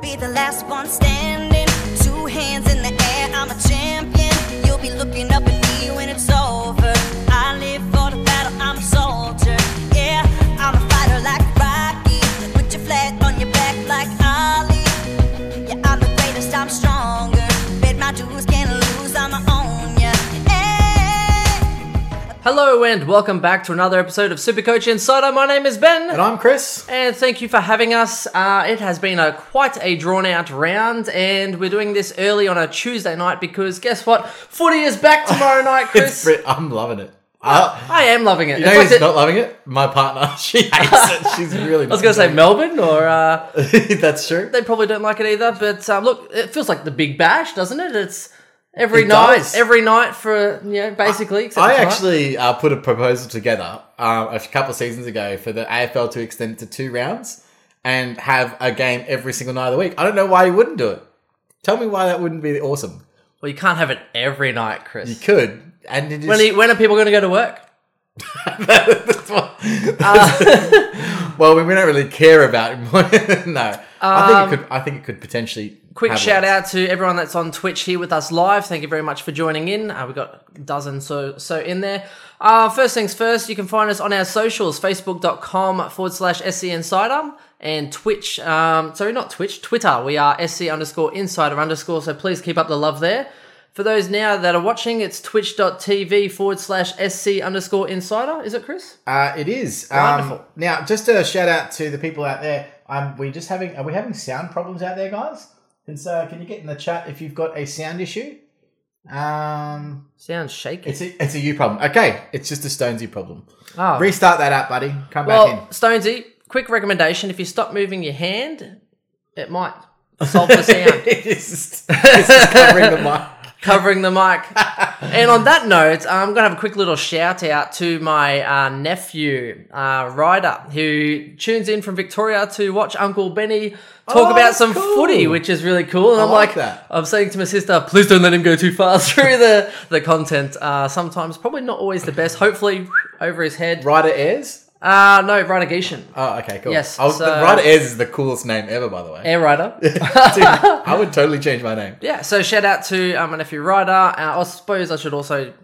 be the last one standing. Two hands in the air, I'm a champion. You'll be looking up at me when it's over. I live for the battle, I'm a soldier. Yeah, I'm a fighter like Rocky. Put your flag on your back like Ali. Yeah, I'm the greatest, I'm stronger. Bet my dues, can't lose, I'm my own, yeah. Hey. Hello and welcome back to another episode of Supercoach Insider. My name is Ben. And I'm Chris. And thank you for having us. Uh, it has been a quite a drawn out round, and we're doing this early on a Tuesday night because guess what? Footy is back tomorrow night, It's Chris. Brit. I'm loving it. I, I am loving it. It's you know like who's the- not loving it? My partner. She hates it. She's really. I was going to say Melbourne, or uh, that's true. they probably don't like it either. But um, look, it feels like the Big Bash, doesn't it? It's every It night, does. every night for you know, basically. except I tonight. actually uh, put a proposal together um, a couple of seasons ago for the AFL to extend it to two rounds and have a game every single night of the week. I don't know why you wouldn't do it. Tell me why that wouldn't be awesome. well, you can't have it every night, Chris. You could, and you just, when, are, when are people going to go to work? That's what- Uh. well, we, we don't really care about it. more- no, I think it could. I think it could potentially. Um, Quick have shout legs. out to everyone that's on Twitch here with us live. Thank you very much for joining in. Uh, we've got a dozen so so in there. Uh, first things first, you can find us on our socials, facebook.com forward slash SC Insider and Twitch. Um, sorry, not Twitch, Twitter. We are SC underscore insider underscore, so please keep up the love there. For those now that are watching, it's twitch.tv forward slash SC underscore insider. Is it, Chris? Uh, it is um, Wonderful. Now, just a shout out to the people out there. Um, we just having are we having sound problems out there, guys? Can uh, can you get in the chat if you've got a sound issue? Um, Sounds shaky. it's a it's a you problem. Okay, it's just a Stonesy problem. Oh. Restart that app, buddy. Come back Well, in. Stonesy, quick recommendation: if you stop moving your hand, it might solve the sound. it's just, it's just covering the mic. Covering the mic. and on that note, I'm going to have a quick little shout out to my uh, nephew, uh, Ryder, who tunes in from Victoria to watch Uncle Benny talk Oh, about that's some cool. footy, which is really cool. And I'm like like, that. I'm saying to my sister, please don't let him go too far through the, the content. Uh, sometimes, probably not always the best. Hopefully, over his head. Rider Airs. Uh, no, Ryder Gation. Oh, okay, cool. Yes, I was, the so- Ryder Airs is the coolest name ever, by the way. Air Ryder. Dude, I would totally change my name. Yeah, so shout out to um, my nephew Ryder. Uh, I suppose I should also,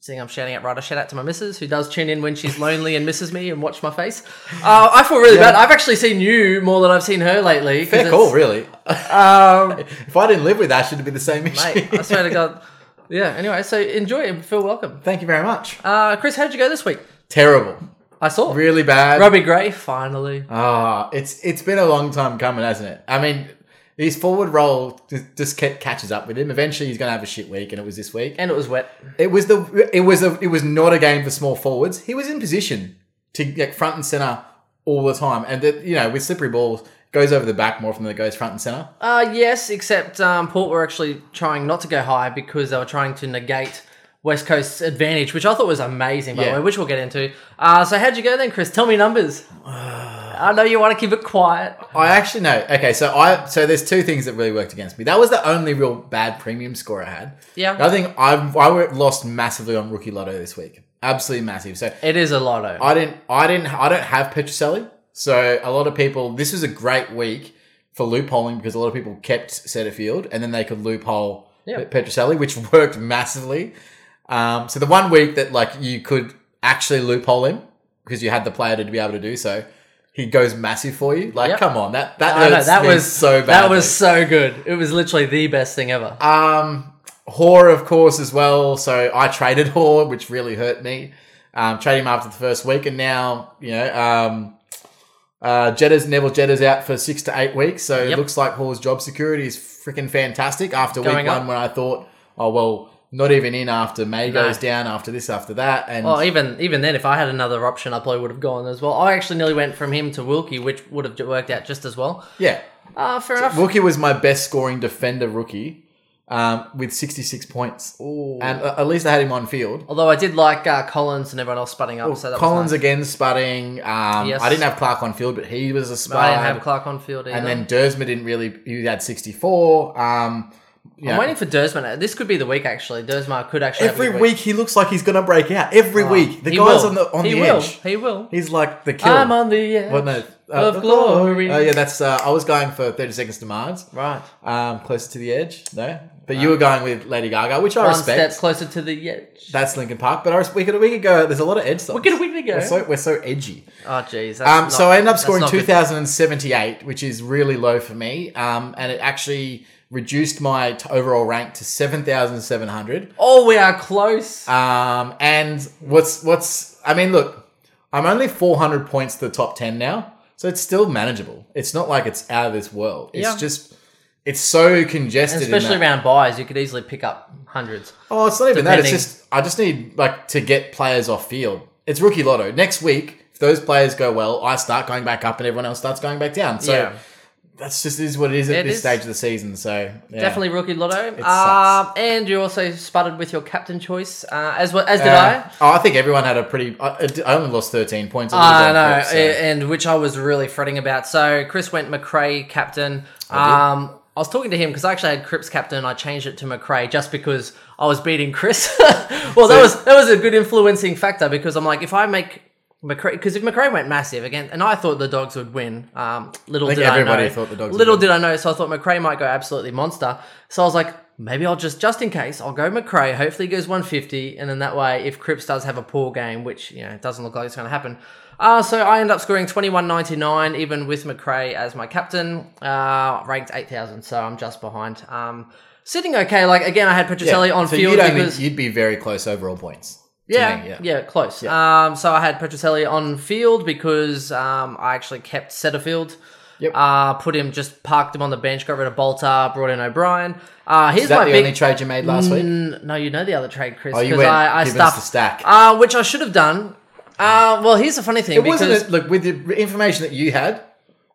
seeing I'm shouting out Ryder, shout out to my missus who does tune in when she's lonely and misses me and watch my face. Uh, I feel really bad. I've actually seen you more than I've seen her lately. 'cause Fair it's- call, really. Um, If I didn't live with Ash, it'd be the same issue. mate, I swear to God. Yeah, anyway, so enjoy and feel welcome. Thank you very much. Uh, Chris, how'd you go this week? Terrible. I saw. Really bad. Robbie Gray, finally. Ah, it's it's been a long time coming, hasn't it? I mean, his forward roll just, just kept, catches up with him. Eventually, he's going to have a shit week, and it was this week. and it was wet. It was the it was a it was not a game for small forwards. He was in position to get front and center all the time, and that you know with slippery balls goes over the back more often than it goes front and center. Uh, yes, except um, Port were actually trying not to go high because they were trying to negate West Coast's advantage, which I thought was amazing, by Yeah. the way, which we'll get into. Uh, so how'd you go then, Chris? Tell me numbers. I know you want to keep it quiet. I actually know. Okay, so I so there's two things that really worked against me. That was the only real bad premium score I had. Yeah. I think I I lost massively on rookie lotto this week. Absolutely massive. So It is a lotto. I didn't I didn't I don't have Petroselli. So a lot of people this was a great week for loopholing because a lot of people kept Setterfield and then they could loophole Yep. Petroselli, which worked massively. Um, so the one week that like you could actually loophole him because you had the player to be able to do so, he goes massive for you. Like, Yep. come on, that that, I know, hurts that me was so bad. That was so good. It was literally the best thing ever. Um, Hoare, of course, as well. So I traded Hoare, which really hurt me. Um, traded him after the first week, and now you know um, uh, Jetta's Neville Jetta's out for six to eight weeks. So Yep. it looks like Hoare's job security is freaking fantastic after Going week up. one, when I thought, oh well, not even in after May No. Oh, goes down, after this, after that, and Well, even even then, if I had another option, I probably would have gone as well. I actually nearly went from him to Wilkie, which would have worked out just as well. yeah, Uh, fair enough. Rookie was my best scoring defender rookie um, with sixty six points, and uh, at least I had him on field. Although I did like uh, Collins and everyone else sputting up, so that Collins was nice. again sputting. Um, Yes. I didn't have Clark on field, but he was a spud. I didn't have Clark on field either. and then Dersma didn't really. He had sixty four. Um, you I'm know, waiting for Dersma. This could be the week actually. Dersma could actually have a every good week. he looks like he's gonna break out. Every week the Ah, He guy's will. on the on he the will. edge. He will. He's like the killer. I'm on the edge. Well, no, Uh, Of glory. Oh yeah, that's. Uh, I was going for Thirty Seconds to Mars. Right. Um, closer to the edge. No, but you were going with Lady Gaga, which I One respect. step closer to the edge. That's Linkin Park, but I res- we could we could go. There's a lot of edge songs. We're gonna- we're gonna go. We're so, we're so edgy. oh, jeez. that's Um, not- so I end up that's scoring not good. 2,078, which is really low for me. Um, and it actually reduced my t- overall rank to 7,700. Oh, we are close. Um, and what's, what's, I mean, look, I'm only 400 points to the top 10 now. So it's still manageable. It's not like it's out of this world. It's Yeah. just, it's so congested. And in especially that- around buys, you could easily pick up hundreds. Oh, it's not even that. It's Depending. just I just need like to get players off field. It's rookie lotto. Next week, if those players go well, I start going back up, and everyone else starts going back down. So Yeah. that's just is what it is at It this is. stage of the season. So yeah. Definitely rookie lotto. sucks. Um, and you also sputtered with your captain choice, uh, as well as did Uh, I. Ah, oh, I think everyone had a pretty. I, I only lost thirteen points. on the I World know, Cup, so- a- and which I was really fretting about. So Chris went McRae captain. Um, I was talking to him because I actually had Cripps captain. I changed it to McRae just because I was beating Chris. well, that was that was a good influencing factor because I'm like, if I make McRae, because if McRae went massive again, and I thought the dogs would win. Um, little think did everybody I know, thought the Dogs would Little win. did I know, so I thought McRae might go absolutely monster. So I was like, maybe I'll just just in case I'll go McRae. Hopefully, he goes 150, and then that way, if Cripps does have a poor game, which you know it doesn't look like it's going to happen. Uh, so I end up scoring 21.99, even with McRae as my captain, uh, ranked 8,000. So I'm just behind. Um, sitting okay. Like again, I had Petroselli on so field You'd, only, because you'd be very close overall points. to yeah, me, yeah, close. Um, so I had Petroselli on field because um, I actually kept Setterfield. Yep. Uh, put him, just parked him on the bench, got rid of Bolter, brought in O'Brien. Uh, here's Is that my the big. only trade you made last week? Mm, no, you know the other trade, Chris, Oh, you because went I, I give us stuffed the stack. uh, which I should have done. Uh, well, here's the funny thing. It wasn't it, look with the information that you had.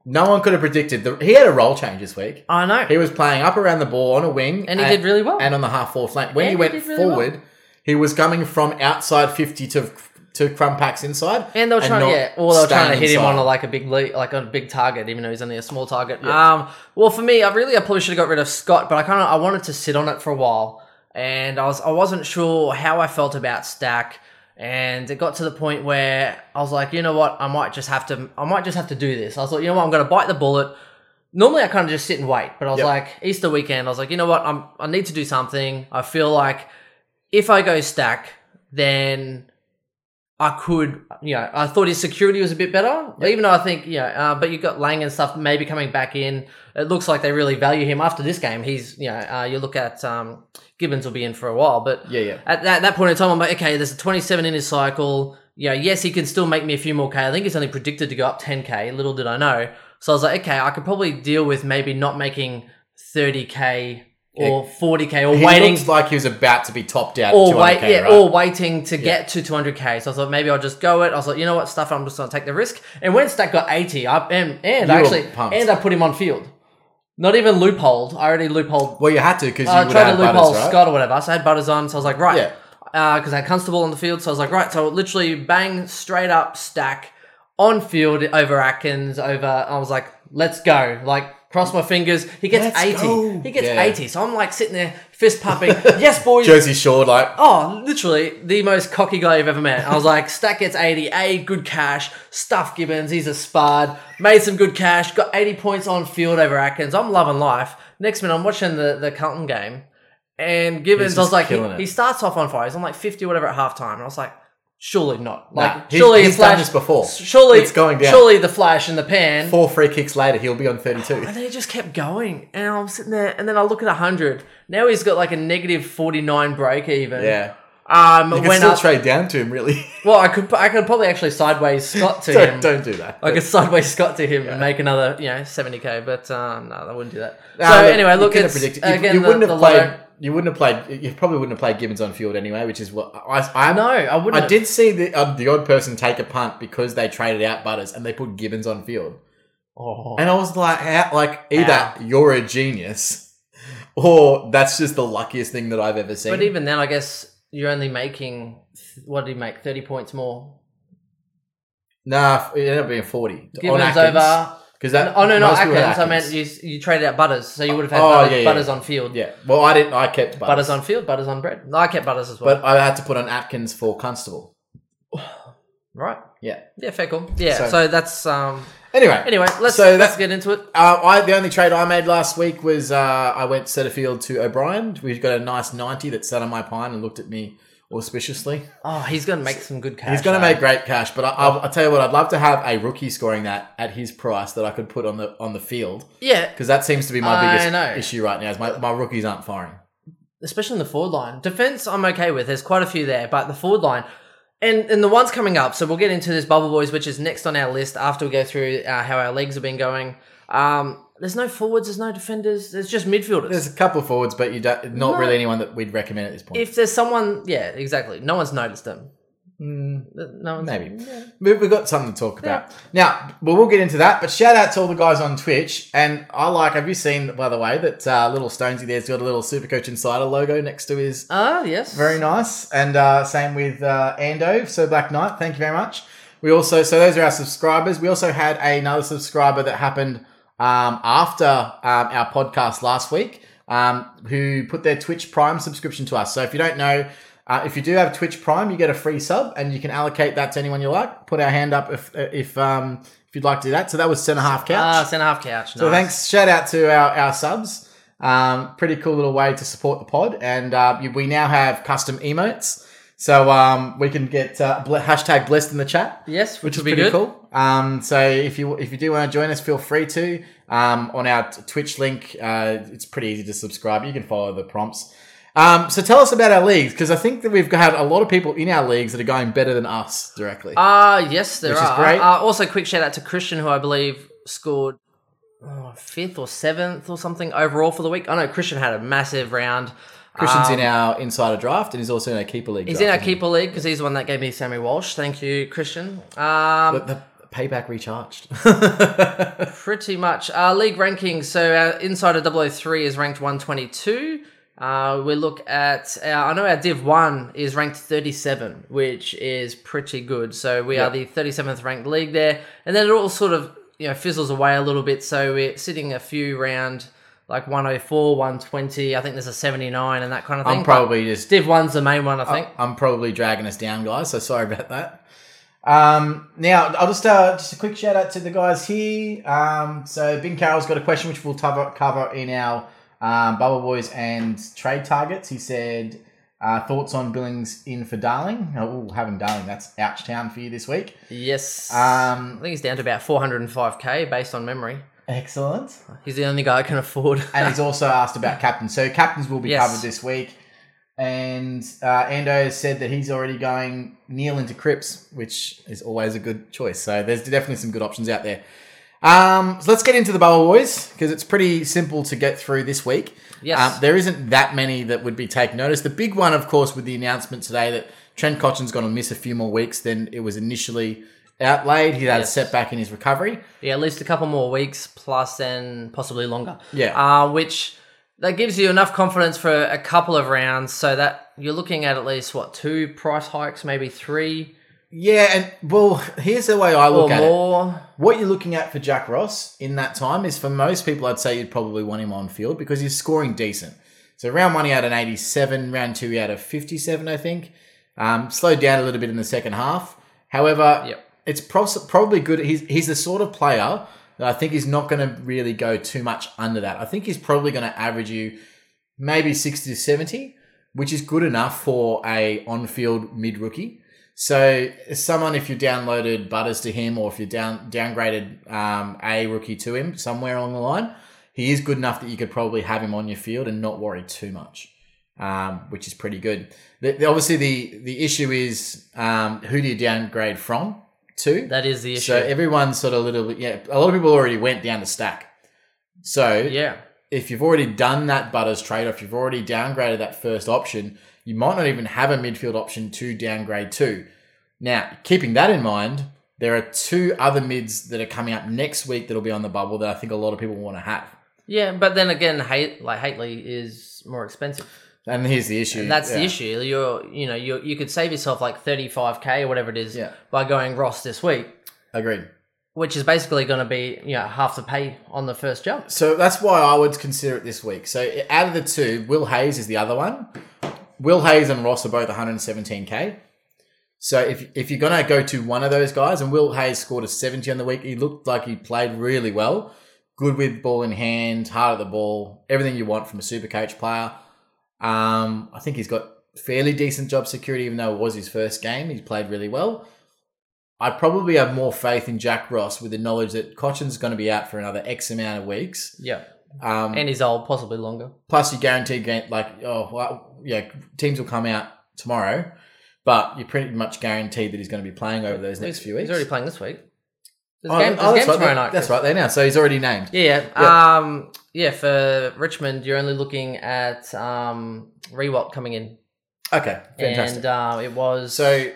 No one could have predicted. The, he had a role change this week. I know. He was playing up around the ball on a wing, Ah. And he did really well. And on the half forward flank, when And he he went did really forward, he was coming from outside fifty to to Crumpak's inside, And they were trying, not yeah. Well, they were trying to staying hit him inside. on a, like a big, le- like on a big target, even though he's only a small target. Um, well, for me, I really, I probably should have got rid of Scott, but I kind of, I wanted to sit on it for a while, and I was, I wasn't sure how I felt about Stack, and it got to the point where I was like, you know what, I might just have to, I might just have to do this. I was like, you know what, I'm going to bite the bullet. Normally, I kind of just sit and wait, but I was Yep. like, Easter weekend, I was like, you know what, I'm, I need to do something. I feel like if I go stack, then I could, you know, I thought his security was a bit better, even though I think, you know, uh, but you've got Lang and stuff maybe coming back in. It looks like they really value him after this game. He's, you know, uh, you look at um, Gibbons will be in for a while, but Yeah, yeah. at that, that point in time, I'm like, okay, there's a 27 in his cycle. Yeah, yes, he can still make me a few more K. I think he's only predicted to go up 10K. Little did I know. So I was like, okay, I could probably deal with maybe not making 30K or 40K or He waiting looked like he was about to be topped out. or 200K, wait, yeah, right? or waiting to get to 200k. So I thought maybe I'll just go it. I was like, you know what, stuff. I'm just gonna take the risk. And when Stack got 80, I and and You I were actually pumped. and I put him on field. Not even loopholed. I already loopholed. well, you had to because you I would tried to have butters, loophole right? Scott or whatever. So I had Butters on. So I was like, right, Yeah. because I had Constable on the field. So I was like, right. So literally bang straight up Stack on field over Atkins over. I was like, let's go. Like. Cross my fingers. He gets Let's 80. go. He gets Yeah. 80. So I'm like sitting there, fist pumping. yes, boys. Jersey Shore, like Oh, literally the most cocky guy you've ever met. I was like, Stack gets 80, A, good cash, stuff Gibbons, he's a spud, made some good cash, got 80 points on field over Atkins. I'm loving life. Next minute, I'm watching the, the Carlton game, and Gibbons, He's I just was like, he, killing it. he starts off on fire. He's on like 50 or whatever at halftime. And I was like, surely not. Nah, Like, he's- surely he's it's done flash, this before. Surely It's going down. Surely the flash in the pan. four free kicks later, he'll be on thirty-two. And then he just kept going. And I'm sitting there, and then I look at 100. Now he's got like a negative 49 break even. yeah, Um, you can went still up, trade down to him, really. Well, I could I could probably actually sideways Scott to him. don't, don't do that. I could sideways Scott to him and make another you know seventy k, but uh, no, I wouldn't do that. Nah, so look, anyway, Um, you look couldn't at have predicted- again you the, wouldn't the have played. lotto- You wouldn't have played. You probably wouldn't have played Gibbons on field anyway, which is what I. I No, I wouldn't. I have. did see the uh, the odd person take a punt because they traded out Butters and they put Gibbons on field, Oh. and I was like, how, like either you're a genius, or that's just the luckiest thing that I've ever seen. But even then, I guess you're only making what did he make thirty points more? nah, it ended up being forty. Gibbons over. because that. Oh no, not most people had Atkins. I meant you, you traded out Butters, so you would have had Oh, Butters, yeah, yeah. Butters on field. Yeah, well, I didn't. I kept Butters, Butters on field, Butters on bread. No, I kept Butters as well. but I had to put on Atkins for Constable. right? Yeah. Yeah, fair call. Yeah, so, So- that's um. Anyway. Anyway, let's So let's that- get into it. Uh, I the only trade I made last week was uh, I went Setterfield to O'Brien. We got a nice ninety that sat on my pine and looked at me auspiciously. Oh, he's gonna make some good cash. eh? He's going to though. make great cash, but I, I'll, I'll tell you what, I'd love to have a rookie scoring that at his price that I could put on the on the field yeah, because that seems to be I my biggest know. issue right now. Is my, my rookies aren't firing. especially in the forward line. Defense, I'm okay with. There's quite a few there, but the forward line. And, and the ones coming up, so we'll get into this Bubble Boys, which is next on our list after we go through uh, how our leagues have been going. Um, there's no forwards, there's no defenders, there's just midfielders. There's a couple of forwards, but you don't, not No. really anyone that we'd recommend at this point. if there's someone, yeah, exactly. No one's noticed them. Mm, No one's, Maybe. Yeah. we- We've got something to talk about. Now, well, we'll get into that, but shout out to all the guys on Twitch. And I like, have you seen, by the way, that uh, little Stonesy there's got a little Supercoach Insider logo next to his Ah, yes. Very nice. And uh, same with uh, Ando, so Black Knight. Thank you very much. We also, so those are our subscribers. We also had another subscriber that happened um, after um, our podcast last week um, who put their Twitch Prime subscription to us. So if you don't know, uh, if you do have Twitch Prime, you get a free sub and you can allocate that to anyone you like. Put our hand up if if um, if you'd like to do that. So that was Center Half Couch. Ah, centre half couch. So nice. thanks. Shout out to our, our subs. Um, pretty cool little way to support the pod. And uh, you- we now have custom emotes. So um, we can get uh, ble- hashtag blessed in the chat. Yes, which, Which is will be pretty good. cool. Um, so if you if you do want to join us, feel free to um, on our t- Twitch link. Uh, it's pretty easy to subscribe. You can follow the prompts. Um, so tell us about our leagues because I think that we've had a lot of people in our leagues that are going better than us directly. Ah, yes, there Which is are. great. Uh, also, quick shout out to Christian, who I believe scored oh, fifth or seventh or something overall for the week. I know Christian had a massive round. Christian's um, in our insider draft and he's also in our keeper league. He's draft, in our isn't he? keeper league because he's the one that gave me Sammy Walsh. Thank you, Christian. Um, But the payback recharged. pretty much. Uh, league rankings. So our Insider 003 is ranked 122. Uh, we look at our, I know our Div 1 is ranked 37, which is pretty good. So we are the 37th ranked league there. And then it all sort of, you know, fizzles away a little bit. So we're sitting a few round like 104, 120. I think there's a 79 and that kind of thing. I'm probably Oh, just Div 1's the main one, I think. I'm probably dragging us down, guys. So sorry about that. Um, now I'll just uh, just a quick shout out to the guys here. Um, so Bin Carroll's got a question which we'll cover cover in our um, Bubble Boys and trade targets. He said uh, thoughts on Billings in for Darling. Oh, ooh, having Darling, that's ouch town for you this week. yes. I Um, think he's down to about 405k based on memory. excellent. He's the only guy I can afford. and he's also asked about captains. So captains will be Yes. covered this week. And uh, Ando has said that he's already going Neil into Crips, which is always a good choice. So there's definitely some good options out there. Um, so let's get into the Bubble Boys because it's pretty simple to get through this week. Yes. Um, there isn't that many that would be taken notice. The big one, of course, with the announcement today that Trent Cotchin's going to miss a few more weeks than it was initially outlaid. He had Yes. a setback in his recovery. Yeah, at least a couple more weeks, plus then possibly longer. Yeah. Uh, which that gives you enough confidence for a couple of rounds, so that you're looking at at least what two price hikes, maybe three Yeah, and well, here's the way I or look at it. more. What you're looking at for Jack Ross in that time is for most people, I'd say you'd probably want him on field because he's scoring decent. So round one, he had an 87. Round two, he had a 57, I think. Um, slowed down a little bit in the second half. However, Yep. it's pros- probably good. He's, he's the sort of player that I think he's not going to really go too much under that. I think he's probably going to average you maybe 60 to 70, which is good enough for a on-field mid-rookie. So someone, if you downloaded Butters to him or if you down downgraded um, a rookie to him somewhere along the line, he is good enough that you could probably have him on your field and not worry too much, um, which is pretty good. The, the- obviously, the the issue is um, who do you downgrade from to? That is the issue. so everyone's sort of a little bit yeah. A lot of people already went down to stack. So yeah, if you've already done that Butters trade off, you've already downgraded that first option, you might not even have a midfield option to downgrade to. Now, keeping that in mind, there are two other mids that are coming up next week that'll be on the bubble that I think a lot of people want to have. yeah, but then again, hate like Haitley is more expensive. And here's the issue. And that's the Yeah. issue. You're you know you you could save yourself like 35k or whatever it is Yeah. by going Ross this week, Agreed. which is basically going to be you know half the pay on the first jump. So that's why I would consider it this week. So out of the two, Will Hayes is the other one. Will Hayes and Ross are both 117k. So if if you're gonna go to one of those guys, and Will Hayes scored a 70 on the week, he looked like he played really well, good with ball in hand, hard at the ball, everything you want from a super coach player. Um, I think he's got fairly decent job security, even though it was his first game. He's played really well. I probably have more faith in Jack Ross with the knowledge that Cochin's going to be out for another X amount of weeks. Yeah. Um, And he's old, possibly longer. Plus, you guarantee gan- like oh well, yeah, teams will come out tomorrow, but you're pretty much guaranteed that he's going to be playing over those next he's, few weeks. he's already playing this week. There's a Oh, game, there's oh, a that's game right. tomorrow They- night. That's right. There now, so he's already named. Yeah, yeah. Yeah. Um, yeah, for Richmond, you're only looking at um, Rewalt coming in. Okay, fantastic. And uh, it was so,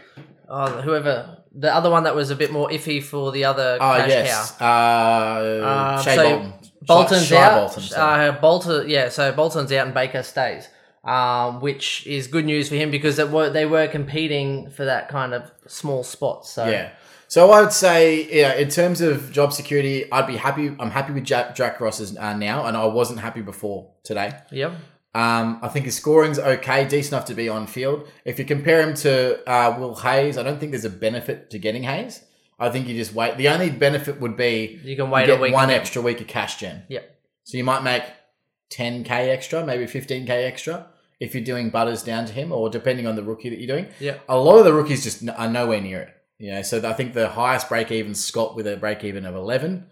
oh, whoever, the other one that was a bit more iffy for the other oh Crash Cow. yes, uh, Um, Shea so Bolton, Bolton's Shai out. Bolton, sorry. uh, Bolton, yeah. So Bolton's out and Baker stays, um, which is good news for him because it were, they were competing for that kind of small spot. So Yeah. So I would say, yeah, in terms of job security, I'd be happy. I'm happy with Jack, Jack Ross's uh, now, and I wasn't happy before today. yep. Um, I think his scoring's okay, decent enough to be on field. If you compare him to uh, Will Hayes, I don't think there's a benefit to getting Hayes. I think you just wait. The only benefit would be You can you wait get a week. one extra week of cash gen. Yep. So you might make 10k extra, maybe 15k extra if you're doing butters down to him, or depending on the rookie that you're doing. Yeah. A lot of the rookies just n- are nowhere near it. You know, so I think the highest break even Scott with a break even of 11,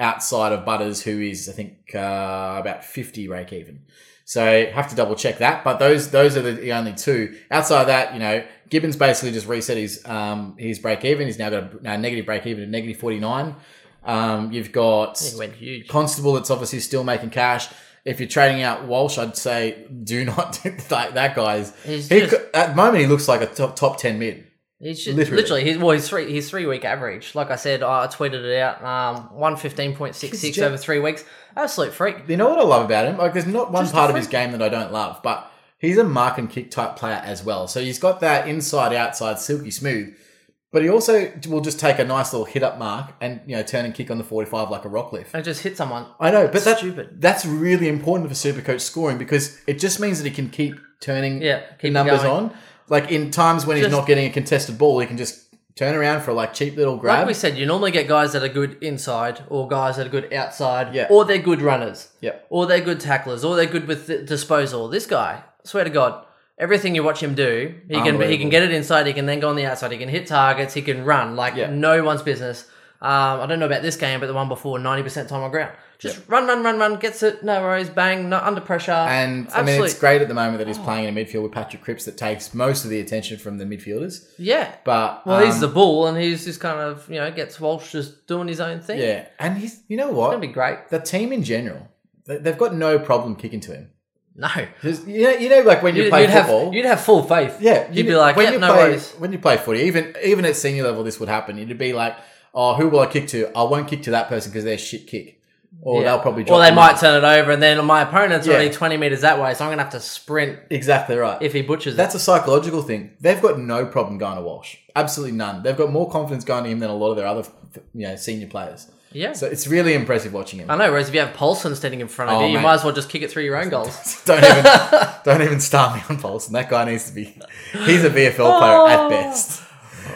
outside of Butters, who is I think uh, about 50 break even. So have to double check that. But those those are the, the only two. Outside of that, you know, Gibbons basically just reset his um his break even. He's now got a, a negative break even at negative 49. Um, you've got It went huge. Constable, it's obviously still making cash. If you're trading out Walsh, I'd say do not do that. That guy's He's he, just- could- at the moment he looks like a top top ten mid. He's just, Literally. literally, he's, well, his three his three week average. Like I said, I tweeted it out. Um, one fifteen point six Jesus, six Jack. over three weeks. Absolute freak. You know what I love about him? Like, there's not one Just part a of his game that I don't love, but he's a mark and kick type player as well. So he's got that inside outside silky smooth, but he also will just take a nice little hit up mark and you know turn and kick on the 45 like a rock lift. I just hit someone. I know, but that, Stupid. that's really important for Supercoach scoring because it just means that he can keep turning Yeah, the keep it numbers going. on. Like in times when he's Just- not getting a contested ball, he can just turn around for a like cheap little grab. Like we said, you normally get guys that are good inside, or guys that are good outside, Yeah. or they're good runners, Yep. or they're good tacklers, or they're good with the disposal. This guy, swear to God, everything you watch him do, he can he Unbelievable. can get it inside, he can then go on the outside, he can hit targets, he can run like Yeah. no one's business. Um, I don't know about this game, but the one before, ninety percent time on ground, just run, run, run, run, gets it, no worries, bang, not under pressure, And I mean, it's great at the moment that Oh. he's playing in a midfield with Patrick Cripps that takes most of the attention from the midfielders. yeah. But Well, he's um, the bull, and he's just kind of you know gets Walsh just doing his own thing. yeah, and he's you know That'd what be great. the team in general they- they've got no problem kicking to him. No, 'Cause You know, you know, like when you you'd, play you'd football, have you'd have full faith. yeah, you'd be like, when "Yep, you no play worries. when you play footy, even even at senior level, this would happen. You'd be like, oh, who will I kick to? I won't kick to that person because they're shit kick, or Yeah. they'll probably drop Or they the might mark." turn it over, and then my opponent's Yeah. only twenty meters that way, so I'm gonna have to sprint exactly right. if he butchers That's a psychological thing. They've got no problem going to Walsh. Absolutely none. They've got more confidence going to him than a lot of their other, you know, senior players. it. Yeah, So it's really impressive watching him. I know. Whereas if you have Paulson standing in front of Oh, you, you mate. might as well just kick it through your own goals. Don't even, don't even start me on Paulson. That guy needs to be. He's a VFL player Oh. at best.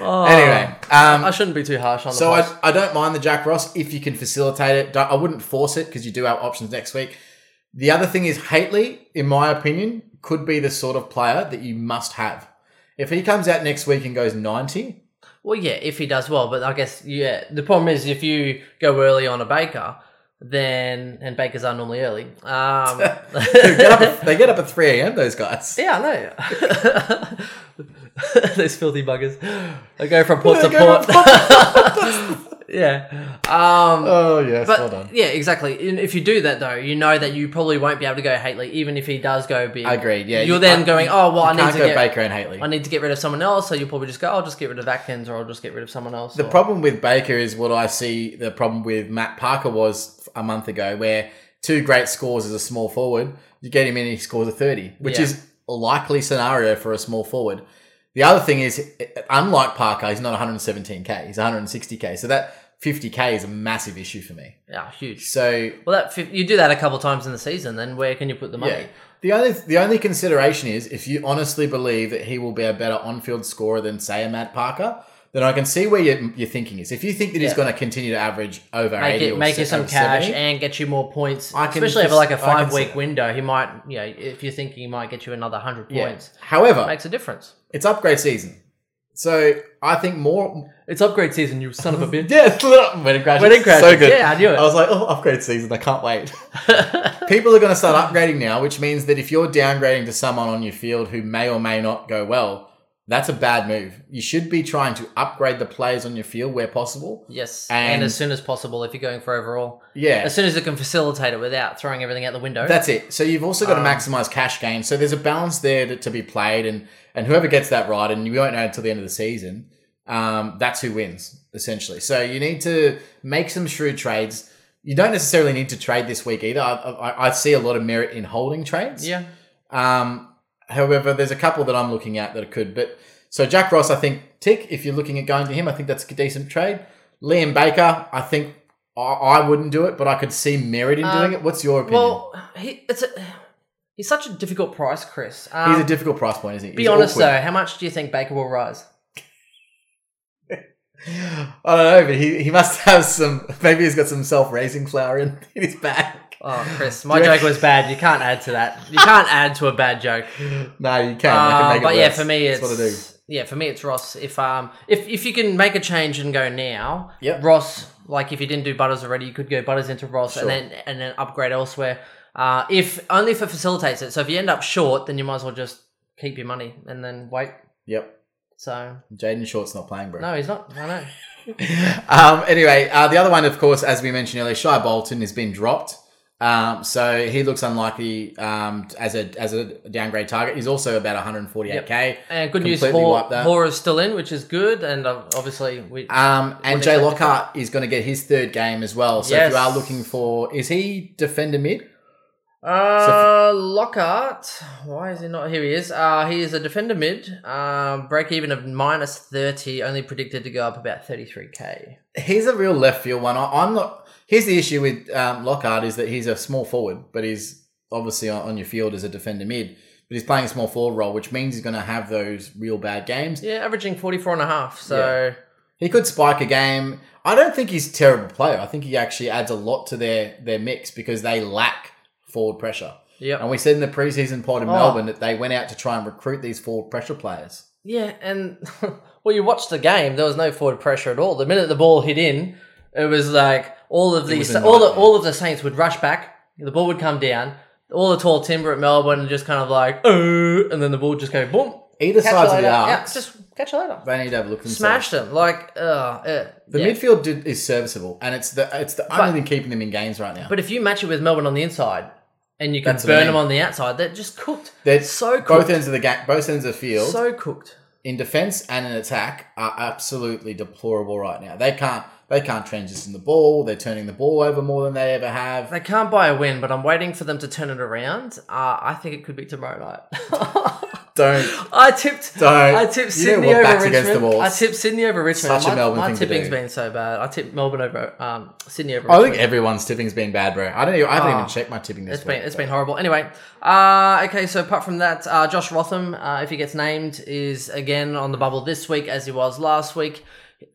Anyway, I um, shouldn't be too harsh on the so Pauls. I, I don't mind the Jack Ross if you can facilitate it. Don't- I wouldn't force it because you do have options next week. The other thing is Haitley, in my opinion, could be the sort of player that you must have. If he comes out next week and goes ninety, Well, yeah, if he does well, but I guess yeah, the problem is if you go early on a Baker, then and Bakers are normally early. Um, they get up at, they get up at 3 a.m. Those guys. Yeah, I know. Those filthy buggers. They go from port to They go port. from yeah. Um, Oh yes, but well done. yeah, exactly. And if you do that though, you know that you probably won't be able to go Haitley, even if he does go big. Agreed. Yeah, You're you- then I- going, oh well, I Can't need to go get Baker and Haitley. I need to get rid of someone else. So you'll probably just go, "Oh, I'll just get rid of Atkins, or I'll just get rid of someone else. The or- problem with Baker is what I see the problem with Matt Parker was a month ago, where two great scores as a small forward, you get him in, he scores a 30, which Yeah. is a likely scenario for a small forward. The other thing is, unlike Parker, he's not 117k, he's 160k. So that 50k is a massive issue for me. Yeah, huge. So Well, that fif- you do that a couple times in the season, then where can you put the money? yeah, the only the only consideration is if you honestly believe that he will be a better on-field scorer than say a Matt Parker, then I can see where your your thinking is. If you think that he's Yeah. going to continue to average over Make 80 it or make you se- some over cash 70, and get you more points, I can especially over just- like a I can five see week that. window. He might, you know, if you're thinking he might get you another hundred yeah. points, However, makes a difference. it's upgrade season, so I think more. It's upgrade season, you son of a bitch. Yeah, it's lit- wedding crashes, Wedding so Crashers, good. yeah, I knew it. I was like, oh, upgrade season, I can't wait. People are going to start upgrading now, which means that if you're downgrading to someone on your field who may or may not go well, that's a bad move. You should be trying to upgrade the players on your field where possible. Yes, and, And- as soon as possible if you're going for overall, Yeah. as soon as you can facilitate it without throwing everything out the window. That's it. So you've also got to maximize cash gain. So there's a balance there to, to be played, and and whoever gets that right, and you won't know until the end of the season. Um, that's who wins essentially. So you need to make some shrewd trades. You don't necessarily need to trade this week either. I, I, I see a lot of merit in holding trades. yeah, Um, however, there's a couple that I'm looking at that it could. But so Jack Ross, I think tick. If you're looking at going to him, I think that's a decent trade. Liam Baker, I think I, I wouldn't do it, but I could see merit in Um, doing it. What's your opinion? Well, he, it's a, he's such a difficult price, Chris. Um, He's a difficult price point, isn't he? be He's honest awkward. though, how much do you think Baker will rise? I don't know, but he, he must have some. Maybe he's got some self raising flour in, in his bag. Oh, Chris, my Do you joke was bad. You can't add to that. You can't add to a bad joke. No, you can. I can Uh, make it but yeah, worse. for me, That's it's what I do. yeah, for me, it's Ross. If um, if if you can make a change and go now, Yep. Ross. Like if you didn't do Butters already, you could go Butters into Ross Sure. and then and then upgrade elsewhere. Uh, if only if it facilitates it. So if you end up short, then you might as well just keep your money and then wait. Yep, So Jaden Short's not playing, bro. no, he's not. I know. Um, anyway, uh, the other one, of course, as we mentioned earlier, Shy Bolton has been dropped. Um, so he looks unlikely um, as a as a downgrade target. He's also about 148k. And Uh, good news, Completely Hoare wiped that. Hoare is still in, which is good. And uh, obviously, we Um, and Wouldn't Jay expect it. Lockhart is going to get his third game as well. So if Yes. you are looking for, is he defender mid? Uh, Lockhart. Why is he not? Here he is. Uh, he is a defender mid. Um, break even of minus thirty. Only predicted to go up about thirty three k. He's a real left field one. I, I'm not. Here's the issue with um, Lockhart is that he's a small forward, but he's obviously on, on your field as a defender mid. But he's playing a small forward role, which means he's going to have those real bad games. Yeah, averaging forty four and a half. So He could spike a game. I don't think he's a terrible player. I think he actually adds a lot to their their mix because they lack forward pressure. yeah, And we said in the preseason pod in Oh. Melbourne that they went out to try and recruit these forward pressure players. yeah, and well, you watched the game. There was no forward pressure at all. The minute the ball hit in, it was like all of was these, a all the nightmare. all of the Saints would rush back. The ball would come down. All the tall timber at Melbourne and just kind of like, oh, and then the ball would just go boom. Either Catch you sides of later. the arc, Yeah, just catch you later. they need to have a look. themselves. Smash them like uh, uh The yeah. midfield did, is serviceable, and it's the it's the only thing keeping them in games right now. But if you match it with Melbourne on the inside and you can That's what I burn mean. them on the outside, they're just cooked. They're so both cooked. ends of the ga- both ends of the field so cooked. in defence and in attack are absolutely deplorable right now. They can't they can't transition the ball. They're turning the ball over more than they ever have. They can't buy a win, but I'm waiting for them to turn it around. Uh, I think it could be tomorrow night. Don't I tipped. Don't. I tipped You know Sydney what over backs Richmond. against the walls. I tipped Sydney over Richmond. Such a my Melbourne my thing to tipping's do. been so bad. I tipped Melbourne over um, Sydney over. I Richmond. think everyone's tipping's been bad, bro. I don't. Even, I haven't Ah. even checked my tipping this It's week. been it's been horrible. Anyway, uh, okay. So apart from that, uh, Josh Rotham, uh, if he gets named, is again on the bubble this week as he was last week.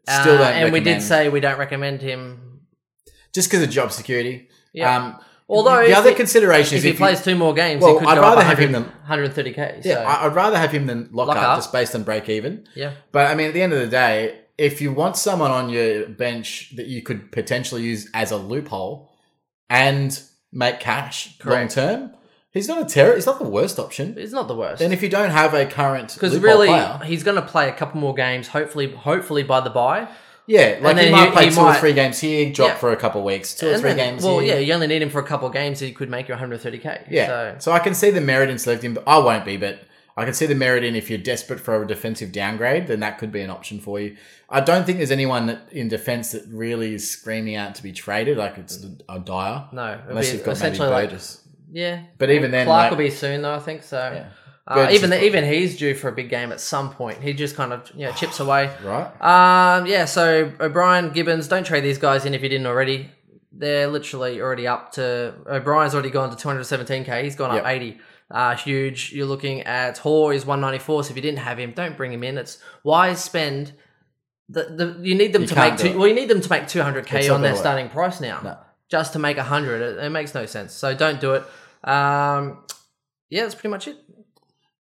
Uh, Still don't and we did recommend. say we don't recommend him. just because of job security. Yeah. Um, Although the if other he- consideration If is he if you- plays two more games, he Well, could I'd go rather up have him 100 130k. yeah, so, I- I'd rather have him than Lockhart, Lockhart. just based on break even. yeah. But I mean, at the end of the day, if you want someone on your bench that you could potentially use as a loophole and make cash long Correct. term, he's not a terror. He's not the worst option. It's not the worst. Then if you don't have a current Because loophole really, player, he's going to play a couple more games. Hopefully, hopefully by the bye. yeah, like then he might he- play he two or might- three games here, drop Yeah. for a couple of weeks, two or And three then- games. Well, here. yeah, you only need him for a couple of games. He could make you 130k. Yeah. So, So, I can see the merit in selecting, but I won't be, but I can see the merit in if you're desperate for a defensive downgrade, then that could be an option for you. I don't think there's anyone that, in defense that really is screaming out to be traded, like it's a dire. Mm. no, it'd Unless be you've got maybe essentially like Burgess. yeah. But even then, Clark like- will be soon though. I think so. Uh, Burgess even is- the, even he's due for a big game at some point. He just kind of you know chips away. right? Um, yeah. So O'Brien, Gibbons, don't trade these guys in if you didn't already. They're literally already up to O'Brien's already gone to 217k. He's gone up Yep. 80. Uh, huge. You're looking at Hoare is 194. So if you didn't have him, don't bring him in. It's why spend. The, the, you need them You to can't make do two, it. well. You need them to make 200k It's not on their gonna work. starting price now, No. just to make 100. It, it makes no sense. So don't do it. Um, yeah, that's pretty much it.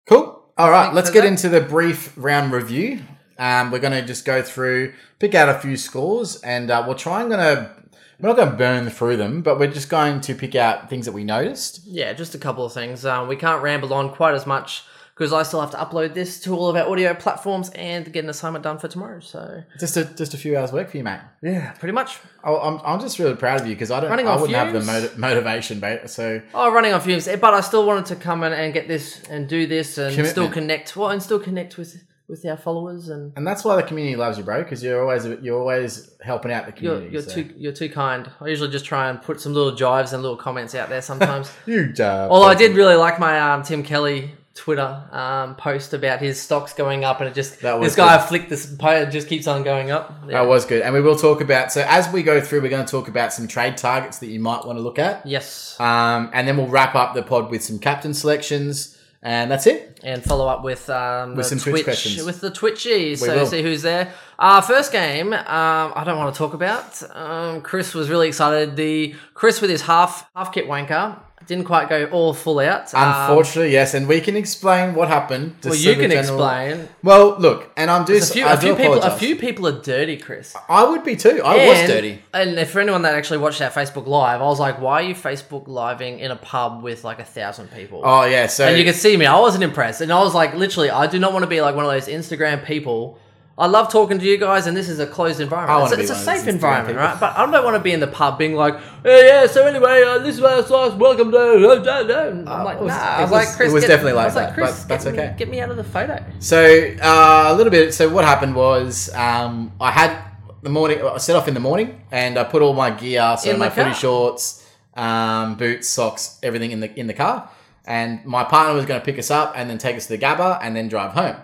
Cool. All right, Think let's so, get Zach? into the brief round review. Um, we're going to just go through, pick out a few scores, and uh, we'll try and going to. We're not going to burn through them, but we're just going to pick out things that we noticed. Yeah, just a couple of things. Um, we can't ramble on quite as much because I still have to upload this to all of our audio platforms and get an assignment done for tomorrow. So Just a, just a few hours work for you, mate. yeah, pretty much. I, Oh, I'm, I'm just really proud of you because I don't. Running I on wouldn't have the fumes? moti- motivation, mate. So Oh, running on fumes, eh, but I still wanted to come in and get this and do this and still Commitment. connect. Well, and still connect with with our followers and. and that's why the community loves you, bro. Because you're always you're always helping out the You're, community. you're so. too you're too kind. I usually just try and put some little jives and little comments out there sometimes. you. Uh, Although I did really like my um, Tim Kelly Twitter um, post about his stocks going up, and it just That was this guy good. flicked this po- it just keeps on going up. Yeah. That was good, and we will talk about. So as we go through, we're going to talk about some trade targets that you might want to look at. Yes, Um, and then we'll wrap up the pod with some captain selections, and that's it. and follow up with um, With the some Twitch questions. with the Twitchies. We So will. see who's there. Uh, first game, um, I don't want to talk about. Um, Chris was really excited. The Chris with his half half kit wanker didn't quite go all full out. Um, Unfortunately, yes, and we can explain what happened. just well, so you the can general- explain. Well, look, and I'm do. A few, I a do few people, a apologize. few people are dirty, Chris. I would be too. I was dirty. And if for anyone that actually watched our Facebook live, I was like, "Why are you Facebook living in a pub with like a thousand people?" Oh yeah, so And you could see me. I wasn't impressed, and I was like, literally, I do not want to be like one of those Instagram people. I love talking to you guys, and this is a closed environment. I it's wanna a, be it's a one of those safe Instagram environment, people. right? But I don't want to be in the pub being like, "Hey, yeah." So anyway, uh, this is our sauce. Welcome to. uh, I'm like, Uh, it was- nah. it I was was- like, Chris, it was get- definitely like I was that, like, Chris, but that's get me- okay. Get me out of the photo. So uh, a little bit. So what happened was um, I had the morning. I set off in the morning, and I put all my gear, so In the my footy car. shorts, um, boots, socks, everything in the in the car. And my partner was going to pick us up and then take us to the Gabba and then drive home.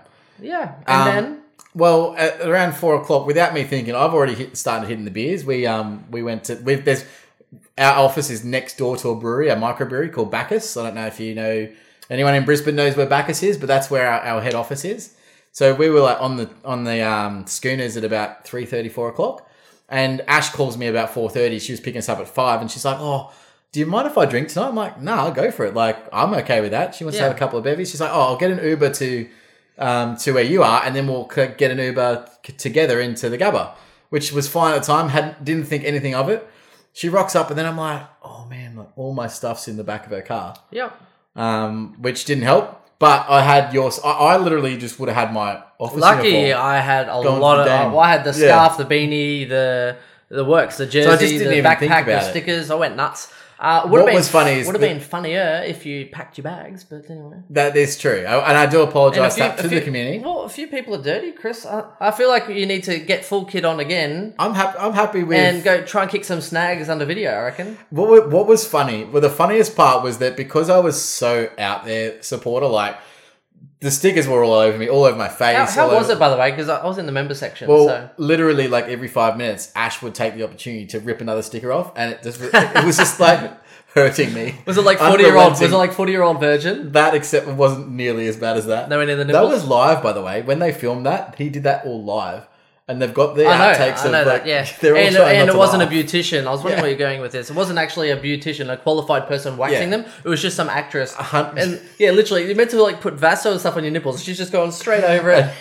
Yeah, and Um, then Well, at around four o'clock, without me thinking, I've already hit, started hitting the beers. We um we went to we there's our office is next door to a brewery, a microbrewery called Bacchus. I don't know if you know anyone in Brisbane knows where Bacchus is, but that's where our, our head office is. So we were like on the on the um, schooners at about three thirty, four o'clock, and Ash calls me about four thirty. She was picking us up at five, and she's like, "Oh, do you mind if I drink tonight?" I'm like, "Nah, I'll go for it. Like, I'm okay with that." She wants Yeah. to have a couple of bevies. She's like, "Oh, I'll get an Uber to um, to where you are, and then we'll c- get an Uber c- together into the Gabba," which was fine at the time. Had didn't think anything of it. She rocks up, and then I'm like, "Oh man, like all my stuff's in the back of her car." yeah. um, which didn't help. But I had yours. I, I literally just would have had my office Lucky uniform. I had a Gone lot for of. game. well, I had the Yeah. scarf, the beanie, the the works, the jersey, just didn't the even backpack, think the about it. stickers. I went nuts. Uh, would What have been, was funny is would have the- been funnier if you packed your bags, but anyway. That is true, I, and I do And apologize a few- that a to few- the community. Well, a few people are dirty, Chris. I, I feel like you need to get full kit on again I'm happy. I'm happy with and go try and kick some snags under video. I reckon. what. wa- What was funny? Well, the funniest part was that because I was so out there supporter, like the stickers were all over me, all over my face. How, how all was over- it, by the way? Because I I was in the member section. Well, so. literally, like every five minutes, Ash would take the opportunity to rip another sticker off, and it just it was just like hurting me. Was it like forty year old? Was it Unrelenting. like forty year old virgin? That except it wasn't nearly as bad as that. No, any of the That nipples? was live, by the way. When they filmed that, he did that all live, and they've got their I know, outtakes I know that, of like yeah. they're all and trying and not it to wasn't laugh. a beautician. I was wondering Yeah. where you're going with this. It wasn't actually a beautician, a qualified person waxing Yeah. them. It was just some actress. hundred- And yeah, literally, you're meant to like put Vaso and stuff on your nipples. She's just going straight over it.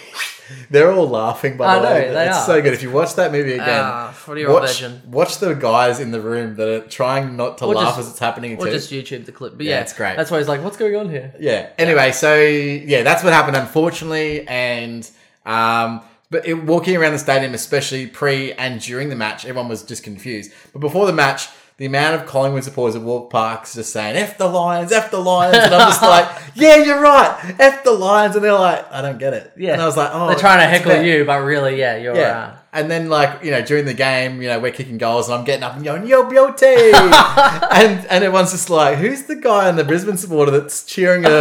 They're all laughing. By I the know, way, they it's are. so good. If you watch that movie again, Ah, 40-year-old watch, legend. watch the guys in the room that are trying not to Or laugh just- as it's happening. Or too. just YouTube the clip. But yeah, Yeah, it's great. That's why he's like, "What's going on here?" yeah. Anyway, so yeah, that's what happened, unfortunately, and um, but it, walking around the stadium, especially pre and during the match, everyone was just confused. But before the match, the amount of Collingwood supporters that walked past just saying "F the Lions, F the Lions," and I'm just like, "Yeah, you're right, F the Lions," and they're like, "I don't get it." Yeah, and I was like, "Oh, they're trying to it's heckle fair." you, but really, yeah, you're. Yeah. Uh, And then, like, you know, during the game, you know, we're kicking goals and I'm getting up and going, yo, beauty! and and everyone's just like, who's the guy in the Brisbane supporter that's cheering a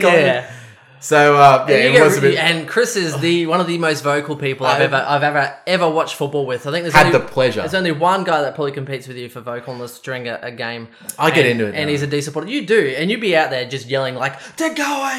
yeah, So uh, yeah, And, it you was a get- bit. and Chris is the one of the most vocal people I've I- ever I've ever ever watched football with. I think there's Had only, the pleasure. There's only one guy that probably competes with you for vocalness during a, a game. I get And- into it and now. he's a decent supporter. You do, and you'd be out there just yelling like "De Goey,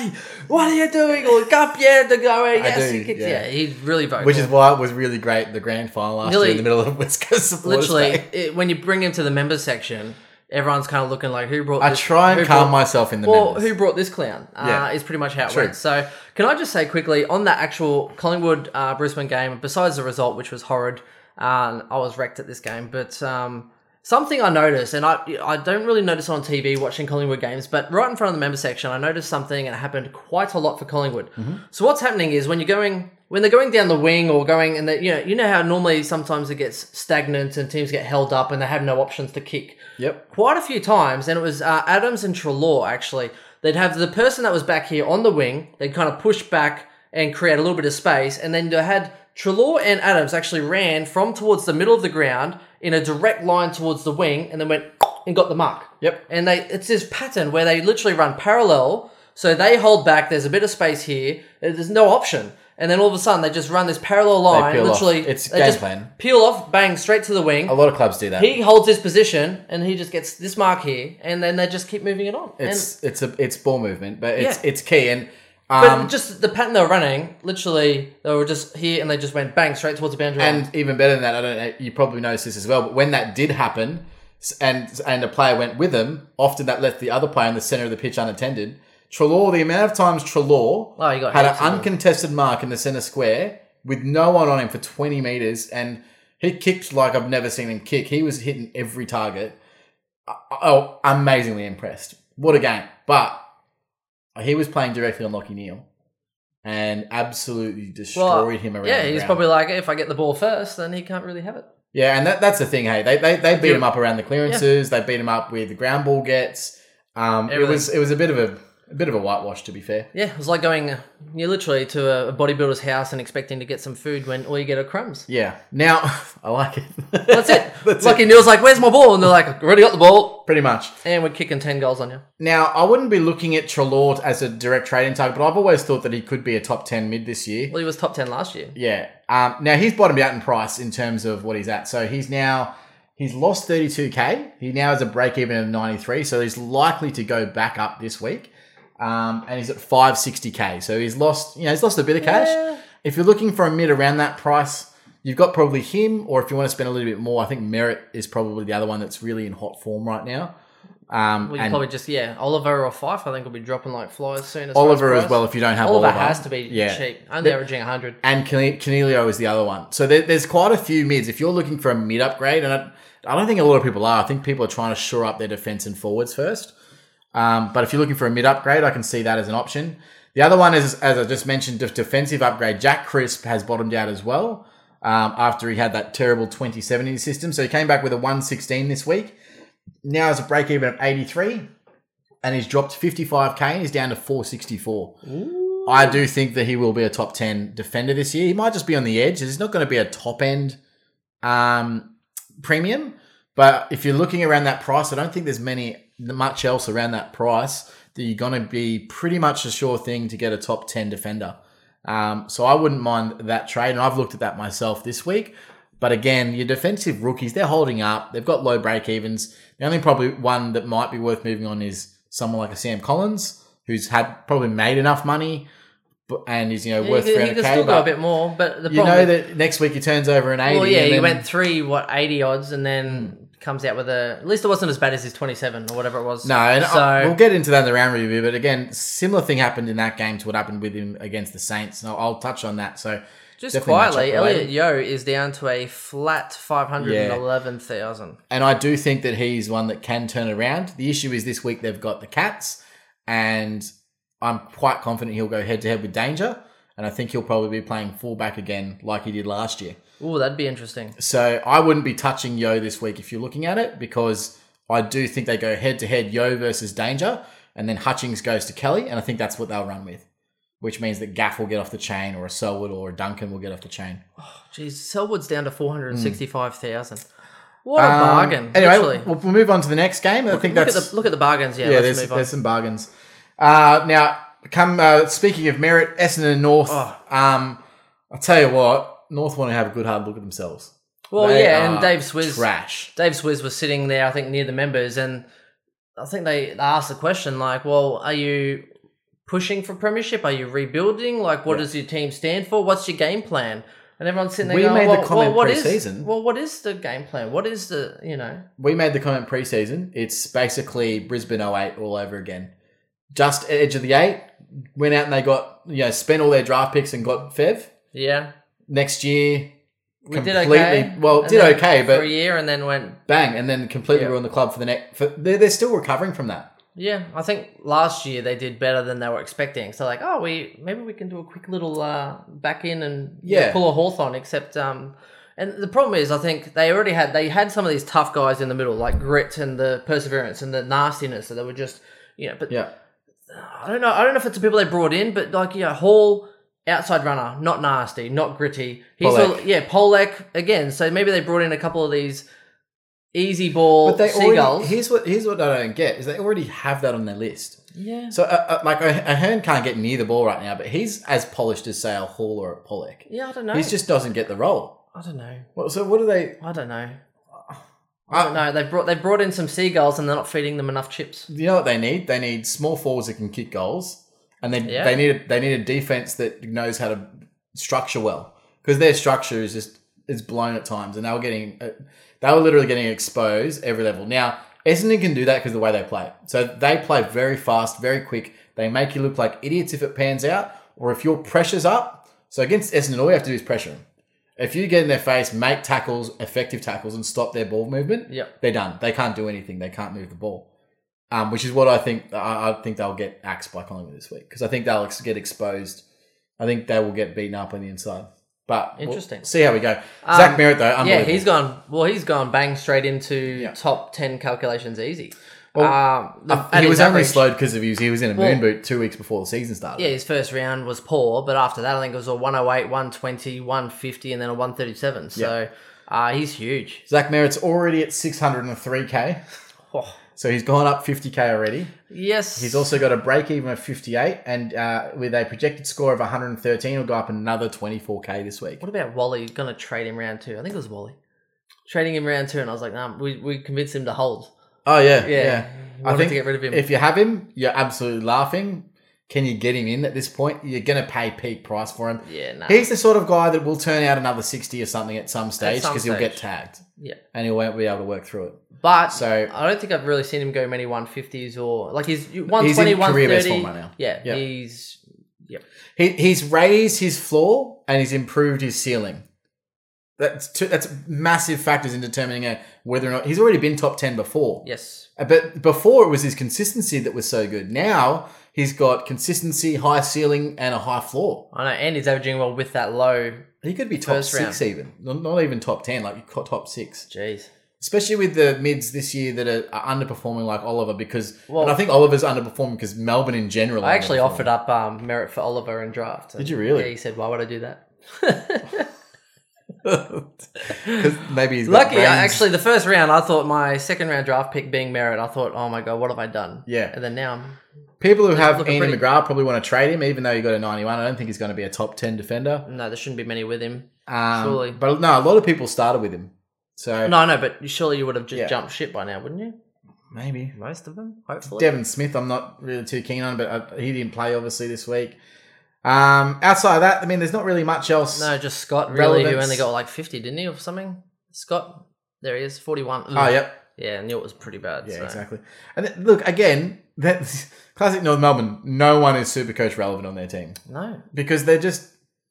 what are you doing?" or "Gap, yeah, De Goey, yes, do, you can-" yeah. yeah." He's really vocal, Which is why it was really great the grand final last Really- year in the middle of West Coast supporters literally day. it, when you bring him to the members section, everyone's kind of looking like, "Who brought?" I this- try who and calm brought- myself in the Well, middle. who brought this clown? Uh, Yeah. Is pretty much how it True. went. So, can I just say quickly on that actual Collingwood uh, Brisbane game, besides the result, which was horrid, um, I was wrecked at this game, but. Um, Something I noticed, and I I don't really notice it on TV watching Collingwood games, but right in front of the member section, I noticed something, and it happened quite a lot for Collingwood. Mm-hmm. So what's happening is when you're going, when they're going down the wing or going, and they, you know, you know how normally sometimes it gets stagnant and teams get held up and they have no options to kick Yep. quite a few times, and it was uh, Adams and Trelaw actually. They'd have the person that was back here on the wing. They'd kind of push back and create a little bit of space, and then they had Trelaw and Adams actually ran from towards the middle of the ground in a direct line towards the wing, and then went and got the mark. Yep. And they it's this pattern where they literally run parallel. So they hold back. There's a bit of space here. There's no option. And then all of a sudden, they just run this parallel line. peel off. literally, It's they game just plan. Peel off, bang, straight to the wing A lot of clubs do that. he holds his position and he just gets this mark here and then they just keep moving it on. and, it's it's a it's ball movement, but it's Yeah. it's key and but um, just the pattern they were running, literally they were just here and they just went bang straight towards the boundary line. and even better than that, I don't know. You probably noticed this as well, but when that did happen, s- and and a player went with him, often that left the other player in the center of the pitch unattended. Trelaw, the amount of times Trelaw Oh, he got had an heaps of them. uncontested mark in the center square with no one on him for twenty meters, and he kicked like I've never seen him kick. He was hitting every target. Oh, amazingly impressed! What a game! But he was playing directly on Lockie Neal. And absolutely destroyed him around. yeah, the he's ground. probably like, if I get the ball first, then he can't really have it. Yeah, and that, that's the thing. Hey, they they, they beat Yeah. him up around the clearances. They beat him up with the ground ball gets. Um, it Everything. was it was a bit of a, a bit of a whitewash, to be fair. Yeah, it was like going, uh, you literally to a- a bodybuilder's house and expecting to get some food when all you get are crumbs. Yeah. Now I like it. That's it. That's Lucky it. Neil's like, "Where's my ball?" And they're like, "I "Already got the ball," Pretty much. and we're kicking ten goals on you. Now I wouldn't be looking at Trelaw as a direct trading target, but I've always thought that he could be a top ten mid this year. Well, he was top ten last year. Yeah. Um, now he's bottomed out in price in terms of what he's at. So he's now he's lost 32k. He now has a break even of 93. So he's likely to go back up this week. Um, and he's at 560k. So he's lost. You know, he's lost a bit of cash. Yeah. If you're looking for a mid around that price, you've got probably him. Or if you want to spend a little bit more, I think Merritt is probably the other one that's really in hot form right now. Um, Well, you and probably just yeah, Oliver or Fife, I think will be dropping like flies soon. As far Oliver as, as price. well. If you don't have Oliver, Oliver, has to be Yeah. cheap. Only averaging 100. and Cane- Canelio is the other one. So there, there's quite a few mids. If you're looking for a mid upgrade, and I, I don't think a lot of people are. I think people are trying to shore up their defense and forwards first. Um, but if you're looking for a mid upgrade, I can see that as an option. The other one is, as I just mentioned, def- defensive upgrade. Jack Crisp has bottomed out as well um, after he had that terrible 2070 system. So he came back with a 116 this week. Now has a break even of 83, and he's dropped 55k and he's down to 464. I do think that he will be a top 10 defender this year. He might just be on the edge. He's not going to be a top end um, premium. But if you're looking around that price, I don't think there's many much else around that price that you're going to be pretty much a sure thing to get a top 10 defender. Um, so I wouldn't mind that trade. And I've looked at that myself this week. But again, your defensive rookies, they're holding up. They've got low break evens. The only probably one that might be worth moving on is someone like a Sam Collins, who's had probably made enough money but- and is, you know, Yeah, worth he, can- he 300k. can still go but a bit more, but the you problem know is- that next week he turns over an 80. well, yeah, and he then- Hmm. went three what 80 odds and then comes out with a at least it wasn't as bad as his 27 or whatever it was. No, and so I- we'll get into that in the round review. But again, similar thing happened in that game to what happened with him against the Saints, and I'll, I'll touch on that. So just definitely match quietly, up related. Elliot Yo is down to a flat 511,000. and I do think that he's one that can turn it around. The issue is this week they've got the Cats, and I'm quite confident he'll go head to head with Danger, and I think he'll probably be playing fullback again like he did last year. Ooh, that'd be interesting. So I wouldn't be touching Yo this week if you're looking at it because I do think they go head to head Yo versus Danger, and then Hutchings goes to Kelly, and I think that's what they'll run with, which means that Gaff will get off the chain, or a Selwood or a Duncan will get off the chain. Jeez, Selwood's down to 465,000. What a Um, bargain. Anyway, literally. we'll, we'll move on to the next game. I think look, at that's the, look at the bargains. Yeah, yeah. let's There's move on. there's some bargains. Uh, now come uh, speaking of merit, Essendon and North. Oh. Um, I tell you what, North want to have a good hard look at themselves. Well, They yeah, are and Dave Swizz, trash. Dave Swizz was sitting there, I think, near the members, and I think they they asked the question like, "Well, are you pushing for premiership? Are you rebuilding? Like, what does your team stand for? What's your game plan?" And everyone's sitting there. We going, made the well, well, comment what is- pre-season. well, what is the game plan? What is the you know? We made the comment preseason. It's basically Brisbane 08 all over again. Just edge of the eight. Went out and they got you know spent all their draft picks and got Fev Yeah, next year. we did okay. Well, and did then okay, but for a year, and then went. bang, and then completely Yeah. ruined the club for the next. For, they're, they're still recovering from that. Yeah, I think last year they did better than they were expecting. So like, oh, we maybe we can do a quick little uh, back in and Yeah. pull a Hawthorn. Except, um, and the problem is, I think they already had they had some of these tough guys in the middle, like grit and the perseverance and the nastiness. So they were just, you know, but Yeah, I don't know. I don't know if it's the people they brought in, but like yeah, Hall, outside runner, not nasty, not gritty. He's Polek. all- yeah, Polek again. So maybe they brought in a couple of these easy ball but they seagulls. already. Here's what here's what I don't get is they already have that on their list. yeah, So uh, uh, like Ahern can't get near the ball right now, but he's as polished as say a Hall or a Pollock. yeah, I don't know. He just doesn't get the role. I don't know. Well, so what do they? I don't know. I Uh, don't know. They brought they brought in some seagulls and they're not feeding them enough chips. You know what they need? They need small forwards that can kick goals, and they Yeah. they need a, they need a defense that knows how to structure well because their structure is just is blown at times, and they were getting uh, they were literally getting exposed every level. Now Essendon can do that because the way they play. So they play very fast, very quick. They make you look like idiots if it pans out, or if your pressure's up. So against Essendon, all you have to do is pressure them. If you get in their face, make tackles, effective tackles, and stop their ball movement, Yep. they're done. They can't do anything. They can't move the ball, um, which is what I think. I, I think they'll get axed by Collingwood this week because I think they'll ex- get exposed. I think they will get beaten up on the inside. But we'll Interesting. Um, see how we go. Zach Merritt though, Yeah, unbelievable. he's gone. Well, he's gone bang straight into Yeah. top ten calculations easy. Well, uh, um, the- he and was his only average- slowed because of his. He was in a Well- moon boot two weeks before the season started. Yeah, his first round was poor, but after that, I think it was a 108, 120, 150, and then a 137. So uh, he's huge. Zach Merritt's already at six hundred and three k, Oh, so he's gone up fifty k already. yes. He's also got a break even of 58, and uh, with a projected score of 113, he'll go up another 24k this week. What about Wally? Going to trade him round two? I think it was Wally. Trading him round two, and I was like, nah, we, we convinced him to hold. Oh Yeah. yeah, yeah. I Wanted think to get rid of him. If you have him, you're absolutely laughing. Can you get him in at this point? You're going to pay peak price for him. Yeah, nah. He's the sort of guy that will turn out another 60 or something at some stage some because he'll get stage. tagged yeah. and he won't be able to work through it. But So- I don't think I've really seen him go many 150s or like he's 120, career best 130. form right now. Yeah, Yeah. he's yep. He, he's raised his floor and he's improved his ceiling. That's two, that's massive factors in determining uh, whether or not he's already been top 10 before. Yes. Uh, But before it was his consistency that was so good. Now he's got consistency, high ceiling, and a high floor. I know and he's averaging well with that low. He could be top First six even, not, not even top ten, like co- top six. Jeez. Especially with the mids this year that are, are underperforming, like Oliver, because Well- and I think Oliver's underperforming because Melbourne in general. I actually are offered up um, merit for Oliver and draft. and- you really? Yeah, he said, "Why would I do that?" because maybe he's got Lucky, I, brains. actually, the first round, I thought my second round draft pick being merit, I thought, "Oh my god, what have I done?" Yeah. And then now, I'm- people who have looking Andy pretty- McGrath probably want to trade him, even though he got a ninety-one. I don't think he's going to be a top ten defender. no, there shouldn't be many with him. Um, Surely. but no, a lot of people started with him, so No, no, but surely you would have just Yeah. jumped ship by now, wouldn't you? maybe Most of them, hopefully. Devin Smith, I'm not really too keen on, but uh he didn't play obviously this week. Um, outside of that, I mean, there's not really much else. No, just Scott really, who relevance. only got like fifty, didn't he, or something? Scott, there he is, forty-one. Oh, yep. yeah, I knew it was pretty bad. Yeah, so. exactly. And th- look again, that classic North Melbourne. No one is super coach relevant on their team No, because they're just.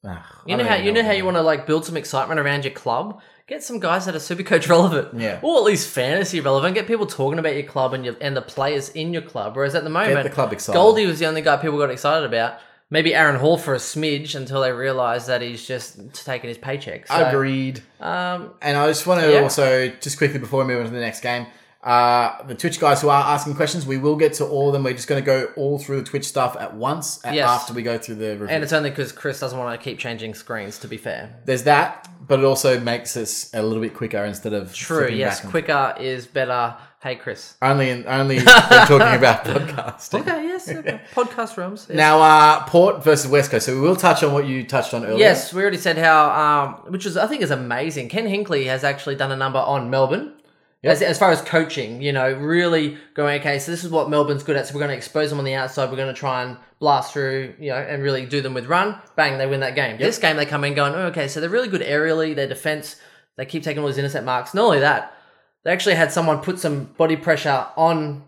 ugh, I you know don't how even you know what how they you are. want to like build some excitement around your club. Get some guys that are super coach relevant, Yeah. or at least fantasy relevant. Get people talking about your club and your and the players in your club. Whereas at the moment, the club excited. Goldie was the only guy people got excited about. Maybe Aaron Hall for a smidge until they realise that he's just taking his paycheck. So, Agreed. Um, And I just want to Yeah. also just quickly before we move on to the next game, uh, the Twitch guys who are asking questions, we will get to all of them. We're just going to go all through the Twitch stuff at once a- Yes. after we go through the review. and it's only because Chris doesn't want to keep changing screens. To be fair, There's that, but it also makes us a little bit quicker instead of True. flipping Yes. back and- Quicker is better. Hey, Chris. Only in, only when talking about podcasting. Okay. Yes. okay. Podcast realms. yes. Now, uh, Port versus West Coast. So we will touch on what you touched on earlier. Yes, we already said how, um, which is I think is amazing. Ken Hinkley has actually done a number on Melbourne. Yep. As, as far as coaching, you know, really going, okay, so this is what Melbourne's good at. So we're going to expose them on the outside. We're going to try and blast through, you know, and really do them with run. Bang, they win that game. This game, they come in going, oh, okay, so they're really good aerially. Their defense, they keep taking all these intercept marks. Not only that, they actually had someone put some body pressure on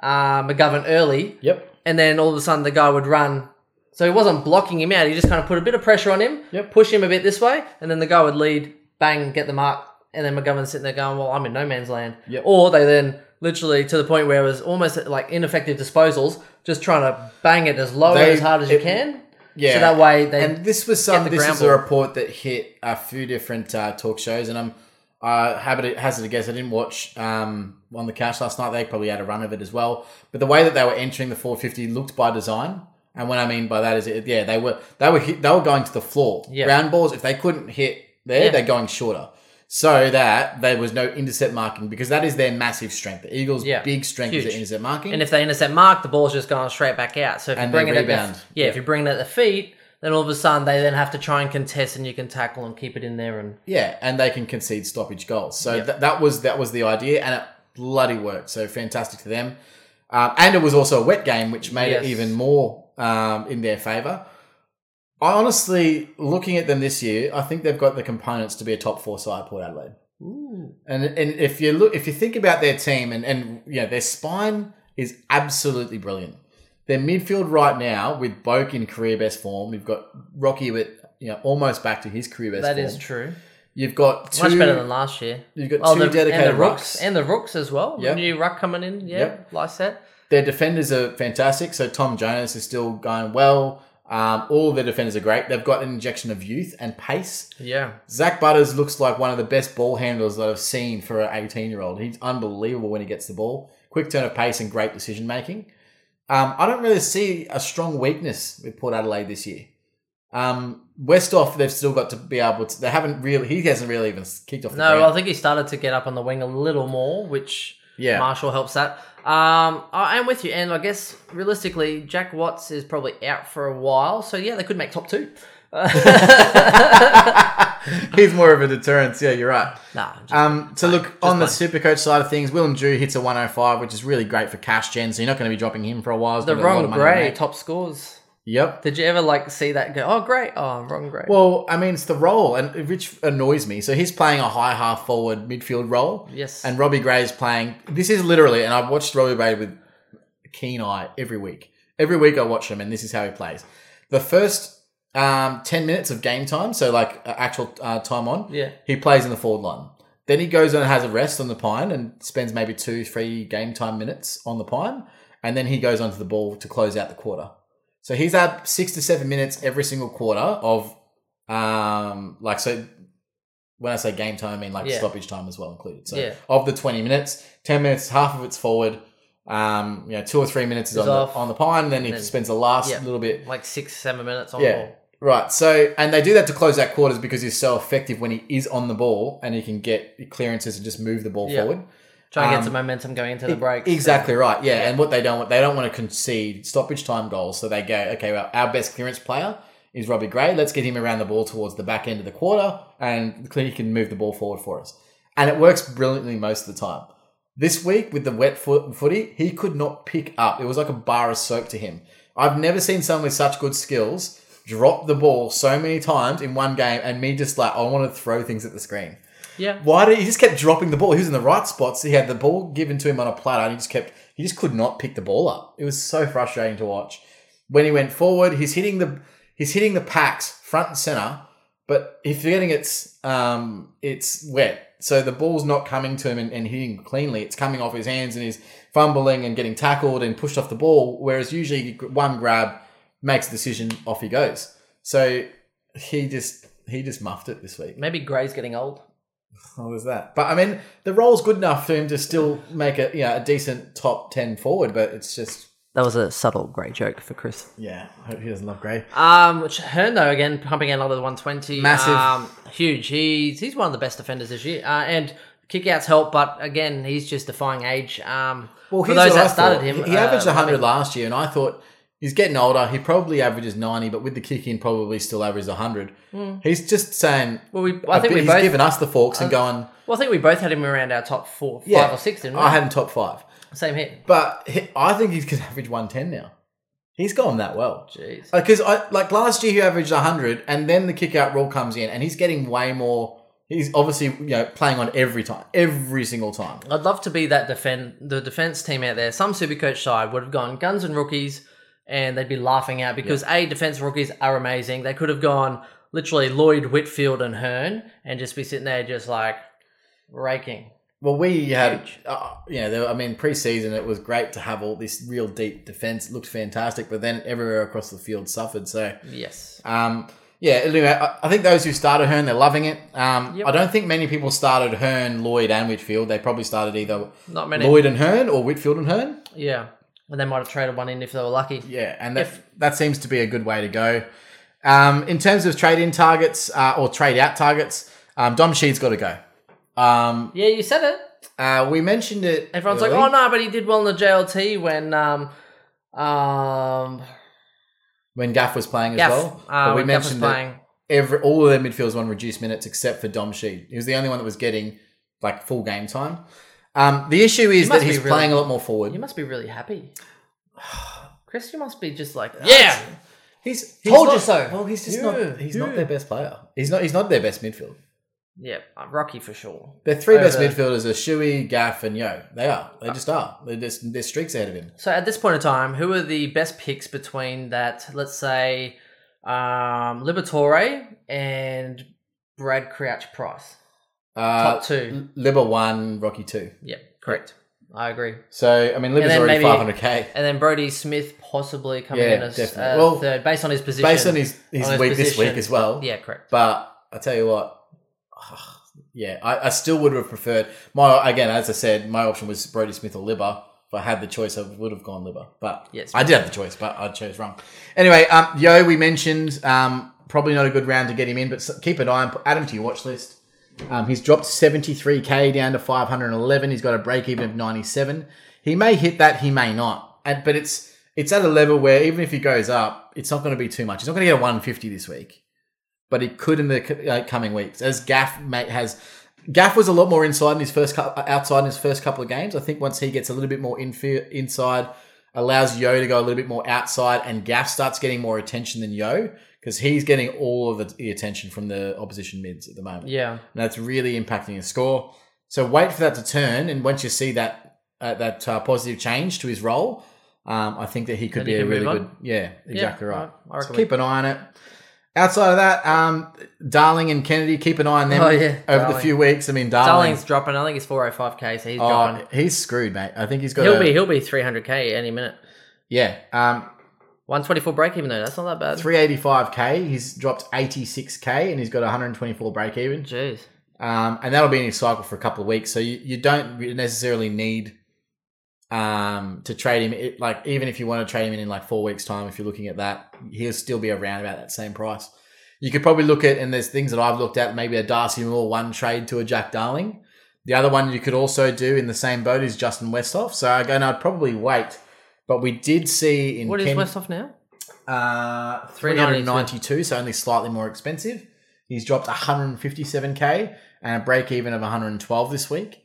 uh, McGovern early Yep. and then all of a sudden the guy would run. So he wasn't blocking him out. He just kind of put a bit of pressure on him, Yep. push him a bit this way, and then the guy would lead, bang, get the mark, and then McGovern's sitting there going, "Well, I'm in no man's land." Yep. Or they then literally to the point where it was almost like ineffective disposals, just trying to bang it as low They- and as hard as it- you can. Yeah. So that way they and this was some. the This ground is a ball. report that hit a few different uh, talk shows, and I'm uh, habit hazard to guess I didn't watch um, on the couch last night. They probably had a run of it as well. But the way that they were entering the 450 looked by design. And what I mean by that is, it, yeah, they were they were hit, they were going to the floor. Yeah. Ground balls. If they couldn't hit there, Yeah. they're going shorter. So that there was no intercept marking because that is their massive strength. The Eagles' Yeah. big strength is Huge. their intercept marking. And if they intercept mark, the ball's just going straight back out. So if you And bring they it at their, rebound. yeah, if you bring it at the feet, then all of a sudden they then have to try and contest, and you can tackle and keep it in there. And Yeah, and they can concede stoppage goals. So Yep. tha- that was that was the idea, and it bloody worked. So fantastic to them. Um, and it was also a wet game, which made Yes. it even more um, in their favour. I honestly, looking at them this year, I think they've got the components to be a top four side, Port Adelaide. And and if you look, if you think about their team, and and you know their spine is absolutely brilliant. Their midfield right now, with Boak in career best form, you've got Rocky with you know almost back to his career best. that form. is true. You've got two, Much better than last year. You've got Oh, two the, dedicated and the rooks. rucks. and the rooks as well. Yep. New ruck coming in, yeah, Yep. Lyset. their defenders are fantastic. So Tom Jonas is still going well. Um, all of their defenders are great. They've got an injection of youth and pace. Yeah, Zach Butters looks like one of the best ball handlers that I've seen for an 18 year old. He's unbelievable when he gets the ball. Quick turn of pace and great decision making. Um, I don't really see a strong weakness with Port Adelaide this year. Um, Westhoff, they've still got to be able to. They haven't really. He hasn't really even kicked off. The no, ground. I think he started to get up on the wing a little more, which Yeah. Marshall helps that. Um, I am with you, and I guess realistically, Jack Watts is probably out for a while, so yeah, they could make top two. He's more of a deterrent. Yeah, you're right. Nah, just- Um, so look on the fine. super coach side of things, Willem Drew hits a 105, which is really great for cash gen. So you're not going to be dropping him for a while. He's the gonna get a lot wrong of money to grey make. top scores. Yep. Did you ever like see that go? Oh, great! Oh, wrong grey. Well, I mean, it's the role, and which annoys me. So he's playing a high half forward midfield role. Yes. And Robbie Gray is playing. This is literally, and I've watched Robbie Gray with keen eye every week. Every week I watch him, and this is how he plays. The first um, 10 minutes of game time, so like uh, actual uh, time on, Yeah. he plays in the forward line. Then he goes and has a rest on the pine and spends maybe two, three game time minutes on the pine. And then he goes onto the ball to close out the quarter. So he's had six to seven minutes every single quarter of, um, like, so when I say game time, I mean like Yeah. stoppage time as well included. So Yeah. of the 20 minutes, 10 minutes, half of it's forward. Um, you know, two or three minutes is Is on the, off. on the pine. Then he then- spends the last yeah. little bit like six, seven minutes on yeah. ball. Right. So, and they do that to close out quarters because he's so effective when he is on the ball and he can get clearances and just move the ball Yeah. forward. Trying to Um, get some momentum going into the break. Exactly right. Yeah. And what they don't want, they don't want to concede stoppage time goals. So they go, okay, well, our best clearance player is Robbie Gray. Let's get him around the ball towards the back end of the quarter and he can move the ball forward for us. And it works brilliantly most of the time. This week with the wet foot, footy, he could not pick up. It was like a bar of soap to him. I've never seen someone with such good skills drop the ball so many times in one game and me just like, I want to throw things at the screen. Yeah. Why did he just kept dropping the ball? He was in the right spots. He had the ball given to him on a platter, and he just kept. He just could not pick the ball up. It was so frustrating to watch. When he went forward, he's hitting the he's hitting the packs front and center, but he's forgetting it's um it's wet. So the ball's not coming to him and, and hitting cleanly. It's coming off his hands, and he's fumbling and getting tackled and pushed off the ball. Whereas usually one grab makes a decision, off he goes. So he just he just muffed it this week. Maybe Gray's getting old. How was that? But I mean, the role's good enough for him to still make a you know, a decent top ten forward. But it's just That was a subtle grey joke for Chris. Yeah, I hope he doesn't love Gray. Um, which Hearn though again pumping out another 120, Massive. um, huge. He's he's one of the best defenders this year, uh, and kickouts help, but again he's just defying age. Um, Well, for here's those what that I started thought. him, He averaged uh, 100 last year, and I thought he's getting older. He probably averages 90, but with the kick in, probably still averages 100. He's just saying. Hmm. Well, we- I a think bit- we he's both- giving us the forks and going. Well, I think we both had him around our top four, Yeah, five or six, didn't we? I had him top five, Same hit. but he, I think he could average 110 now. He's gone that well. Jeez. Because Uh, I like last year he averaged 100, and then the kick out rule comes in, and he's getting way more. He's obviously you know playing on every time, every single time. I'd love to be that defend the defense team out there. Some Supercoach side would have gone guns and rookies, and they'd be laughing out because a defense rookies are amazing. They could have gone literally Lloyd Whitfield and Hearn, and just be sitting there just like raking. Well, we had, uh, you know, there, I mean, preseason it was great to have all this real deep defense. It looked fantastic, but then everywhere across the field suffered. So, Yes, um, yeah, anyway, I, I think those who started Hearn, they're loving it. Um, Yep. I don't think many people started Hearn, Lloyd, and Whitfield. They probably started either not many. Lloyd and Hearn or Whitfield and Hearn. Yeah, and they might have traded one in if they were lucky. Yeah, and that, If- that seems to be a good way to go. Um, in terms of trade in targets uh, or trade out targets, um, Dom Sheed's got to go. Um, Yeah, you said it. uh, we mentioned it. Everyone's early. like, "Oh no," but he did well in the JLT when um um when Gaff was playing as Gaff, well. uh, But when Gaff was that playing. every all of their midfielders were on reduced minutes except for Dom Sheed. He was the only one that was getting like full game time. Um, the issue is must that he's be really- playing a lot more forward. You must be really happy. Chris, you must be just like, yeah. he's, Told not- you so. Well, he's just Yeah, not. He's yeah. not their best player. He's not. He's not their best midfield. Yeah, uh, Rocky for sure. Their three best Over- midfielders are Shuey, Gaff, and Yo. They are. They just are. They're just they're streaks ahead of him. So at this point in time, who are the best picks between that, let's say, um, Liberatore and Brad Crouch Price? Uh, Top two. Libba one, Rocky two. Yep, correct. I agree. So I mean, Libba's then already maybe- five hundred k. And then Brody Smith possibly coming Yeah, in as definitely. uh, Well, third based on his position. Based on his his, on his week this position. week as well. yeah, correct. But I tell you what, yeah, I, I still would have preferred my again. As I said, my option was Brody Smith or Libba. If I had the choice, I would have gone Libba. But Yes. I did have the choice, but I chose wrong. Anyway, um, Yo, we mentioned um, probably not a good round to get him in, but s- keep an eye on add him to your watch list. Um, he's dropped 73k down to 511. He's got a break even of 97. He may hit that, he may not. And, but it's it's at a level where even if he goes up, it's not going to be too much. He's not going to get a 150 this week but it could in the c- uh, coming weeks. As Gaff mate has, Gaff was a lot more inside in his first cou- uh, outside in his first couple of games. I think once he gets a little bit more infi- inside, allows Yo to go a little bit more outside, and Gaff starts getting more attention than Yo because he's getting all of the- the attention from the opposition mids at the moment. Yeah. and that's really impacting his score. So wait for that to turn, and once you see that uh, that uh, positive change to his role. Um, I think that he could Then be he a can really move on. good, yeah, exactly right. I- I So reckon we- keep an eye on it. Outside of that, um, Darling and Kennedy, keep an eye on them Oh, yeah, over the Darling. few weeks. I mean, Darling, Darling's dropping. I think he's 405k, so he's dropping. oh, he's screwed, mate. I think he's got. He'll a, be he'll be 300k any minute. yeah, um, 124 break even though that's not that bad. 385k. He's dropped 86k, and he's got 124 break even. Jeez. um, and that'll be in his cycle for a couple of weeks. So you, you don't re- necessarily need um, to trade him. It, like even if you want to trade him in in like four weeks' time, if you're looking at that, he'll still be around about that same price. You could probably look at and there's things that I've looked at. Maybe a Darcy Moore one trade to a Jack Darling. The other one you could also do in the same boat is Justin Westhoff. So again, I'd probably wait. But we did see in What is Ken- West off now? uh, 392, so only slightly more expensive. He's dropped 157k and a break even of 112 this week.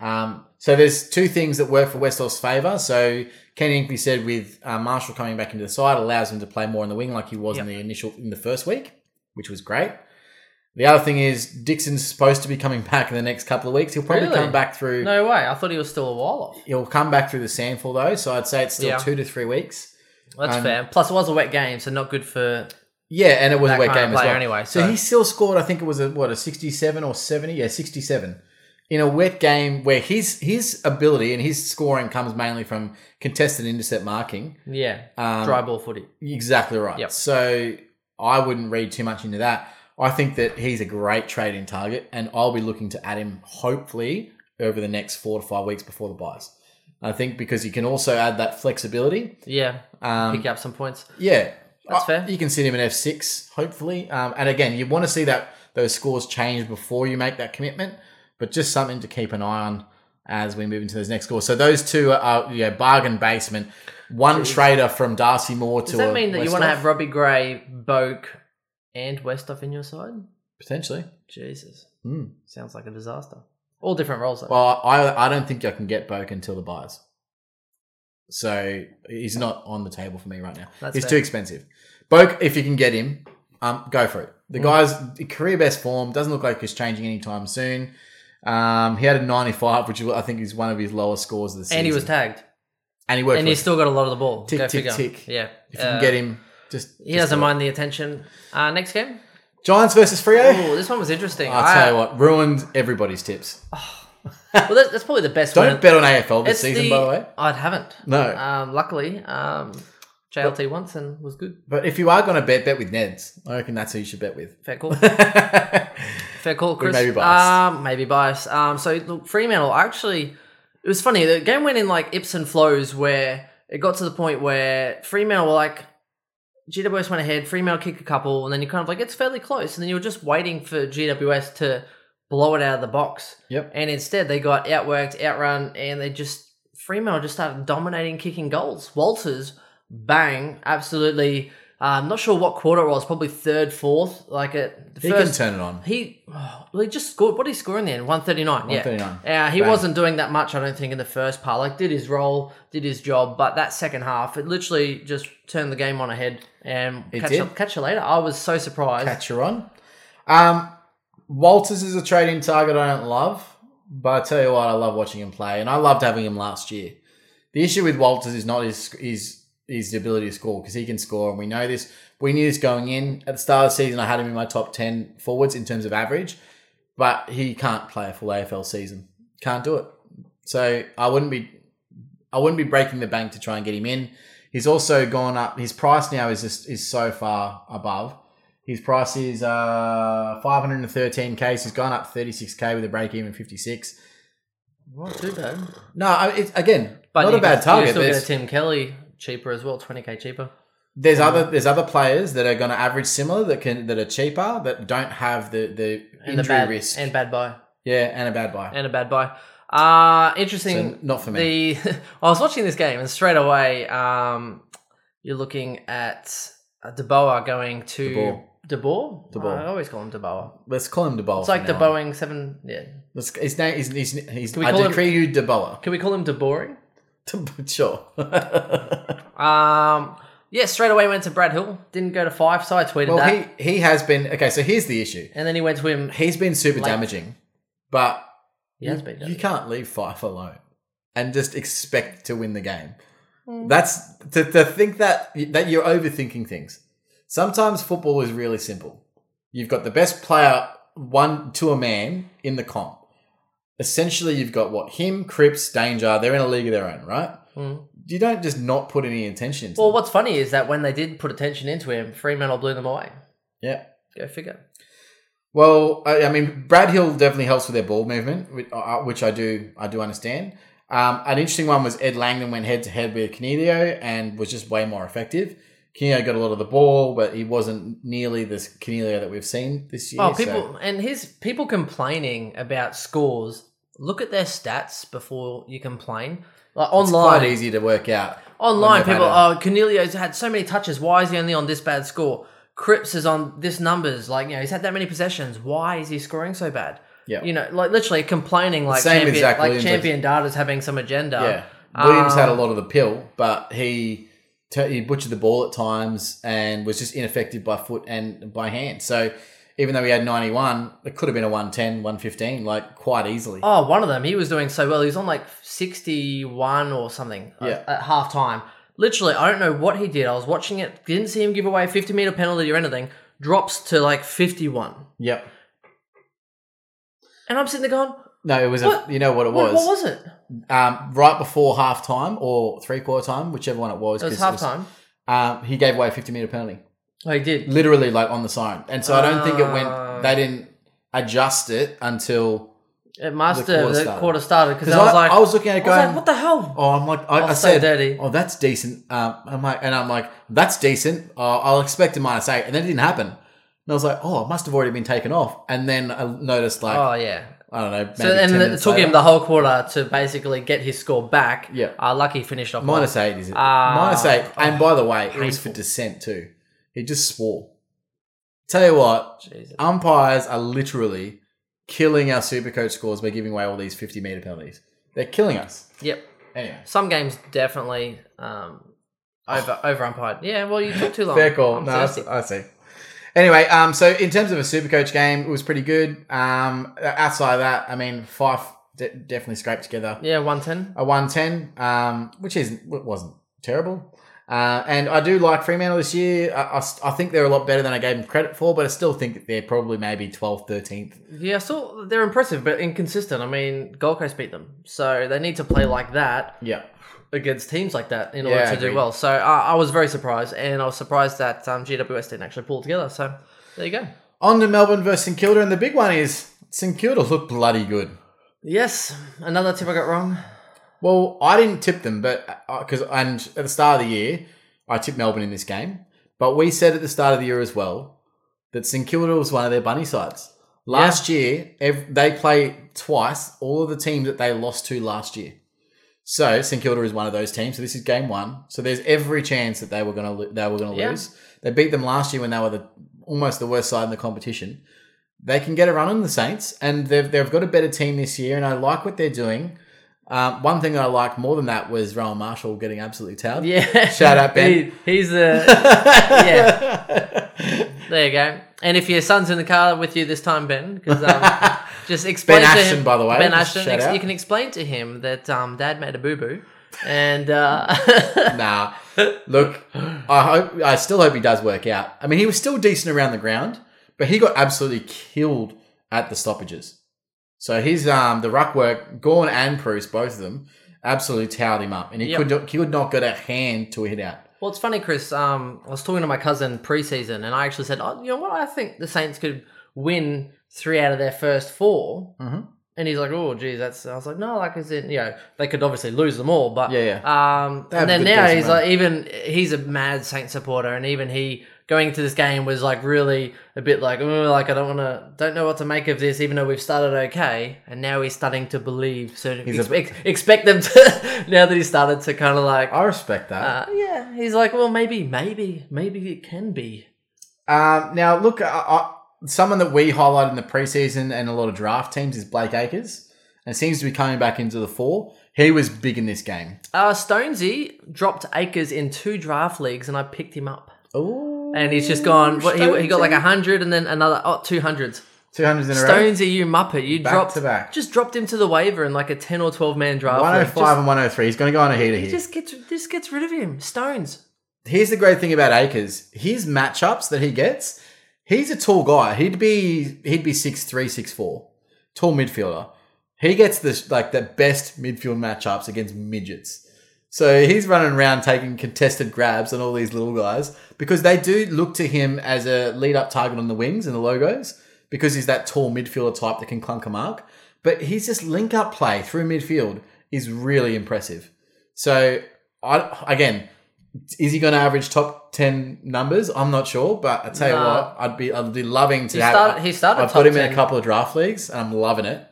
Um, so there's two things that work for Westall's favour. So Ken Inkley said with uh, Marshall coming back into the side allows him to play more in the wing like he was in the initial in the first week, which was great. The other thing is Dixon's supposed to be coming back in the next couple of weeks. He'll probably Really? come back through No way. I thought he was still a while off. he'll come back through the sandfall though, so I'd say it's still Yeah. two to three weeks. That's Um, fair. Plus, it was a wet game, so not good for. Yeah, and it was That a wet kind of game as player well. anyway, so. so- he still scored. I think it was a what a sixty-seven or seventy. Yeah, sixty-seven in a wet game where his his ability and his scoring comes mainly from contested intercept marking. Yeah, Um, dry ball footy. Exactly right. Yep. So I wouldn't read too much into that. I think that he's a great trading target, and I'll be looking to add him hopefully over the next four to five weeks before the buys. I think because you can also add that flexibility. Yeah, Um, pick up some points. yeah, That's Uh, fair. You can sit him in F six hopefully, um, and again, you want to see that those scores change before you make that commitment. But just something to keep an eye on as we move into those next scores. So those two are yeah bargain basement. One trader from Darcy Moore to Does that a mean that you Westhoff? want to have Robbie Gray, Boak, and Westhoff in your side? potentially? Jesus, Hmm. sounds like a disaster. All different roles though. Well, I I don't think I can get Boak until the buys. So he's not on the table for me right now. That's he's fair. too expensive. Boak, if you can get him, um, go for it. Mm. The guy's career best form doesn't look like it's changing anytime soon. Um, he had a 95, which is, I think is one of his lowest scores of the season. and he was tagged, and he worked. and for he's it. still got a lot of the ball. Tick, Go tick, figure. tick. Yeah, if you can Uh, get him, just He just doesn't do it. mind the attention. Uh, next game. Giants versus Frio. Oh, this one was interesting. I'll tell you what, ruined everybody's tips. Well, that's, that's probably the best. Don't win. bet on AFL this It's season, by the way. I haven't. No. Um, luckily, um, JLT once and was good. But if you are going to bet, bet with Neds. I reckon that's who you should bet with. Fair call. Fair call, We Chris. may be biased. Um, maybe biased. Um, so look, Fremantle actually, it was funny. The game went in like ips and flows where it got to the point where Fremantle were like, GWS went ahead, Fremantle kicked a couple, and then you're kind of like, it's fairly close. And then you were just waiting for GWS to blow it out of the box. Yep. And instead, they got outworked, outrun, and they just Fremantle just started dominating, kicking goals. Walters, bang, absolutely. Um, not sure what quarter it was, probably third, fourth, like at the He can first. turn it on. he oh, well, he just scored. What did he score in the end? One thirty nine. Yeah. 139. Yeah, he Bang. wasn't doing that much, I don't think, in the first part. Like, did his role, did his job, but that second half, it literally just turned the game on ahead. And It catch, did. You, catch you later. I was so surprised. Catch her on. Um, Walters is a trading target I don't love, but I tell you what, I love watching him play, and I loved having him last year. The issue with Walters is not his his his ability to score because he can score, and we know this. We knew this going in at the start of the season. I had him in my top ten forwards in terms of average, but he can't play a full AFL season. Can't do it. So I wouldn't be I wouldn't be breaking the bank to try and get him in. He's also gone up. His price now is just is so far above. His price is uh 513k. So he's gone up 36k with a break even 56. Not too bad. No, I- it's, again, But not you a bad can, target. You can still There's, get a Tim Kelly cheaper as well, twenty k cheaper. there's other there's other players that are going to average similar that can that are cheaper that don't have the the and injury a bad risk. and bad buy yeah, and a bad buy. and a bad buy. Uh interesting. So not for me. The I was watching this game and straight away, um, you're looking at uh, De Boer going to Deboer. De Boer. De Boer. I always call him De Boer. Let's call him DeBoer. It's like the Boeing seven. Yeah. Let's, his name is he's, he's, Can we I call him- decree you DeBoer. Can we call him De Boring? sure. Um. Yeah. Straight away went to Brad Hill. Didn't go to five. So I tweeted Well, that. he he has been okay. So here's the issue. and then he went to him. He's been super Late. damaging, but He has you- been. you can't leave Fife alone and just expect to win the game. That's to, to think that that you're overthinking things. Sometimes football is really simple. You've got the best player one to a man in the comp. Essentially, you've got what him, Cripps, Danger. They're in a league of their own, right? Hmm. You don't just not put any intention. Into Well, them. what's funny is that when they did put attention into him, Fremantle blew them away. yeah. Go figure. Well, I, I mean, Brad Hill definitely helps with their ball movement, which, uh, which I do I do understand. Um, an interesting one was Ed Langdon went head to head with Canelio and was just way more effective. Canelio got a lot of the ball, but he wasn't nearly this Canelio that we've seen this year. Oh, so- people and his people complaining about scores. Look at their stats before you complain. Like it's quite online, easy to work out. online when they've people. had Oh, Cornelio's had so many touches. Why is he only on this bad score? Cripps is on this numbers. Like you know, he's had that many possessions. Why is he scoring so bad? Yeah. You know, like literally complaining. Like same champion, exact like Williams, champion data's having some agenda. Yeah, Williams had a Um, lot of the pill, but he t- he butchered the ball at times and was just ineffective by foot and by hand. So even though he had 91, it could have been a 110, 115, like quite easily. Oh, one of them. He was doing so well. He was on like sixty-one or something uh, Yeah. at half time. Literally, I don't know what he did. I was watching it. Didn't see him give away a fifty-meter penalty or anything. Drops to like fifty-one, Yep. and I'm sitting there going, No, it was What? a. You know what it "What was? what was it? Um, right before half time or three quarter time, whichever one it was. It was half 'cause time." Um, he gave away a fifty meter penalty, Oh, he did. literally like on the sign, and so I don't think it Ah. went. They didn't adjust it until It must The have. quarter The started. quarter started because Because I, was I- like, I was looking at it I was like, going- what the hell? Oh, I'm like, I, I That's so said, dirty. oh, that's decent. Um, I'm like, and I'm like, that's decent. Uh, I'll expect a minus eight, and then it didn't happen. And I was like, oh, it must have already been taken off. And then I noticed, like, Oh yeah. I don't know, maybe So and 10 it minutes took later, him the whole quarter to basically get his score back. Yeah. Uh, lucky finished off minus eight. Is it Ah. minus eight? And by the way, it was for Painful. dissent too. He just swore. Tell you what, one. Jesus. umpires are literally killing our supercoach scores by giving away all these fifty meter penalties. They're killing us. Yep. Anyway, Some games definitely um, over over umpired. Yeah. Well, you took too long. Fair call. I'm No, thirsty. I see. Anyway, um, so in terms of a Supercoach game, it was pretty good. Um, outside of that, I mean, Fife de- definitely scraped together Yeah. One ten. a one ten, um, which isn't it wasn't terrible. Uh, and I do like Fremantle this year. I, I s- I think they're a lot better than I gave them credit for, but I still think that they're probably maybe 12th, 13th. Yeah, so they're impressive but inconsistent. I mean, Gold Coast beat them, so they need to play like that Yeah. against teams like that in Yeah, order I to agree. do well. So uh, I was very surprised, and I was surprised that um, GWS didn't actually pull together. So there you go. On to Melbourne versus St Kilda, and the big one is St Kilda looked bloody good. Yes, another tip I got wrong. Well, I didn't tip them, but because and at the start of the year, I tipped Melbourne in this game. But we said at the start of the year as well that St Kilda was one of their bunny sides. Last year, ev- they play twice all of the teams that they lost to last year. So St Kilda is one of those teams. So this is game one. So there's every chance that they were going to lo- they were going to Yeah. lose. They beat them last year when they were the almost the worst side in the competition. They can get a run on the Saints, and they've they've got a better team this year. And I like what they're doing. Um, one thing that I liked more than that was Rowan Marshall getting absolutely towed. Yeah, Shout out, Ben. He- he's the yeah. There you go. And if your son's in the car with you this time, Ben, because um, just explain to Ashton, him, by the way, Ben just Ashton, shout ex- out. you can explain to him that um, Dad made a boo boo, and uh, nah. Look, I hope I still hope he does work out. I mean, he was still decent around the ground, but he got absolutely killed at the stoppages. So his um the ruck work, Gorn and Proust, both of them, absolutely towed him up, and he Yep. could not, he could not get a hand to a hit out. Well, it's funny, Chris. Um, I was talking to my cousin preseason, and I actually said, "Oh, you know what? I think the Saints could win three out of their first 4 Mhm. And he's like, "Oh, geez, that's." I was like, "No, like, is it? You know, they could obviously lose them all, but Yeah, Um, have and then good now days, he's man. like, even he's a mad Saints supporter, and even he going into this game was like really a bit like, oh, like I don't want to, don't know what to make of this, even though we've started okay, and now he's starting to believe. So He's a- expect expect them to now that he's started to kind of like I respect that. uh, yeah, he's like, well, maybe, maybe, maybe it can be. Um, now, look, I, I, someone that we highlight in the preseason and a lot of draft teams is Blake Acres, and seems to be coming back into the fore. He was big in this game. Uh, Stonesy dropped Acres in two draft leagues, and I picked him up. Ooh, And he's just gone. What, he, he got like a hundred, and then another oh, two hundreds. two hundreds in a row, Stonesy, you muppet, you Back dropped to back. just dropped him to the waiver in like a ten or twelve man draft. one hundred league. five and one hundred three. He's going to go on a heater here. Just, just gets just gets rid of him. Stones. Here's the great thing about Acres: his matchups that he gets. He's a tall guy. He'd be he'd be six three, six four, tall midfielder. He gets this like the best midfield matchups against midgets. So he's running around taking contested grabs on all these little guys because they do look to him as a lead up target on the wings and the logos because he's that tall midfielder type that can clunk a mark. But his just link up play through midfield is really impressive. So I again, is he going to average top ten numbers? I'm not sure, but I tell you Nah. what, I'd be I'd be loving to He have. started- he started I've got top him in a 10. couple of draft leagues, and I'm loving it.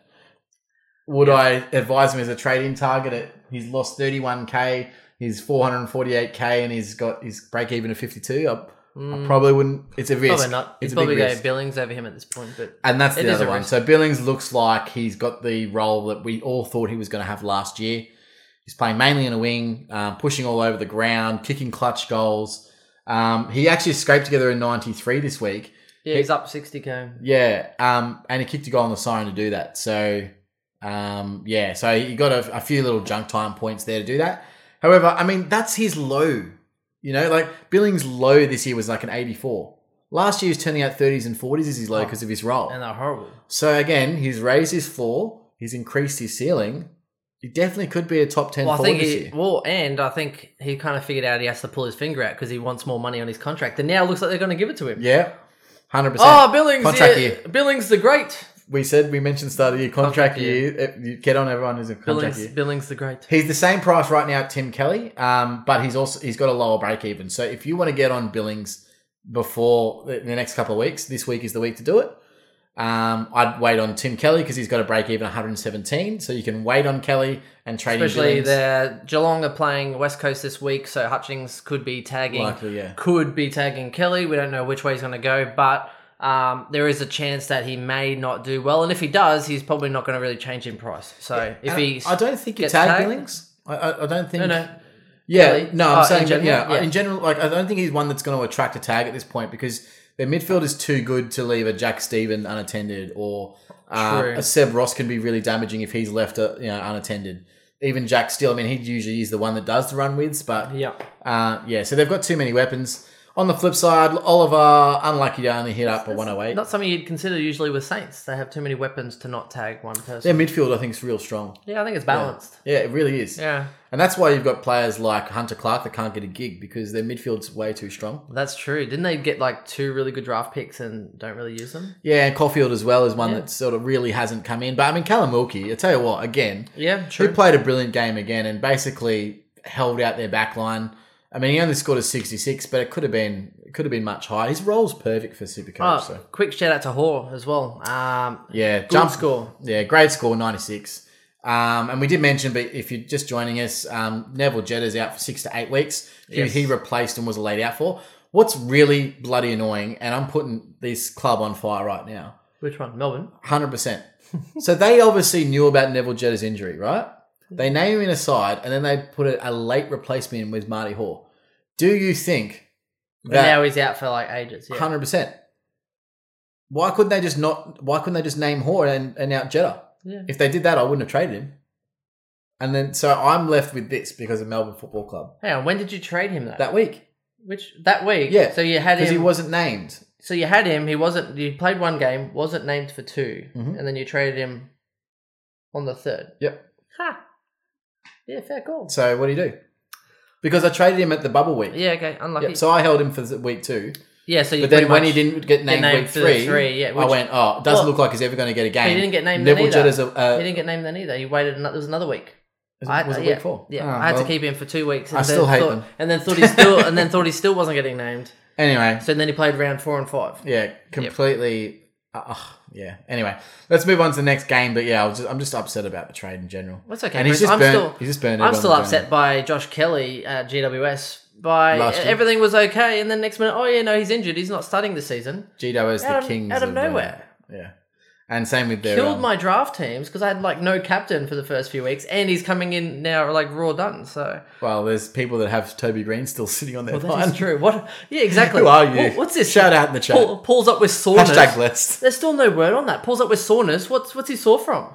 Would I advise him as a trade-in target? At, he's lost 31k, he's 448k, and he's got his break-even of 52. I, I probably wouldn't. It's a risk. Probably not. It's Hmm. He's a big probably going risk. Billings over him at this point, but And that's It the is other a one. risk. So Billings looks like he's got the role that we all thought he was going to have last year. He's playing mainly in a wing, um, pushing all over the ground, kicking clutch goals. Um, he actually scraped together a 93 this week. yeah, he's up sixty k. Yeah, um, and he kicked a goal on the siren to do that. So, um, yeah, so he got a, a few little junk time points there to do that. However, I mean that's his low. You know, like Billings' low this year was like an 84. Last year he was turning out 30s and 40s is his low because of his role. Oh. And uh, they're horrible. So again, he's raised his floor, he's increased his ceiling. He definitely could be a top ten Well, I forward think this he, year. well, and I think he kind of figured out he has to pull his finger out because he wants more money on his contract. And now it looks like they're going to give it to him. Yeah, hundred percent. Oh, Billings! Contract yeah, year. Billings the Great. we said we mentioned start of year contract Contract year. year. It- you get on everyone who's a contract Billings, year. Billings the Great. He's the same price right now, Tim Kelly, um, but he's also he's got a lower break even. So if you want to get on Billings before the, the next couple of weeks, this week is the week to do it. Um, I'd wait on Tim Kelly because he's got a break even 117. So you can wait on Kelly and trade Especially in Billings. the Geelong are playing West Coast this week, so Hutchings could be tagging Likely, yeah. could be tagging Kelly. We don't know which way he's going to go, but um, there is a chance that he may not do well. And if he does, he's probably not going to really change in price. So if And he, I don't think you gets tag tagged- Billings. I, I, I don't think. no, no, Yeah, Really? no, I'm Oh, in saying general? yeah, Yeah. In general, like I don't think he's one that's going to attract a tag at this point because their midfield is too good to leave a Jack Stephen unattended or uh, True. a Seb Ross can be really damaging if he's left uh, you know unattended. Even Jack Steele, I mean, he usually is the one that does the run wins, but yeah, uh, yeah. So they've got too many weapons. On the flip side, Oliver unlucky to only hit up a 108. not something you'd consider usually with Saints. They have too many weapons to not tag one Their person. midfield, I think, is real strong. yeah, I think it's balanced. Yeah, it really is. Yeah. And that's why you've got players like Hunter Clark that can't get a gig because their midfield's way too strong. That's true. Didn't they get like two really good draft picks and don't really use them? Yeah, and Caulfield as well is one Yeah. that sort of really hasn't come in. But I mean, Callum Wilkie, I tell you what, again, Yeah, he true. played a brilliant game again and basically held out their back line. I mean, he only scored a 66, but it could have been it could have been much higher. His role's perfect for Supercoach. Oh, so quick shout out to Hoare as well. Um, yeah, good score. Yeah, great score, 96. Um, and we did mention, but if you're just joining us, um, Neville Jeddah's out for six to eight weeks. Who Yes. he replaced and was laid out for. What's really bloody annoying, and I'm putting this club on fire right now. Which one? Melbourne. Hundred percent. So they obviously knew about Neville Jetta's injury, right? They name him in a side, and then they put a, a late replacement in with Marty Hall. Do you think And now that he's out for like ages. Yeah. hundred percent? Why couldn't they just not? Why couldn't they just name Hoare and, and out Jetta? Yeah. If they did that, I wouldn't have traded him. And then, so I'm left with this because of Melbourne Football Club Hang on, when did you trade him though? that week Which that week? Yeah, So you had because him. he wasn't named. so you had him. He wasn't. You played one game. Wasn't named for 2 Mhm. and then you traded him on the third. Yep. Ha. Yeah, fair call. So what do you do? Because I traded him at the bubble week. yeah. Okay. Unlucky. Yep, so I held him for the week two. yeah. So you But then pretty when much- he didn't get named, named week for the three, three, yeah, I which- went, oh, it doesn't well, look like he's ever going to get a game. he didn't get named Neville then either. Jetta's a, a, he didn't get named then either. You waited. Another, there was another week. was uh, it- I, was it uh, week yeah, four? Yeah, Ah, I had well, to keep him for two weeks. And I then still hate thought, them. And then thought he still, and then thought he still wasn't getting named. Anyway, So then he played round four and five. yeah, completely. Uh, ugh, yeah. Anyway, let's move on to the next game. But yeah, I was just, I'm just upset about the trade in general. That's okay, And he's Chris. just I'm burnt. still- he's just burnt. I'm everyone still with um, upset burnout. by Josh Kelly at GWS. By Last year. everything was okay, and then next minute, oh yeah, no, he's injured. He's not starting this season. Gido is the Out of- king out of nowhere. Yeah, and same with their Killed um, my draft teams because I had like no captain for the first few weeks, and he's coming in now like raw done. So Well, there's people that have Toby Green still sitting on their well, that is line. true. What? Yeah, exactly. Who are you? What- what's this? Shout out in the chat. Paul, Paul's up with soreness. Hashtag list. There's still no word on that. Pulls up with soreness. What's what's he sore from?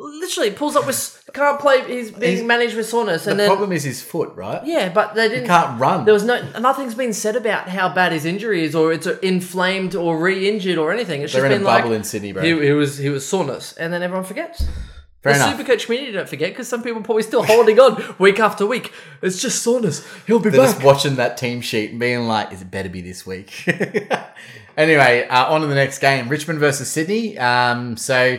Literally pulls up with s- can't play. He's being He's- managed with soreness, The and then problem is his foot, right? yeah, but they He didn't. can't run. There was no nothing's been said about how bad his injury is, or it's inflamed or re-injured or anything. It's They're just in a been bubble like in Sydney, bro. he, he was he was soreness, and then everyone forgets. Fair the enough. Supercoach community don't forget because some people probably still holding on week after week. It's just soreness. He'll be They're back. just watching that team sheet and being like, "Is it better be this week?" anyway, uh, on to the next game: Richmond versus Sydney. Um, so,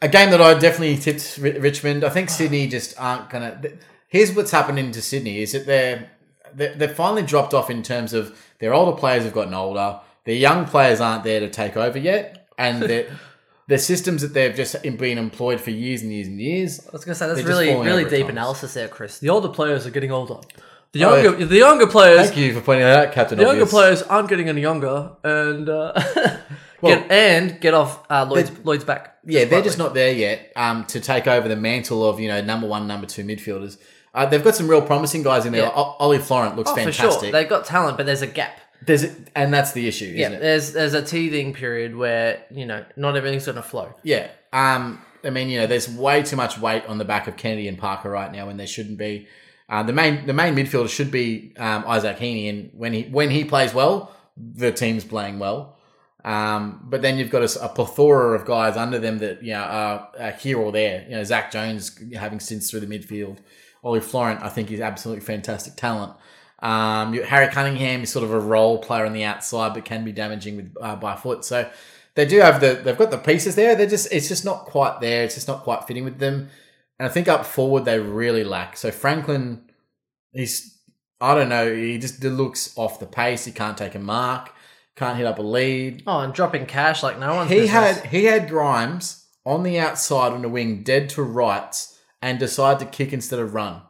a game that I definitely tipped Ri- Richmond. I think Sydney just aren't gonna. th- Here's what's happening to Sydney: is that they're they're they're finally dropped off in terms of their older players have gotten older, their young players aren't there to take over yet, and their the systems that they've just been employed for years and years and years. I was gonna say that's They're just really falling really over at deep times. analysis there, Chris. The older players are getting older. The Oh, younger the younger players Thank you for pointing that out, Captain. the younger Obvious. players aren't getting any younger and uh, Well- get and get off uh, Lloyd's Lloyd's back. Yeah, they're just not there yet um, to take over the mantle of you know number one, number two midfielders. Uh, they've got some real promising guys in there. Yeah. O- Ollie Florent looks Oh, for sure. fantastic. They've got talent, but there's a gap. There's a- and that's the issue, isn't Yeah, it? there's there's a teething period where you know not everything's gonna flow. Yeah. Um, I mean, you know, there's way too much weight on the back of Kennedy and Parker right now, and there shouldn't be. Uh, the main the main midfielder should be um, Isaac Heaney, and when he when he plays well, the team's playing well. Um, but then you've got a, s- a plethora of guys under them that you know are, are here or there. You know, Zach Jones having since through the midfield, Ollie Florent, I think, is absolutely fantastic talent. Um, you- Harry Cunningham is sort of a role player on the outside, but can be damaging with uh, by foot. So they do have the they've got the pieces there. They're just it's just not quite there. It's just not quite fitting with them. And I think up forward they really lack. So Franklin, he's I don't know. He just looks off the pace. He can't take a mark. Can't hit up a lead. Oh, and dropping cash like no one's He business. had he had Grimes on the outside on the wing, dead to rights, and decided to kick instead of run.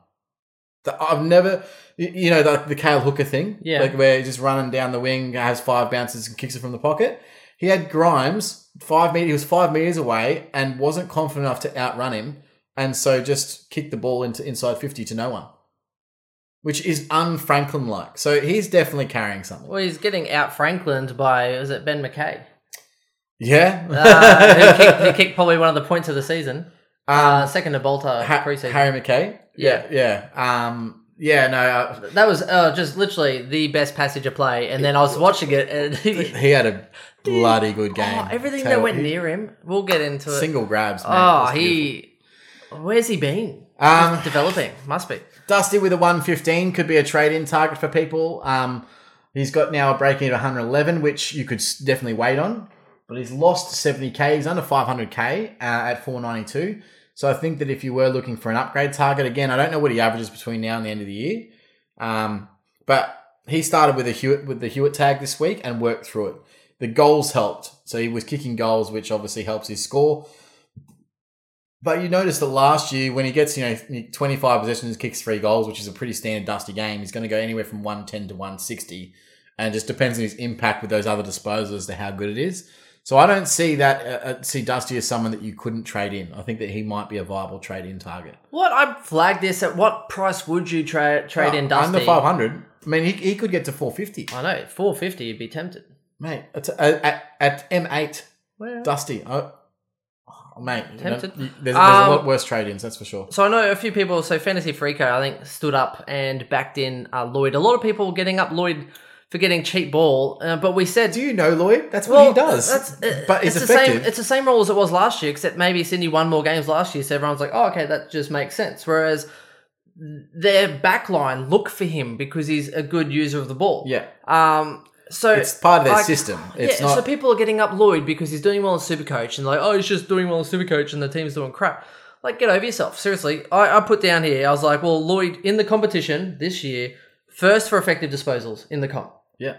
The- I've never, y- you know, the, the Kale Hooker thing, Yeah. like where he's just running down the wing, has five bounces and kicks it from the pocket. He had Grimes five meters. He was five meters away and wasn't confident enough to outrun him, and so just kicked the ball into inside fifty to no one, which is unFranklin like. So he's definitely carrying something. Well, he's getting out Franklined by was it Ben McKay, yeah, uh, who, kicked, who kicked probably one of the points of the season, Um, uh, second to Bolter Ha- preseason. Harry McKay. Yeah. yeah, yeah. Um, yeah, no, uh, that was uh, just literally the best passage of play, and then I was watching it, and he had a bloody good game. Oh, everything Tell- that went he- near him. We'll get into it. single grabs. Man, oh, It was beautiful. he. Where's he been? Um, He's developing must be. Dusty with a one fifteen could be a trade in target for people. Um, he's got now a break in at one hundred eleven, which you could s- definitely wait on. But he's lost seventy k. He's under five hundred k uh, at four ninety two. So I think that if you were looking for an upgrade target again, I don't know what he averages between now and the end of the year. Um, but he started with a Hewitt with the Hewitt tag this week and worked through it. The goals helped, so he was kicking goals, which obviously helps his score. But you notice that last year, when he gets you know twenty five possessions, kicks three goals, which is a pretty standard Dusty game, he's going to go anywhere from one ten to one sixty, and it just depends on his impact with those other disposals as to how good it is. So I don't see that uh, uh, see Dusty as someone that you couldn't trade in. I think that he might be a viable trade in target. What I flagged this at what price would you tra- trade in Dusty? Uh, under five hundred. I mean, he, he could get to four fifty, I know four fifty. You'd be tempted. mate. It's, uh, at at M eight, Well, Dusty. Oh, oh, mate, you know, Tempted. you- there's, there's a lot Um, worse trade ins, that's for sure. So I know a few people. So Fantasy Freako, I think, stood up and backed in uh, Lloyd. A lot of people were getting up Lloyd for getting cheap ball, uh, but we said Do you know Lloyd? That's what well, he does. That's, uh, but it's, it's the effective. same. It's the same rule as it was last year, except maybe Sydney won more games last year, so everyone's like, "Oh, okay, that just makes sense." Whereas their backline look for him because he's a good user of the ball. yeah. Um. So It's part of their like, system. It's yeah, not. so people are getting up Lloyd because he's doing well in Supercoach and like, oh, he's just doing well in Supercoach and the team's doing crap. Like, get over yourself. Seriously, I, I put down here, I was like, well, Lloyd in the competition this year, first for effective disposals in the comp, yeah.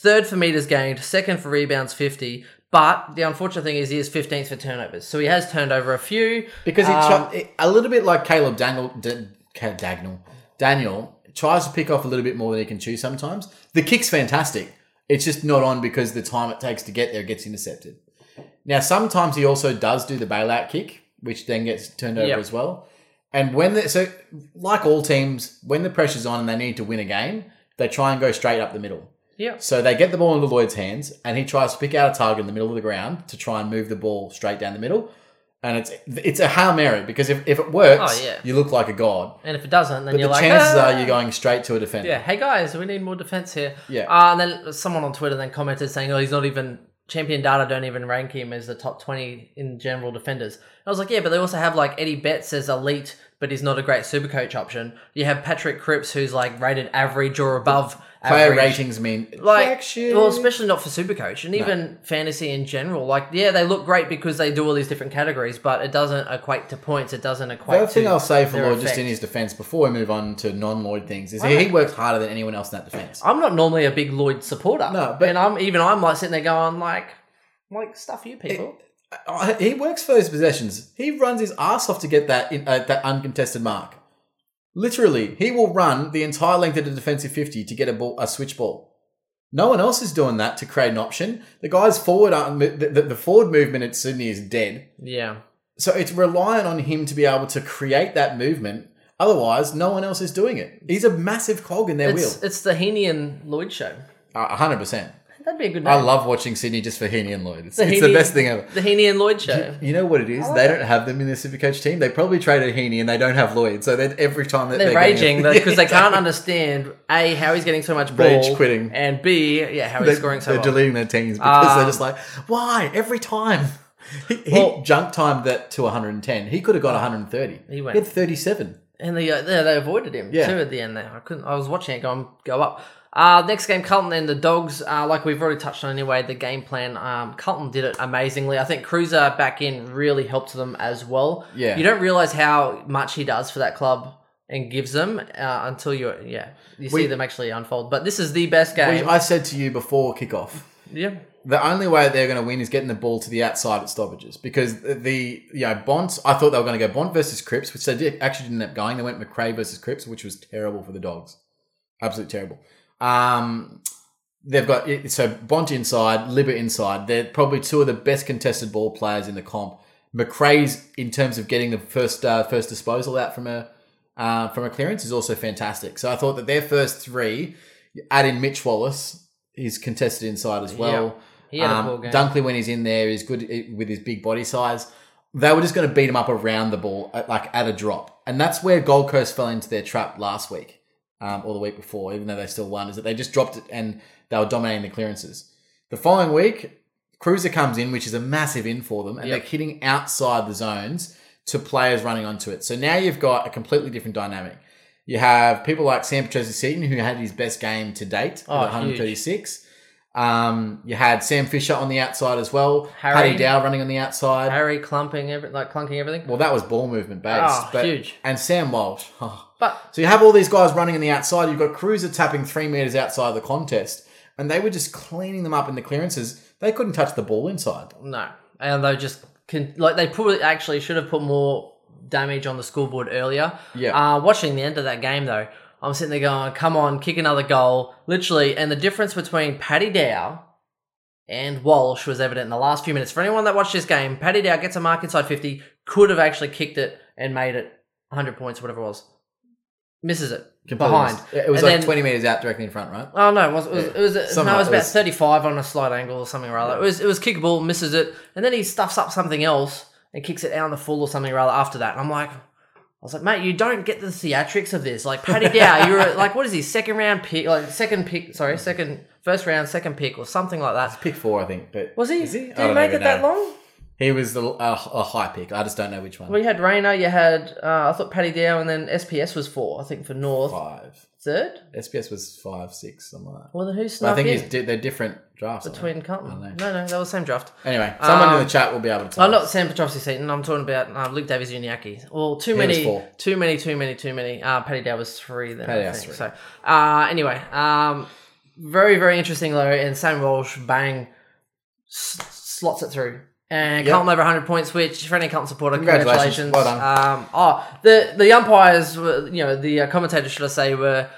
third for meters gained, second for rebounds 50. But the unfortunate thing is he is 15th for turnovers. So he has turned over a few. Because he Um, tr- it- a little bit like Caleb Dangle, D- Ca- Dagnall, Daniel tries to pick off a little bit more than he can chew sometimes. The kick's fantastic. It's just not on because the time it takes to get there gets intercepted. Now, sometimes he also does do the bailout kick, which then gets turned over Yep. as well. And when the, so, like all teams, when the pressure's on and they need to win a game, they try and go straight up the middle. Yeah. So they get the ball into Lloyd's hands, and he tries to pick out a target in the middle of the ground to try and move the ball straight down the middle. And it's it's a hail mary because if, if it works, Oh, yeah. you look like a god. And if it doesn't, then But you're the like, chances "Ah." are you're going straight to a defender. Yeah, hey guys, we need more defense here. Yeah. Uh, and then someone on Twitter then commented saying, "Oh, he's not even champion data. Don't even rank him as the top twenty in general defenders." And I was like, "Yeah, but they also have like Eddie Betts as elite, but he's not a great super coach option. You have Patrick Cripps who's like rated average or above Player average. ratings mean Like, shit. well, especially not for Supercoach and even fantasy in general. Like, yeah, they look great because they do all these different categories, but it doesn't equate to points. It doesn't equate The other to thing I'll say for their Lloyd, just effect. in his defence, before we move on to non-Lloyd things, is he, he works harder than anyone else in that defence. I'm not normally a big Lloyd supporter. No, but- and I'm even I'm like sitting there going like, like stuff you people. Uh, He works for those possessions. He runs his ass off to get that in, uh, that uncontested mark. Literally, he will run the entire length of the defensive fifty to get a ball, a switch ball. No one else is doing that to create an option. The guys forward aren't. mo- The, the, the forward movement at Sydney is dead. yeah, So it's reliant on him to be able to create that movement. Otherwise, no one else is doing it. He's a massive cog in their wheel. it's it's the Heaney and Lloyd show. A hundred percent. That'd be a good name. I love watching Sydney just for Heaney and Lloyd. It's, The it's the Heaney- best thing ever. the Heaney and Lloyd show. You know what it is? They don't have them in their Supercoach team. They probably traded Heaney and they don't have Lloyd. So that every time that They're, they're raging getting- because they can't understand a how he's getting so much ball, Rage quitting. and b yeah how he's they're, scoring so they're well. deleting their teams because they're Um, just like, why every time? He, he Well- junk timed that to 110. He could have got 130. He He went- had 37. And they, uh, they they avoided him Yeah. too at the end there. I couldn't. I was watching it going go up. Uh, next game, Carlton and the Dogs. Uh, like we've already touched on anyway, the game plan. Um, Carlton did it amazingly. I think Cruiser back in really helped them as well. Yeah. you don't realize how much he does for that club and gives them uh, until you yeah you see We- them actually unfold. But this is the best Which game. I said to you before kickoff. yeah, The only way they're going to win is getting the ball to the outside at stoppages because the you know Bont. I thought they were going to go Bont versus Cripps, which they did, actually didn't end up going. They went McRae versus Cripps, which was terrible for the Dogs, absolutely terrible. Um, they've got so Bont inside, Libba inside. They're probably two of the best contested ball players in the comp. McRae's in terms of getting the first uh, first disposal out from a uh, from a clearance is also fantastic. So I thought that their first three, add in Mitch Wallace, he's contested inside as well. Yeah. he had Um, a poor game. Dunkley, when he's in there, is good i- with his big body size. They were just going to beat him up around the ball, at, like at a drop, and that's where Gold Coast fell into their trap last week, um, or the week before, even though they still won. Is that they just dropped it and they were dominating the clearances. The following week, Cruiser comes in, which is a massive in for them, and Yep. they're hitting outside the zones to players running onto it. So now you've got a completely different dynamic. You have people like Sam Petresi Seaton, who had his best game to date Oh, at huge. 136. Um, you had Sam Fisher on the outside as well. Harry. Paddy Dow running on the outside. Harry clumping every like clunking everything. Well, that was ball movement based. Oh, but, huge. And Sam Walsh. Oh. but So you have all these guys running on the outside. You've got Cruiser tapping three meters outside the contest, and they were just cleaning them up in the clearances. They couldn't touch the ball inside. No, and they just can like they probably actually should have put more damage on the scoreboard earlier. Yeah. Uh, watching the end of that game though, I'm sitting there going, "Come on, kick another goal!" Literally, and the difference between Paddy Dow and Walsh was evident in the last few minutes. For anyone that watched this game, Paddy Dow gets a mark inside 50, could have actually kicked it and made it 100 points, whatever it was. Misses it Completely behind. missed. It was And like then- 20 meters out directly in front, right? Oh no, it was it was, it was, no, Somehow it was it about was- thirty-five on a slight angle or something rather. It was it was kickable, misses it, and then he stuffs up something else and kicks it out on the full or something rather after that. And I'm like, I was like, mate, you don't get the theatrics of this. Like Paddy Dow, you're a- like, what is he? Second round pick, like second pick, sorry, Mm. second first round, second pick or something like that. Pick four, I think. But Was he? Is he? Did I he don't make it even that know. long? He was the, a, a high pick. I just don't know which one. Well, you had Rayner, you had uh, I thought Paddy Dow, and then SPS was four, I think, for North Five. third. SPS was five, six, something like that. Well, then who But I snuck think in he's di- they're different drafts. I think. between Carlton? I don't No, know. no, they were the same draft. Anyway, someone in Um, the chat will be able to tell. I'm us. not Sam Petrovsky Seaton. I'm talking about uh, Luke Davies Uniaki. Well, too was many, four. too many, too many, too many. Uh, Paddy Dow was three then. Paddy I Dow's think. three. So uh, anyway, um, very very interesting though. And Sam Walsh bang s- slots it through. And Yep. Carlton over 100 points, which for any Carlton supporter, Congratulations. congratulations. Well done. Um, oh, the the umpires, were, you know, the uh, commentators, should I say, were,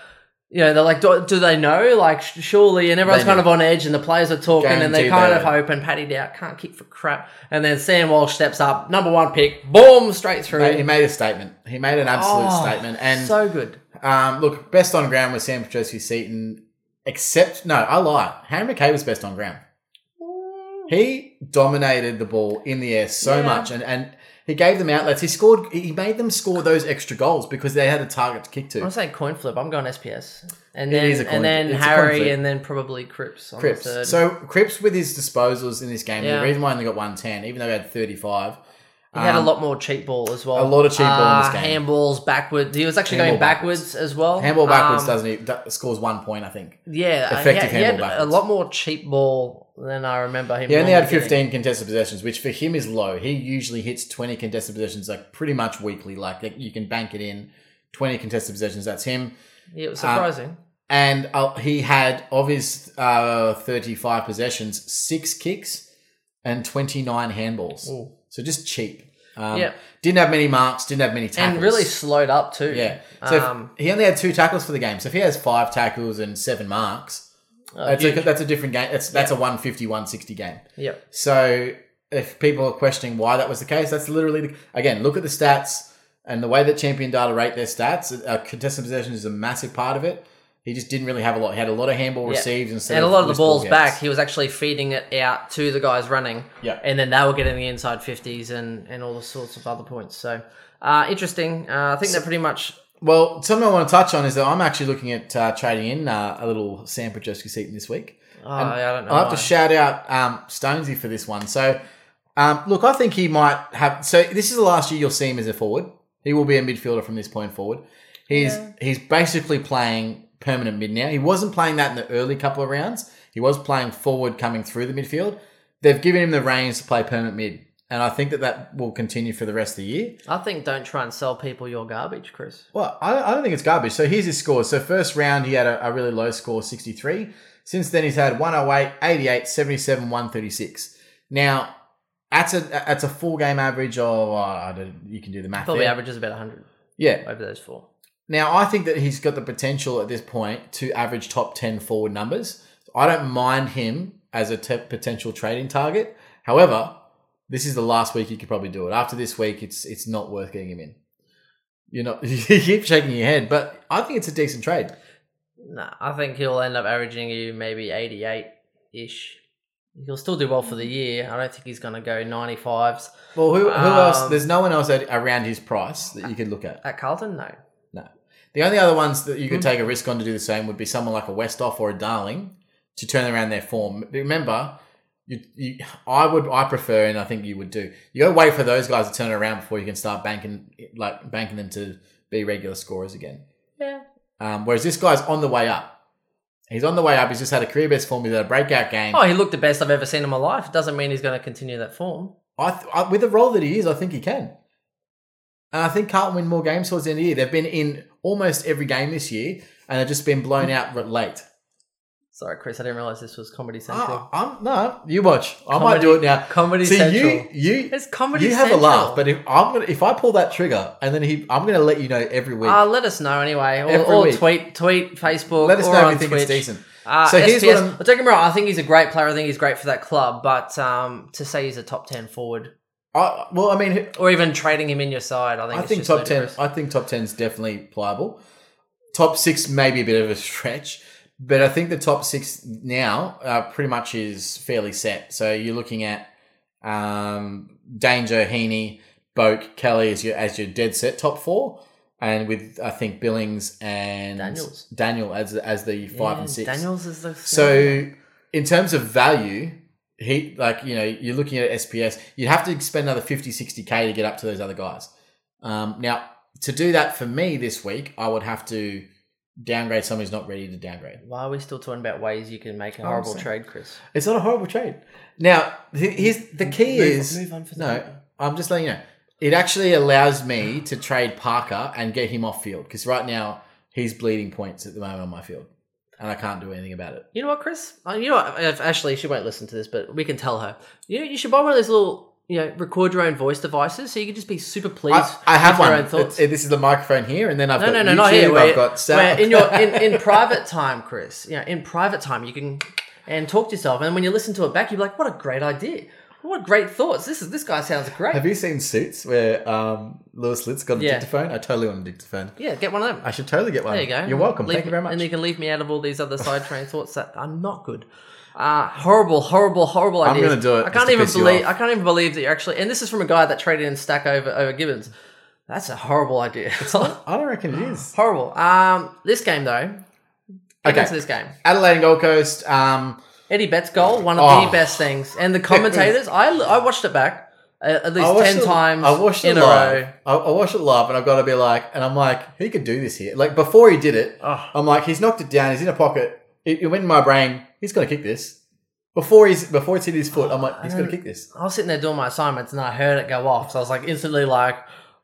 you know, they're like, do, do they know? Like, sh- surely, and everyone's They kind knew. of on edge, and the players are talking, and they Guaranteed kind they of know. hope, and Paddy Dow can't kick for crap, and then Sam Walsh steps up, number one pick, boom, straight through. He made a statement. He made an absolute Oh, statement. And so good. um, look, best on ground was Sam Petrosi Seaton, except, no, I lie. Harry McKay was best on ground. He dominated the ball in the air so Yeah. much and, and he gave them outlets. He scored, he made them score those extra goals because they had a target to kick to. I'm saying coin flip. I'm going SPS, and It then is a coin- and then it's a coin flip. Harry, and then probably Cripps. On the third. Cripps. So Cripps with his disposals in this game, Yeah. the reason why he only got 110, even though he had 35. He had a um, lot more cheap ball as well. Ah, a lot of cheap ball in this game. Handballs backwards. He was actually Handball going backwards, as well. Handball backwards Um, doesn't he scores one point, I think. Yeah, uh, he effective had- he had handball a backwards. lot more cheap ball than I remember him. He only had normally getting. 15 contested possessions, which for him is low. He usually hits 20 contested possessions like pretty much weekly. Like you can bank it in 20 contested possessions. That's him. Yeah, it was uh, surprising. And uh, he had of his uh, 35 possessions, six kicks and 29 handballs. Ooh. So just cheap. Um, Yeah. Didn't have many marks. Didn't have many tackles. and really slowed up too. yeah. So if- um, he only had two tackles for the game. So if he has five tackles and seven marks, that's, a, huge. that's a different game. That's that's a 150, 160 game. uh, yep. So if people are questioning why that was the case, that's literally the, again look at the stats and the way that Champion Data rate their stats. Uh, contested possession is a massive part of it. He just didn't really have a lot. He had a lot of handball Yeah. receives instead And a lot of the loose ball balls back, gets. he was actually feeding it out to the guys running. Yeah. And then they were getting the inside fifties and and all the sorts of other points. So uh, interesting. Uh, I think that pretty much. Well, something I want to touch on is that I'm actually looking at uh, trading in uh, a little Sam Pajeski seat this week. Oh, I don't know. I'll have why. to shout out um, Stonesy for this one. So, um, look, I think he might have. So, this is the last year you'll see him as a forward. He will be a midfielder from this point forward. He's Yeah. he's basically playing permanent mid now. He wasn't playing that in the early couple of rounds. He was playing forward coming through the midfield. They've given him the reins to play permanent mid, and I think that that will continue for the rest of the year. I think don't try and sell people your garbage, Chris. Well, I, I don't think it's garbage. So here's his scores. So first round, he had a, a really low score, 63. Since then, he's had 108, 88, 77, 136. Now, that's a that's a full game average of uh, I don't- you can do the math. Probably there. averages about 100 Yeah, over those four. now, I think that he's got the potential at this point to average top 10 forward numbers. I don't mind him as a te- potential trading target. However, this is the last week you could probably do it. After this week, it's it's not worth getting him in. You know, you keep shaking your head, but I think it's a decent trade. Nah, I think he'll end up averaging you maybe 88 ish. He'll still do well for the year. I don't think he's going to go 95s. Well, who, who Um, else? There's no one else at, around his price that you could look at. At Carlton, no. No. The only other ones that you could Hmm. take a risk on to do the same would be someone like a Westoff or a Darling to turn around their form. But Remember, you, you, I would, I prefer, and I think you would do. You got to wait for those guys to turn around before you can start banking, like banking them to be regular scorers again. Yeah. Um, whereas this guy's on the way up. He's on the way up. He's just had a career best form. He's had a breakout game. Oh, he looked the best I've ever seen in my life. It doesn't mean he's going to continue that form. I, th- I with the role that he is, I think he can. And I think Carlton win more games towards the end of the year. They've been in almost every game this year, and they've just been Hmm. blown out r- late. Sorry, Chris, I didn't realize this was Comedy Ah, Central. I'm no, you watch. I might do it now. Comedy See Central. you, you, it's Comedy you have Central. a laugh. But if I'm gonna, if I pull that trigger and then he, I'm gonna let you know every week. Uh, let us know anyway, or, Every or week. tweet, tweet, Facebook. let us or know on if you think Twitch. it's decent. Uh, So here's SPS. what I'm- don't get me wrong. I think he's a great player. I think he's great for that club. But um, to say he's a top ten forward, I, well, I mean, who- or even trading him in your side, I think I it's think just top ten. ludicrous. I think top ten's definitely pliable. Top six maybe a bit of a stretch, but I think the top six now uh, pretty much is fairly set. So you're looking at um, Danger, Heaney, Boak, Kelly as your as your dead set top four, and with I think Billings and Daniels. Daniel as as the five and Yeah, six. Daniels is the So in terms of value, he like you know you're looking at SPS, you'd have to spend another 50 60 k to get up to those other guys. Um, now to do that for me this week, I would have to downgrade someone who's not ready to downgrade. why are we still talking about ways you can make a I'm horrible saying. trade, Chris? It's not a horrible trade. Now he- here's the key Move- is move on for the no. moment. I'm just letting you know. It actually allows me to trade Parker and get him off field because right now he's bleeding points at the moment on my field, and I can't do anything about it. You know what, Chris? Uh, You know what? If Ashley, she won't listen to this, but we can tell her. You you should buy one of those little, you know, record your own voice devices, so you can just be super pleased. I, I have with one. your own thoughts. It- it- this is the microphone here, and then I've no, got no, no, YouTube. not here. Where, I've got sound. where in your in, in private time, Chris. You know, in private time, you can and talk to yourself, and when you listen to it back, you're like, "What a great idea! What great thoughts! This is this guy sounds great." have you seen Suits where um, Lewis Litt's got a Yeah. dictaphone? I totally want a dictaphone. yeah, get one of them. I should totally get one. There you go. You're welcome. Leave Thank you very me- much. And you can leave me out of all these other side train thoughts that are not good. Uh, horrible, horrible, horrible I'm ideas. gonna do it I just can't to even piss you believe. I off. can't even believe that you're actually. And this is from a guy that traded in Stack over over Gibbons. That's a horrible idea. I don't reckon it is. horrible. Um, this game though. Get Okay. into this game. Adelaide and Gold Coast. Um, Eddie Betts' goal, one of the Oh. best things. And the commentators, I, I watched it back uh, at, at I least watched 10 it- times I watched in it a live. row. I, I watched it live, and I've got to be like, and I'm like, who could do this here? Like before he did it, Oh. I'm like, he's knocked it down. He's in a pocket. It, it went in my brain. He's gonna kick this. Before he's before it's hit his foot, I'm like, he's gonna kick this. I was sitting there doing my assignments and I heard it go off. So I was like instantly like,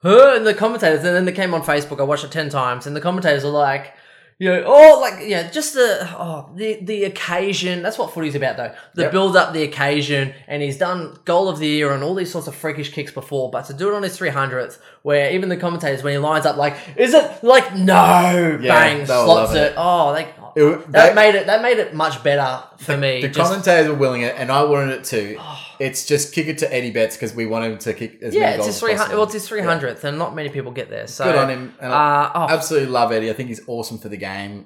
huh? And the commentators, and then they came on Facebook. I watched it 10 times and the commentators are like, you know, oh, like, yeah, just the, oh, the, the occasion. That's what footy's about though. The Yep. build up, the occasion. And he's done goal of the year and all these sorts of freakish kicks before. But to do it on his 300th, where even the commentators, when he lines up, like, is it like, no, Yeah, bang, they'll slots love it. it. Oh, like, It- that they- made it, that made it much better for me. The Just- Oh. commentators were willing it, and I wanted it too. It's just kick it to Eddie Betts because we want him to kick as Yeah, many it's goals his as three hundred. possible. Well, it's his three hundredth, and not many people get there. So Good on him. And Uh, oh, I absolutely love Eddie. I think he's awesome for the game.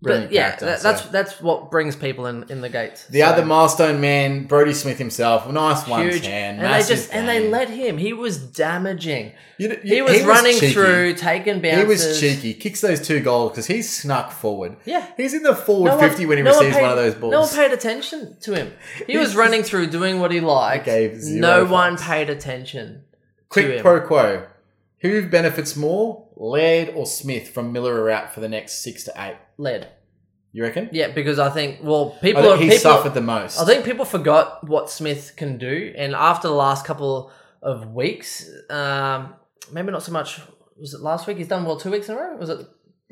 Brilliant but yeah, character. that, so. that's that's what brings people in in the gates. the So, other milestone man, Brody Smith himself. Nice one hand, and they massive just and they game. let him. He was damaging. You d- you- He was running cheeky. through, taking bounces. He was cheeky. Kicks those two goals because he snuck forward. Yeah. he's in the forward No one- fifty when he no one receives paid- one of those balls. No one paid attention to him. He was running through, doing what he liked. He gave zero no one fucks. paid attention. to Quick him. pro quo. Who benefits more, Laird or Smith, from Miller are out for the next six to eight? Lead. You reckon? Yeah, because I think well I people think are he people, suffered the most. I think people forgot what Smith can do, and after the last couple of weeks, um, maybe not so much. Was it last week? He's done well two weeks in a row. Was it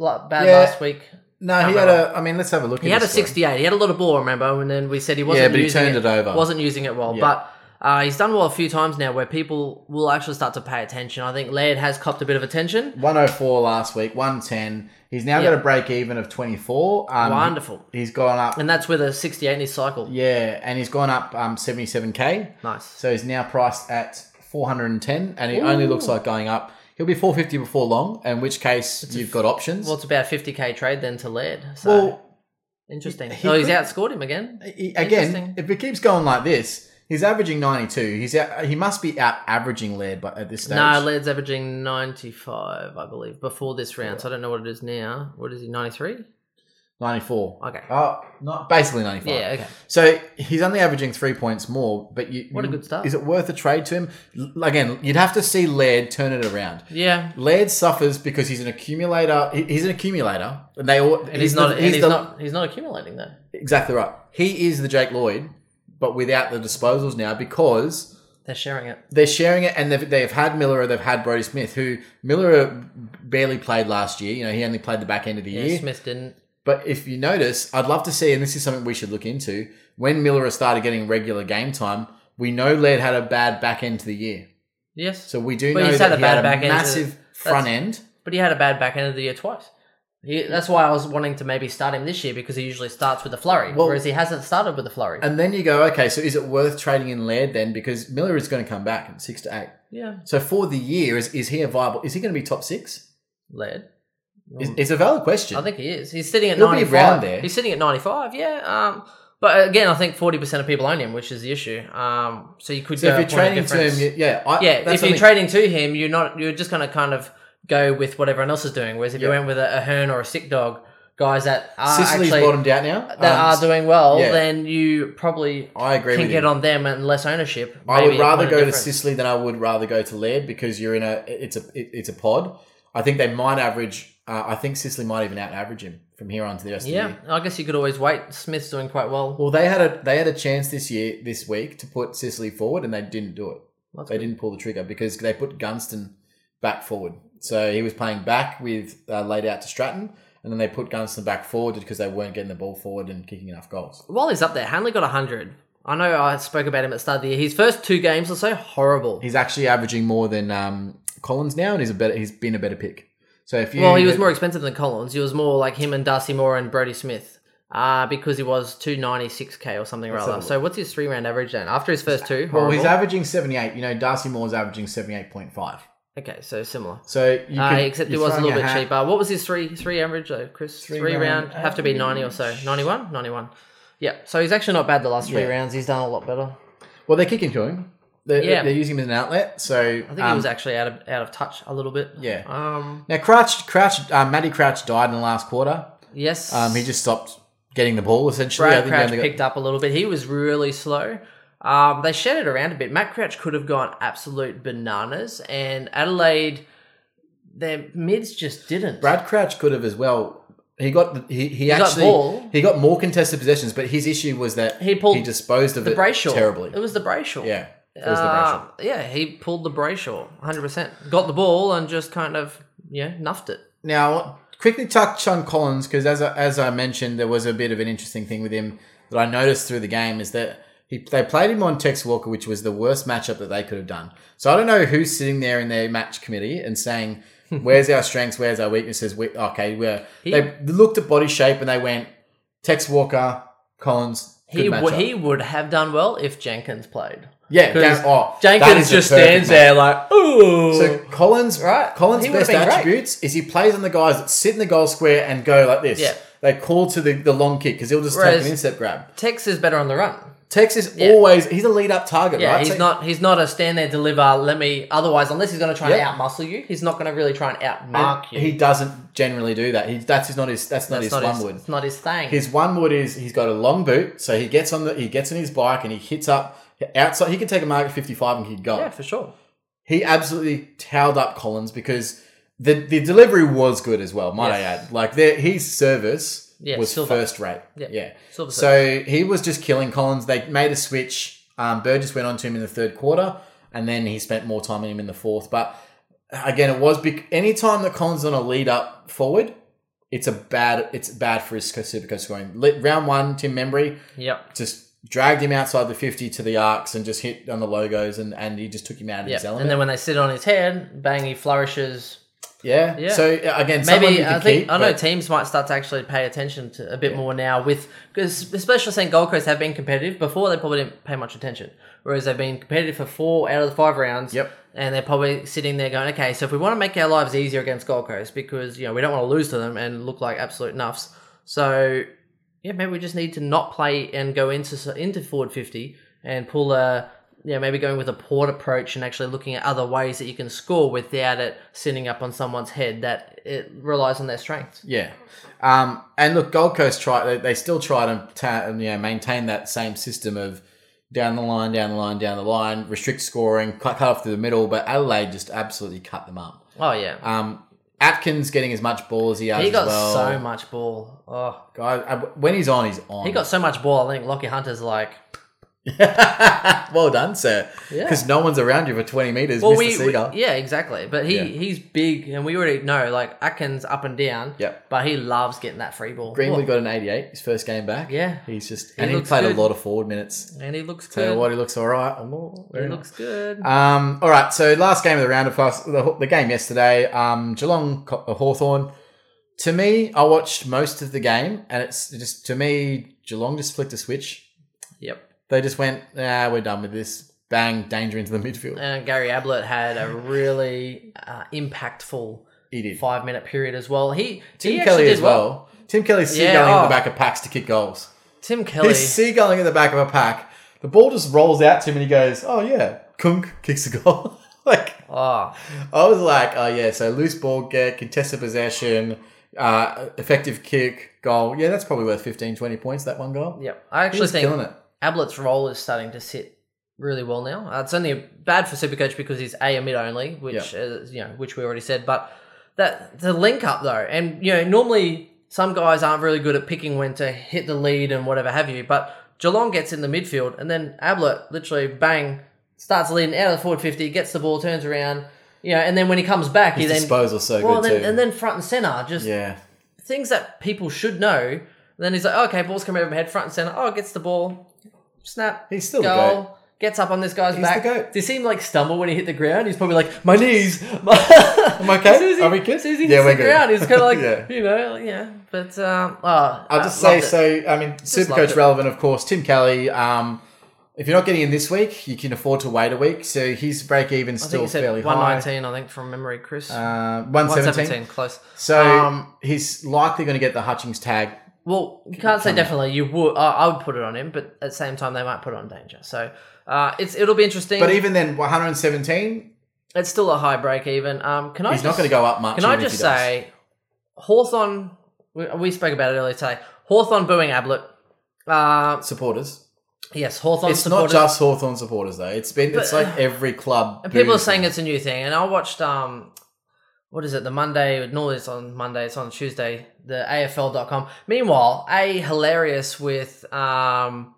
la- bad Yeah. last week? no, he had a. I mean, let's have a look. He at had a this one. sixty-eight. He had a lot of ball, remember? And then we said he wasn't. Yeah, but he using turned it over. Wasn't using it well, Yeah. but uh, he's done well a few times now, where people will actually start to pay attention. I think Laird has copped a bit of attention. 104 last week, 110. He's now Yeah. got a break even of 24. Um, Wonderful. He's gone up. And that's with a 68 in his cycle. yeah, and he's gone up um, 77k. Nice. So he's now priced at 410, and he only looks like going up. He'll be 450 before long, in which case you've got options. Well, it's about 50k trade then to Laird. So Well, interesting. he oh, he's could- outscored him again. he- Interesting. again, if it keeps going like this, he's averaging 92. He's out, he must be out averaging Laird, but at this stage, No, Laird's averaging 95, I believe, before this round. So I don't know what it is now. What is he, 93? 94. Okay. Oh, not basically 95. Yeah, okay. So he's only averaging three points more, but you What a good start. Is it worth a trade to him? L- Again, you'd have to see Laird turn it around. Yeah. Laird suffers because he's an accumulator. he- He's an accumulator, and they all. And he's, not the- and he's the- not he's not accumulating though. exactly right. He is the Jake Lloyd, but without the disposals now because They're sharing it. they're sharing it, and they've, they've had Miller, they've had Brody Smith, who Miller barely played last year. You know, he only played the back end of the Yeah, year. Smith didn't. But if you notice, I'd love to see, and this is something we should look into, when Miller started getting regular game time, we know Laird had a bad back end to the year. Yes. So we do But know he's that had a he bad had a back end to- massive front that's- end. but he had a bad back end of the year twice. He, that's why I was wanting to maybe start him this year because he usually starts with a flurry, Well- whereas he hasn't started with a flurry. And then you go, okay, so is it worth trading in Laird then? Because Miller is going to come back in six to eight. yeah. So for the year, is, is he a viable? Is he going to be top six? Laird. Is, it's a valid question. Mm. I think he is. He's sitting at He'll be 95. around there. He's sitting at 95, yeah. Um, but again, I think 40% of people own him, which is the issue. Um, so you could so go if you're a point of trading to him, difference. you- yeah, I, yeah, if what I you're mean. trading to him, you're not. You're just going to kind of go with what everyone else is doing. Whereas if you Yeah. went with a, a Hearn or a Sick Dog, guys that are Sicily's uh, actually bottomed out now. that Um, are doing well, yeah. then you probably I agree. can with get you. on them and less ownership. I Maybe would a point rather of go to difference. Sicily than I would rather go to Laird because you're in a it's a it, it's a pod. I think they might average. Uh, I think Sicily might even out average him from here on to the rest of the Yeah, year. I guess you could always wait. Smith's doing quite well. Well, they had a they had a chance this year this week to put Sicily forward and they didn't do it. That's they didn't pull the trigger because they put Gunston back forward. So he was playing back with uh, laid out to Stratton, and then they put Gunston back forward because they weren't getting the ball forward and kicking enough goals. While he's up there, Hanley got hundred. I know I spoke about him at the start of the year. His first two games are so horrible. He's actually averaging more than um, Collins now, and he's a better. He's been a better pick. So if you well, he was more expensive than Collins. He was more like him and Darcy Moore and Brody Smith. Uh, because he was 296k or something or Let's have other. a So what's his three round average then? After his first two? Well, he's horrible. averaging 78. You know, Darcy Moore's averaging 78.5. Okay, so similar. So you Uh, could- except it you're was a throwing little bit hat- cheaper. What was his three three average though, Chris? Three, Three round, round have to be 90 or so. 91? 91. Yeah, so he's actually not bad the last three Yeah. rounds. He's done a lot better. Well, they're kicking to him. They're, Yeah. they're using him as an outlet. So I think he was actually out of out of touch a little bit. Um, Yeah. Um. now Crouch, Crouch, uh, Matty Crouch died in the last quarter. Yes. Um, he just stopped getting the ball essentially. I Brad think Crouch they only got- picked up a little bit. He was really slow. Um, they shed it around a bit. Matt Crouch could have gone absolute bananas, and Adelaide, their mids just didn't. Brad Crouch could have as well. He got he, he, actually ball. he got more contested possessions, but his issue was that He pulled he disposed of the it Brayshaw terribly. It was the Brayshaw. yeah, it was the Brayshaw. Uh, yeah, he pulled the Brayshaw, hundred percent. Got the ball and just kind of yeah, nuffed it. Now, quickly touch on Collins because as I, as I mentioned, there was a bit of an interesting thing with him that I noticed through the game is that he they played him on Tex Walker, which was the worst matchup that they could have done. So I don't know who's sitting there in their match committee and saying, "Where's our strengths? Where's our weaknesses?" We, okay, we're they looked at body shape and they went Tex Walker, Collins. He Good w- matchup. he would have done well if Jenkins played. yeah, 'Cause Dan- oh, that Jenkins is a just perfect stands match. there like, ooh. So Collins, Right. right? Collins' He would've best been great. attributes is he plays on the guys that sit in the goal square and go like this. Yeah. They call to the, the long kick because he'll just Whereas- take an instep grab. Tex is better on the run. Tex is always he's a lead up target, Yeah, right? he's So- not he's not a stand there deliver. Let me otherwise, unless he's going to try Yeah. and outmuscle you, he's not going to really try and outmark you. He doesn't generally do that. He that's his, not his that's not that's his not one his, wood. it's not his thing. His one wood is he's got a long boot, so he gets on the he gets on his bike and he hits up outside. He can take a mark at fifty five and he can go. yeah, for sure. he absolutely towed up Collins because the the delivery was good as well. Might I Yes. add, like there, his service Yeah, was silver. first rate. Yeah, Yeah, silver so he was just killing Collins. They made a switch. Um, Burgess went on to him in the third quarter, and then he spent more time on him in the fourth. But again, it was bec- any time that Collins is on a lead up forward, it's a bad. It's bad for his Supercoach scoring. Li- round one, Tim Membry Yep. just dragged him outside the 50 to the arcs and just hit on the logos and, and he just took him out of Yep. his element. And then when they sit on his head, bang, he flourishes. yeah. Yeah. So uh, again, someone Maybe you I could think keep. I know but- teams might start to actually pay attention to a bit more now with because especially St Gold Coast have been competitive before they probably didn't pay much attention whereas they've been competitive for four out of the five rounds Yep. and they're probably sitting there going okay so if we want to make our lives easier against Gold Coast because you know we don't want to lose to them and look like absolute nuffs so yeah maybe we just need to not play and go into into forward fifty and pull a yeah, maybe going with a port approach and actually looking at other ways that you can score without it sitting up on someone's head that it relies on their strengths. Yeah. Um, and look, Gold Coast try they, they still try to ta- you know maintain that same system of down the line, down the line, down the line, restrict scoring, cut, cut off through the middle. But Adelaide just absolutely cut them up. Oh yeah. Um, Atkins getting as much ball as he has. he got as well. so much ball. Oh, Guy, uh, when he's on, he's on. he got so much ball. I think Lockie Hunter's like, well done, sir. Yeah. Because no one's around you for twenty meters, well, Mr. we, we- Seagull. yeah, exactly. But he Yeah. he's big, and we already know like Atkins up and down. Yep. But he loves getting that free ball. Greenwood Look, got an 88, his first game back. Yeah. He's just, He and he looks played good. a lot of forward minutes. and he looks Tell good. you what, he looks all right. Oh, he very nice. looks good. Um, all right, so last game of the round of us, the, the game yesterday, um, Geelong Hawthorn. To me, I watched most of the game, and it's just, to me, Geelong just flicked a switch. yep. They just went, nah, we're done with this. Bang, danger into the midfield. And Gary Ablett had a really uh, impactful He did. five minute period as well. He he Tim actually Kelly did as well. Tim Kelly's Yeah, seagulling in oh. the back of packs to kick goals. Tim Kelly. He's seagulling in the back of a pack. The ball just rolls out to him and he goes, oh, yeah. Kunk kicks a goal. like, Oh, I was like, oh, yeah. So loose ball get, contested possession, uh, effective kick, goal. Yeah, that's probably worth 15, 20 points, that one goal. yep. I He actually was think killing it. Ablett's role is starting to sit really well now. Uh, it's only bad for Supercoach because he's a, a mid only, which is, you know, which we already said. But that the link up though, and you know, normally some guys aren't really good at picking when to hit the lead and whatever have you. But Geelong gets in the midfield, and then Ablett literally bang starts leading out of the forward fifty, gets the ball, turns around, you know, and then when he comes back, His he then disposal's so well, good, then, too. and then front and center just yeah. things that people should know. Then he's like, okay, ball's coming over my head, front and center. Oh, gets the ball, snap. He's still the goal. Gets up on this guy's He's back. the goat. Did he seem like stumble when he hit the ground? He's probably like, my knees. My- Am I okay? As soon as he- Are we good? As soon as he Yeah, hits we're the good. ground, he's kind of like, Yeah. you know, yeah. But um, oh, I'll I just say loved it. so. I mean, loved Supercoach it. relevant, of course. Tim Kelly. Um, if you're not getting in this week, you can afford to wait a week. So his break even I think still he fairly said one nineteen. I think from memory, Chris. high. Uh, one 117. seventeen, close. So Um, he's likely going to get the Hutchings tag. Well, you can't say definitely. You would. I I would put it on him, but at the same time, they might put it on danger. So uh, it's it'll be interesting. But even then, 117, it's still a high break even. Um, can I? he's just- not going to go up much. Can I even if just he does. say, Hawthorn? We, we spoke about it earlier today. Hawthorn booing Ablett. Uh, supporters? yes, Hawthorn It's not supporters. just Hawthorn supporters though. It's been it's But- like every club. and people are boos saying them. it's a new thing, and I watched um, what is it? The Monday. Normally it's on Monday. It's on Tuesday. The AFL.com. Meanwhile, a hilarious with um,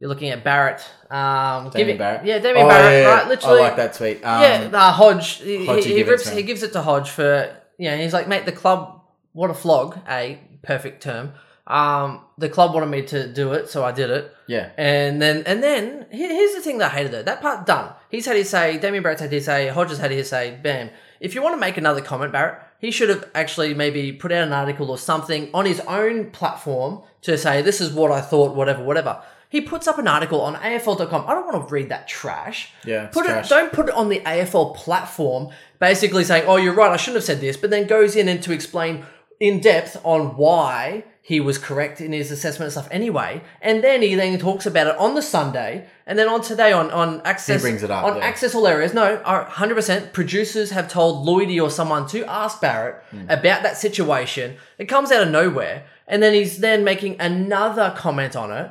you're looking at Barrett. Um, Damien giving, Barrett. Yeah, Damien Oh, Barrett. yeah, yeah. Right, literally. I like that tweet. Um, yeah, nah, Hodge. He, Hodge, he- you he give it rips. to him. He gives it to Hodge for you know. He's like, mate, the club. What a flog. A perfect term. Um, the club wanted me to do it, so I did it. yeah. And then, and then here- here's the thing that I hated though. That part done. He's had his say. Damien Barrett's had his say. Hodge has had his say. Bam. If you want to make another comment, Barrett, he should have actually maybe put out an article or something on his own platform to say this is what I thought, whatever, whatever. He puts up an article on AFL.com. I don't want to read that trash. Yeah, it's put trash. it. Don't put it on the AFL platform. Basically saying, "Oh, you're right. I shouldn't have said this," but then goes in and to explain in depth on why he was correct in his assessment and stuff anyway. And then he then talks about it on the Sunday and then on today on, on Access. brings it up, On yeah. Access All Areas. No, are 100% producers have told Lloydie or someone to ask Barrett Hmm. about that situation. It comes out of nowhere. And then he's then making another comment on it.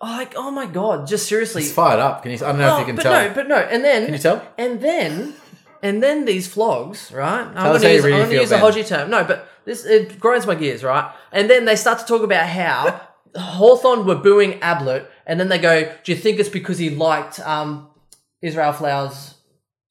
Like, oh my God, just seriously. He's fired up. Can you? I don't know Oh, if you can but tell. no, but no. And then. Can you tell? And then And then these flogs, right? I'm us gonna how you use, really I'm gonna feel, use a Ben. hodgy term. No, but this it grinds my gears, right? And then they start to talk about how Hawthorn were booing Ablett, and then they go, "Do you think it's because he liked um, Israel Flowers'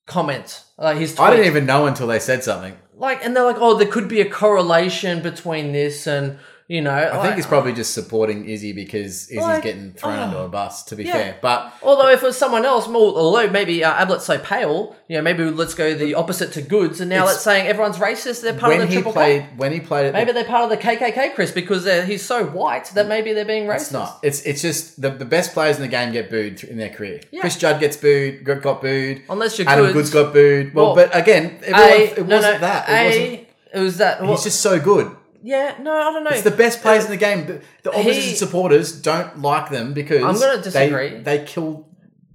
comment, like his tweet?" I didn't even know until they said something. like, and they're like, "Oh, there could be a correlation between this and." You know, I think he's probably just supporting Izzy because Izzy's Like, getting thrown oh, under a bus. To be yeah. fair, but Although if it was someone else, well, although maybe uh, Ablett's so pale, you know, maybe let's go the opposite to goods, and now It's- let's saying everyone's racist. They're part of the when he triple. played, K. when he played, at the Maybe they're part of the KKK, Chris, because they're, he's so white that maybe they're being racist. It's not. It's it's just the, the best players in the game get booed in their career. Yeah. Chris Judd gets booed. Got, got booed. Unless you're Adam good. Goods got booed. Well, Well, but again, everyone, A, it wasn't no, no, that. It A, wasn't. it was that. well, He's just so good. yeah, no, I don't know. It's the best players in the game. The, the opposition he- supporters don't like them because I'm gonna they- disagree. They, kill.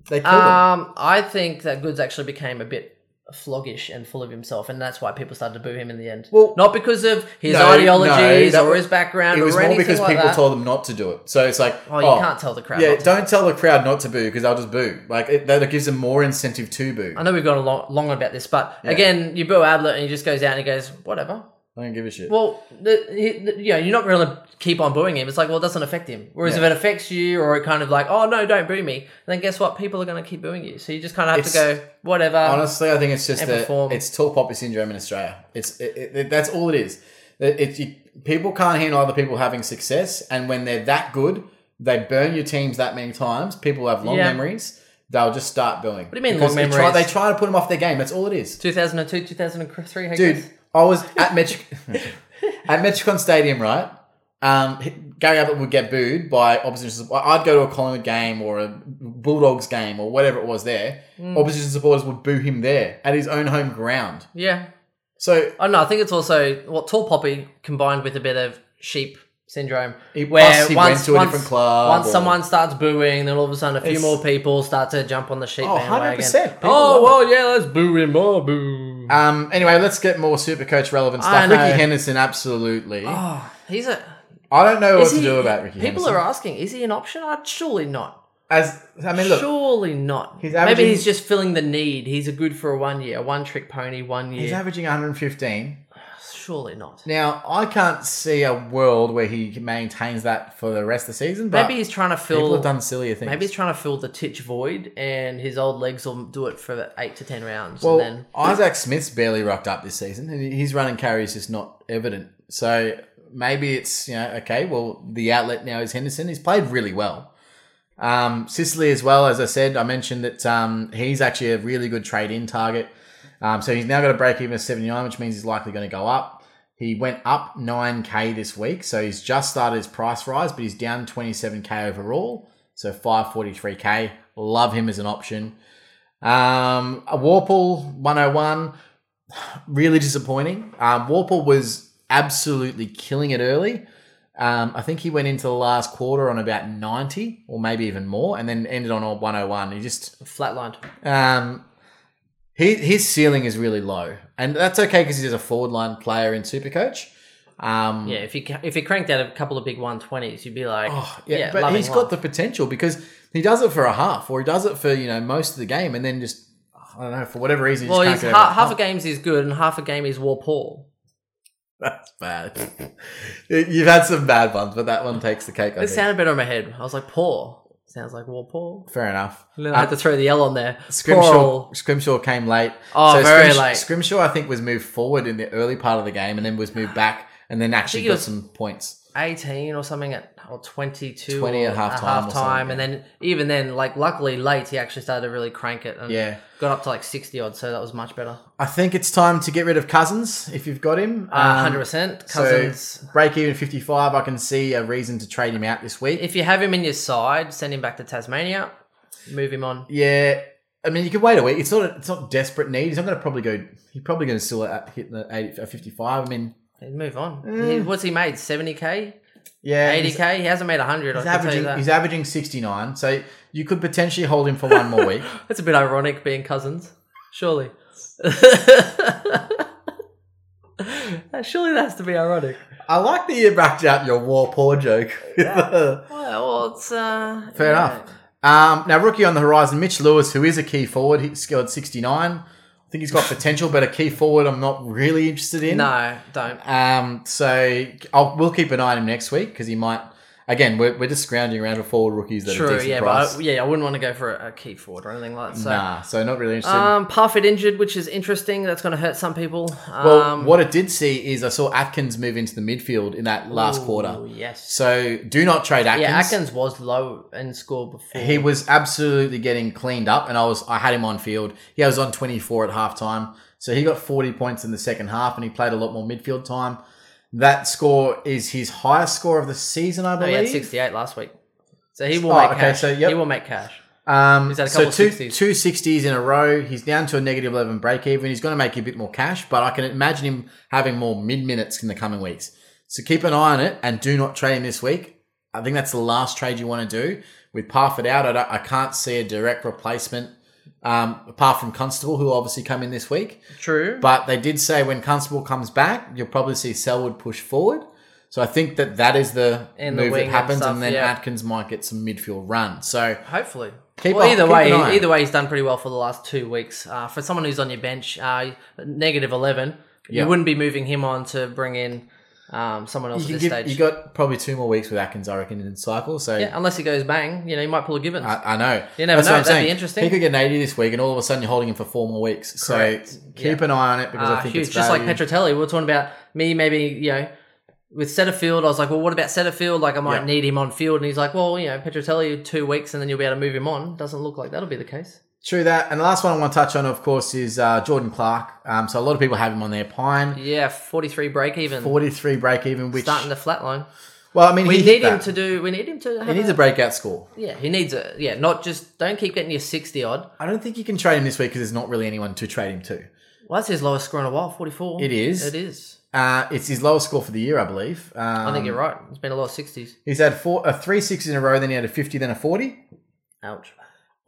They kill them. Um, I think that Goods actually became a bit floggish and full of himself, and that's why people started to boo him in the end. Well- not because of his No, ideologies no, that or was- his background It was or more anything because like people that. told them not to do it. So it's like, oh, you can't tell the crowd. Yeah, not to don't tell the crowd not to boo because they'll just boo. Like it, that gives them more incentive to boo. I I know we've gone a long, long about this, but again, you boo Ablett and he just goes out and he goes, whatever. don't give a shit. Well, the, he, the, you know, you're not going to keep on booing him. It's like, well, it doesn't affect him. Whereas Yeah. if it affects you or it kind of like, oh, no, don't boo me, then guess what? People are going to keep booing you. So you just kind of have It's- to go, whatever. Honestly, I think it's just and that perform. it's tall poppy syndrome in Australia. It's it, it, it- that's all it is. It, it- you, people can't handle other people having success, and when they're that good, they burn your teams that many times. People have long Yeah. memories. They'll just start booing. What do you mean, long Try, memories? they try to put them off their game. That's all it is, 2002, 2003. hey, dude. guys. I was at Metri- at Metricon Stadium, right? Um, Gary Ablett would get booed by opposition. supp- I'd go to a Collingwood game or a Bulldogs game or whatever it was. There, Mm. opposition supporters would boo him there at his own home ground. Yeah. So Oh, I don't know. I think it's also what tall poppy combined with a bit of sheep syndrome, He- plus he went to a different club Once or- someone starts booing, then all of a sudden a few It's- more people start to jump on the sheep. Oh, bandwagon. 100%. People Oh well, love yeah, let's boo him. Oh, boo. um, anyway, let's get more super coach relevant I stuff. Ricky know. Henderson, absolutely. Oh, he's a. I don't know what is to he- do about Ricky People Henderson. are asking, is he an option? I'd surely not. As I mean, look, surely not. he's Maybe averaging- he's just filling the need. He's a good for a one year, one trick pony, one he's year. averaging 115. surely not. Now, I can't see a world where he maintains that for the rest of the season. But Maybe he's trying to people fill. have done sillier things. Maybe he's trying to fill the titch void, and his old legs will do it for eight to ten rounds. well, and then Isaac Smith's barely rocked up this season, and his running carry is just not evident. So maybe it's you know okay. Well, the outlet now is Henderson. He's played really well. Um, Sicily as well, as I said, I mentioned that um, he's actually a really good trade in target. Um, so he's now got a break even of seventy nine, which means he's likely going to go up. He went up nine k this week, so he's just started his price rise, but he's down twenty seven k overall. So five forty three k. Love him as an option. Um, Warple 101, really disappointing. Um, Warple was absolutely killing it early. Um, I think he went into the last quarter on about 90 or maybe even more and then ended on a 101. He just, flatlined. um, he, his ceiling is really low. And that's okay because he's a forward line player in Supercoach. Um, Yeah, if he ca- if he cranked out a couple of big one twenties, you'd be like, Oh, yeah, but loving he's life. got the potential because he does it for a half or he does it for, you know, most of the game and then just, I don't know, for whatever reason, he Well, just he's can't get over ha- the half hump. a games is good, and half a game is war poor. That's bad. You- You've had some bad ones, but that one takes the cake. I It think. sounded better in my head. I was like, poor. Sounds like war poor. Fair enough. And then I had to throw the L on there. Uh, Scrimshaw, Poor. Scrimshaw came late. Oh, very Scrimshaw, late. Scrimshaw, I think, was moved forward in the early part of the game and then was moved back and then actually think it got was- some points. 18 or something at or 22 20 at or halftime or half time something, and then even then like luckily late he actually started to really crank it and Yeah. got up to like 60 odd so that was much better I think it's time to get rid of Cousins if you've got him. uh, Um, 100% so cousins break even 55. I can see a reason to trade him out this week. if you have him in your side send him back to tasmania move him on Yeah, I mean, you could wait a week. It's not a, it's not desperate need. He's not going to probably go. He's probably going to still at- hit the 80, 55. I mean, and move on Mm. He- what's he made 70k yeah, he's- 80k he hasn't made 100 He's i can tell you averaging, that. he's averaging 69, so you could potentially hold him for one more week. that's a bit ironic being cousins surely surely that has to be ironic I like that you backed out your war poor joke. well it's uh Fair yeah. enough. Um, now, rookie on the horizon, Mitch Lewis, who is a key forward, he scored 69. I think he's got potential, but a key forward I'm not really interested in. No, don't. Um, so I'll, we'll keep an eye on him next week because he might. Again, we're, we're just scrounging around for forward rookies that are True, decent yeah, price. but I, yeah, I wouldn't want to go for a, a key forward or anything like that. So. nah, so not really interested. Um, Parfit injured, which is interesting. That's going to hurt some people. Um, well, what it did see is I saw Atkins move into the midfield in that last ooh, quarter. Yes. So do not trade Atkins. Yeah, Atkins was low and scored before. He was absolutely getting cleaned up, and I was I had him on field. He was on twenty four at halftime, so he got forty points in the second half, and he played a lot more midfield time. That score is his highest score of the season, I No, he believe. had 68 last week. So he will Oh, make okay, cash. so, yep. He will make cash. Um, He's had a so couple two 60s. two sixties in a row. He's down to a negative eleven break even. He's going to make a bit more cash, but I can imagine him having more mid minutes in the coming weeks. So keep an eye on it and do not trade him this week. I think that's the last trade you want to do with Parfit out. I, don't- I can't see a direct replacement um, apart from Constable, who will obviously come in this week. True. But they did say when Constable comes back, you'll probably see Selwood push forward. So I think that that is the And the move wing that and happens, and, stuff, then yeah. Atkins might get some midfield run. So. Hopefully. Keep well, up- either keep way, an eye. either way, he's done pretty well for the last two weeks. Uh, for someone who's on your bench, uh, negative eleven, Yeah. you wouldn't be moving him on to bring in um, someone else at You, can this give, stage. you got probably two more weeks with Atkins, I reckon, in the cycle. So yeah, unless he goes bang, you know, you might pull a Gibbons. I, I know. You never know, what I'm that'd be interesting. He could get an 80 this week, and all of a sudden you're holding him for four more weeks. Correct. So keep an eye on it because Uh, I think huge. it's just like value. Petrotelli. We were talking about me maybe, you know, with Setterfield, I was like, well, what about Setterfield? Like, I might Yeah. need him on field. And he's like, well, you know, Petrotelli, two weeks and then you'll be able to move him on. Doesn't look like that'll be the case. True that. And the last one I want to touch on, of course, is uh, Jordan Clark. Um, so a lot of people have him on their pine. Yeah, 43 break even. 43 break even, which Starting to flatline. well, I mean, We he need hit him that. to do, we need him to have He needs a, a breakout score. Yeah, he needs a, yeah, not just, don't keep getting your 60 odd. I don't think you can trade him this week because there's not really anyone to trade him to. Well, that's his lowest score in a while, 44. It is. It is. Uh, it's his lowest score for the year, I believe. Um, I think you're right. It's been a lot of 60s. He's had four, uh, three sixes in a row, then he had a 50, then a 40. Ouch.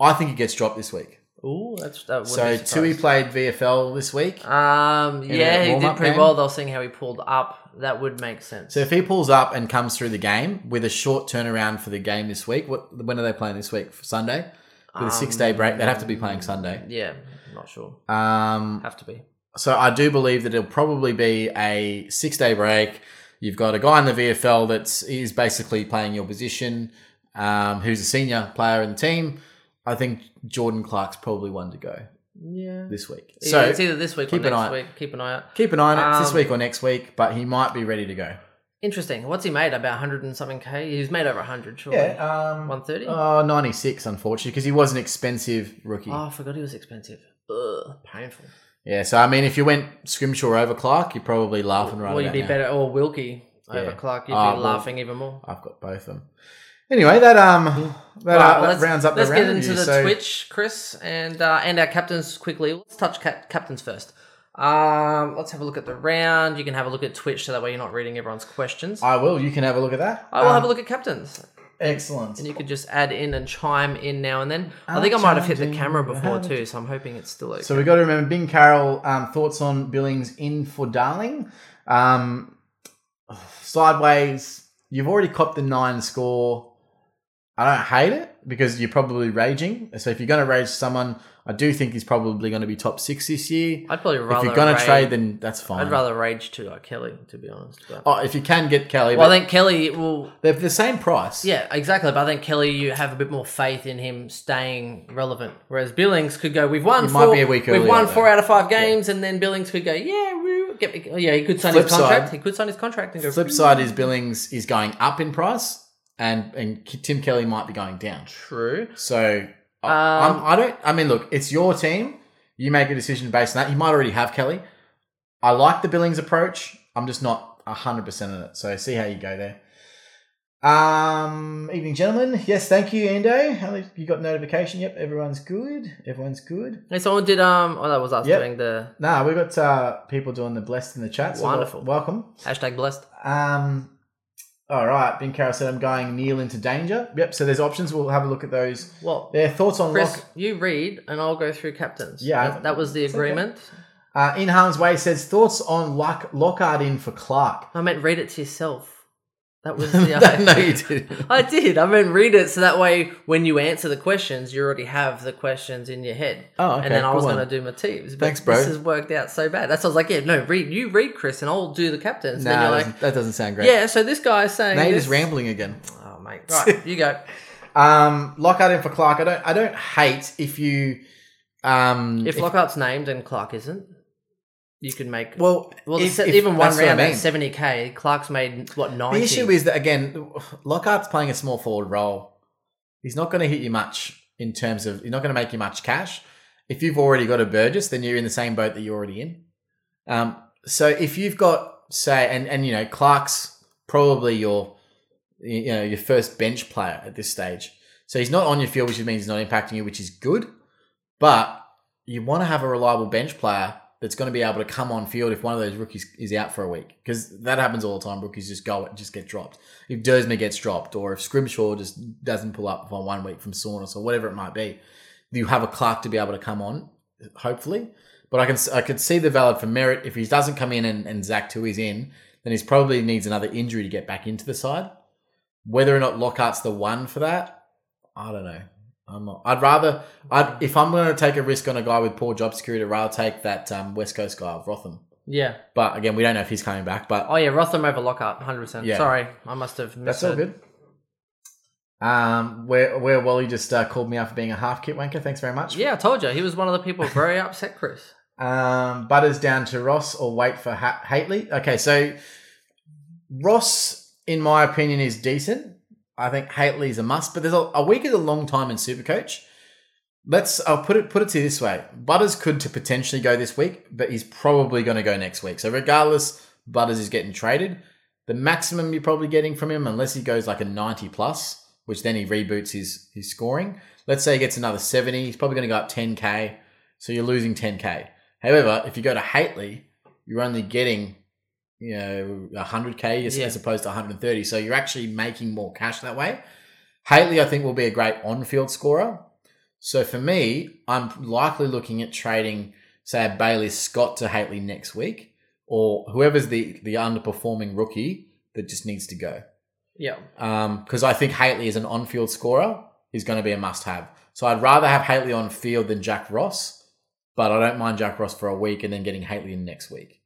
I think he gets dropped this week. Ooh, that's, that would So be Tui surprised. played VFL this week. Um, a yeah, he did warm-up pretty game? well. They were seeing how he pulled up. That would make sense. so if he pulls up and comes through the game with a short turnaround for the game this week, what when are they playing this week? For Sunday with a six day break, they'd have to be playing Sunday. yeah, not sure. Um, Have to be. so I do believe that it'll probably be a six day break. You've got a guy in the VFL that's is basically playing your position, um, who's a senior player in the team. I think Jordan Clark's probably one to go Yeah. this week. So So it's either this week keep or an next eye- week. Keep an eye out. keep an eye on it. It's this Um, week or next week, but he might be ready to go. Interesting. What's he made? About hundred and something k. He's made over hundred, surely. Yeah, um, 130? Oh, 96, unfortunately, because he was an expensive rookie. Oh, I forgot he was expensive. Ugh, painful. Yeah, so I mean, if you went Scrimshaw over Clark, you're probably laughing right well, you'd about be now. better, or Wilkie over Yeah. Clark. You'd Ah, be well, laughing even more. I've got both of them. Anyway, that um, that, Alright, uh, well, that rounds up Let's the round get into review. the So- Twitch, Chris, and uh, and our captains quickly. Let's touch cap- captains first. Um, let's have a look at the round. You can have a look at Twitch, so that way you're not reading everyone's questions. I, I will. You can have a look at that. will Um, have a look at captains, Excellent. and you could just add in and chime in now and then. I think I might have hit the camera before too, so I'm hoping it's still okay. So we've got to remember Bing Carroll, um, thoughts on Billings in for Darling. Um, sideways, you've already copped the nine score. I don't hate it because you're probably raging. So if you're going to rage someone, I do think he's probably going to be top six this year. I'd probably if rather you're going rage, to trade, then that's fine. I'd rather rage to like Kelly, to be honest. But. oh, if you can get Kelly, well, but I think Kelly will they're the same price. Yeah, exactly. But I think Kelly, you have a bit more faith in him staying relevant, whereas Billings could go, "We've won He might four, be a week we've early won out four there." out of five games," and then Billings could go, "Yeah, we get, yeah, he could sign Flip his contract. side- He could sign his contract and go." Flip side is Billings is going up in price, and and Tim Kelly might be going down. True. So I- Um, I'm, I don't. I mean, look, it's your team. You make a decision based on that. You might already have Kelly. I like the Billings approach. I'm just not hundred percent on it. So see how you go there. Um, evening, gentlemen. Yes, thank you, Ando. How did- You got notification. Yep, everyone's good. Everyone's good. And someone did um. Oh, that was us Yep. doing the Nah, we've got uh, people doing the blessed in the chat. So wel- Wonderful. welcome. hashtag blessed. Um, all right, Ben Carroll said I'm going kneel into danger. Yep. So there's options. We'll have a look at those. Well, Their thoughts on Chris, Lock- you read, and I'll go through captains. Yeah, that, that was the it's okay. agreement. Uh, in harm's way says thoughts on Lock- Lockhart in for Clark. I meant read it to yourself. That was the no, you didn't. I did. I mean, read it so that way when you answer the questions, you already have the questions in your head. Oh, okay, And then I good was one. going to do my teams. But Thanks, bro. This has worked out so bad. That's why I was like, yeah, no, read you read Chris, and I'll do the captains. Nah, then that, you're like, doesn't, that doesn't sound great. yeah. So this guy's saying, Now you're this- just rambling again. Oh, mate. Right, you go. Um, Lockhart in for Clark. I don't. I don't hate if you. Um, If Lockhart's named and Clark isn't, you can make well. well, the if- se- if- even one that's what I round mean. at seventy k, Clark's made what ninety. The issue is that again, Lockhart's playing a small forward role. He's not going to hit you much in terms of he's not going to make you much cash. If you've already got a Burgess, then you're in the same boat that you're already in. Um, so if you've got say, and and you know Clark's probably your you know your first bench player at this stage. So he's not on your field, which means he's not impacting you, which is good. But you want to have a reliable bench player that's going to be able to come on field if one of those rookies is out for a week because that happens all the time. Rookies just go just get dropped. If Dersma gets dropped, or if Scrimshaw just doesn't pull up for one week from soreness or whatever it might be, you have a Clark to be able to come on, hopefully. But I can I could see the valid for merit if he doesn't come in and, and Zach Tui's in, then he's probably needs another injury to get back into the side. Whether or not Lockhart's the one for that, I don't know. I'm not, I'd rather I'd, if I'm going to take a risk on a guy with poor job security, I'd rather take that um, West Coast guy of Rotham. yeah. But again, we don't know if he's coming back. But Oh yeah, Rotham over Lockhart, hundred percent. Yeah. Sorry, I must have missed. that's all good. Um, where where Wally just uh, called me out for being a half kit wanker. Thanks very much. Yeah, I told you he was one of the people very upset, Chris. Um, Butters down to Ross or wait for ha- Haitley. Okay, so Ross, in my opinion, is decent. I think Haitley's a must, but there's a, a week is a long time in Supercoach. Let's I'll put it put it to you this way. Butters could to potentially go this week, but he's probably going to go next week. So regardless, Butters is getting traded. The maximum you're probably getting from him, unless he goes like a 90 plus, which then he reboots his his scoring. Let's say he gets another 70, he's probably going to go up 10k. So you're losing 10k. However, if you go to Haitley, you're only getting you know 100k as, Yeah. as opposed to 130. So you're actually making more cash that way. Haitley, I think, will be a great on-field scorer. So for me, I'm likely looking at trading, say, a Bailey Scott to Haitley next week, or whoever's the the underperforming rookie that just needs to go Yeah, because Um, I think Haitley as an on-field scorer is going to be a must-have. So I'd rather have Haitley on field than Jack Ross, but I don't mind Jack Ross for a week and then getting Haitley in next week.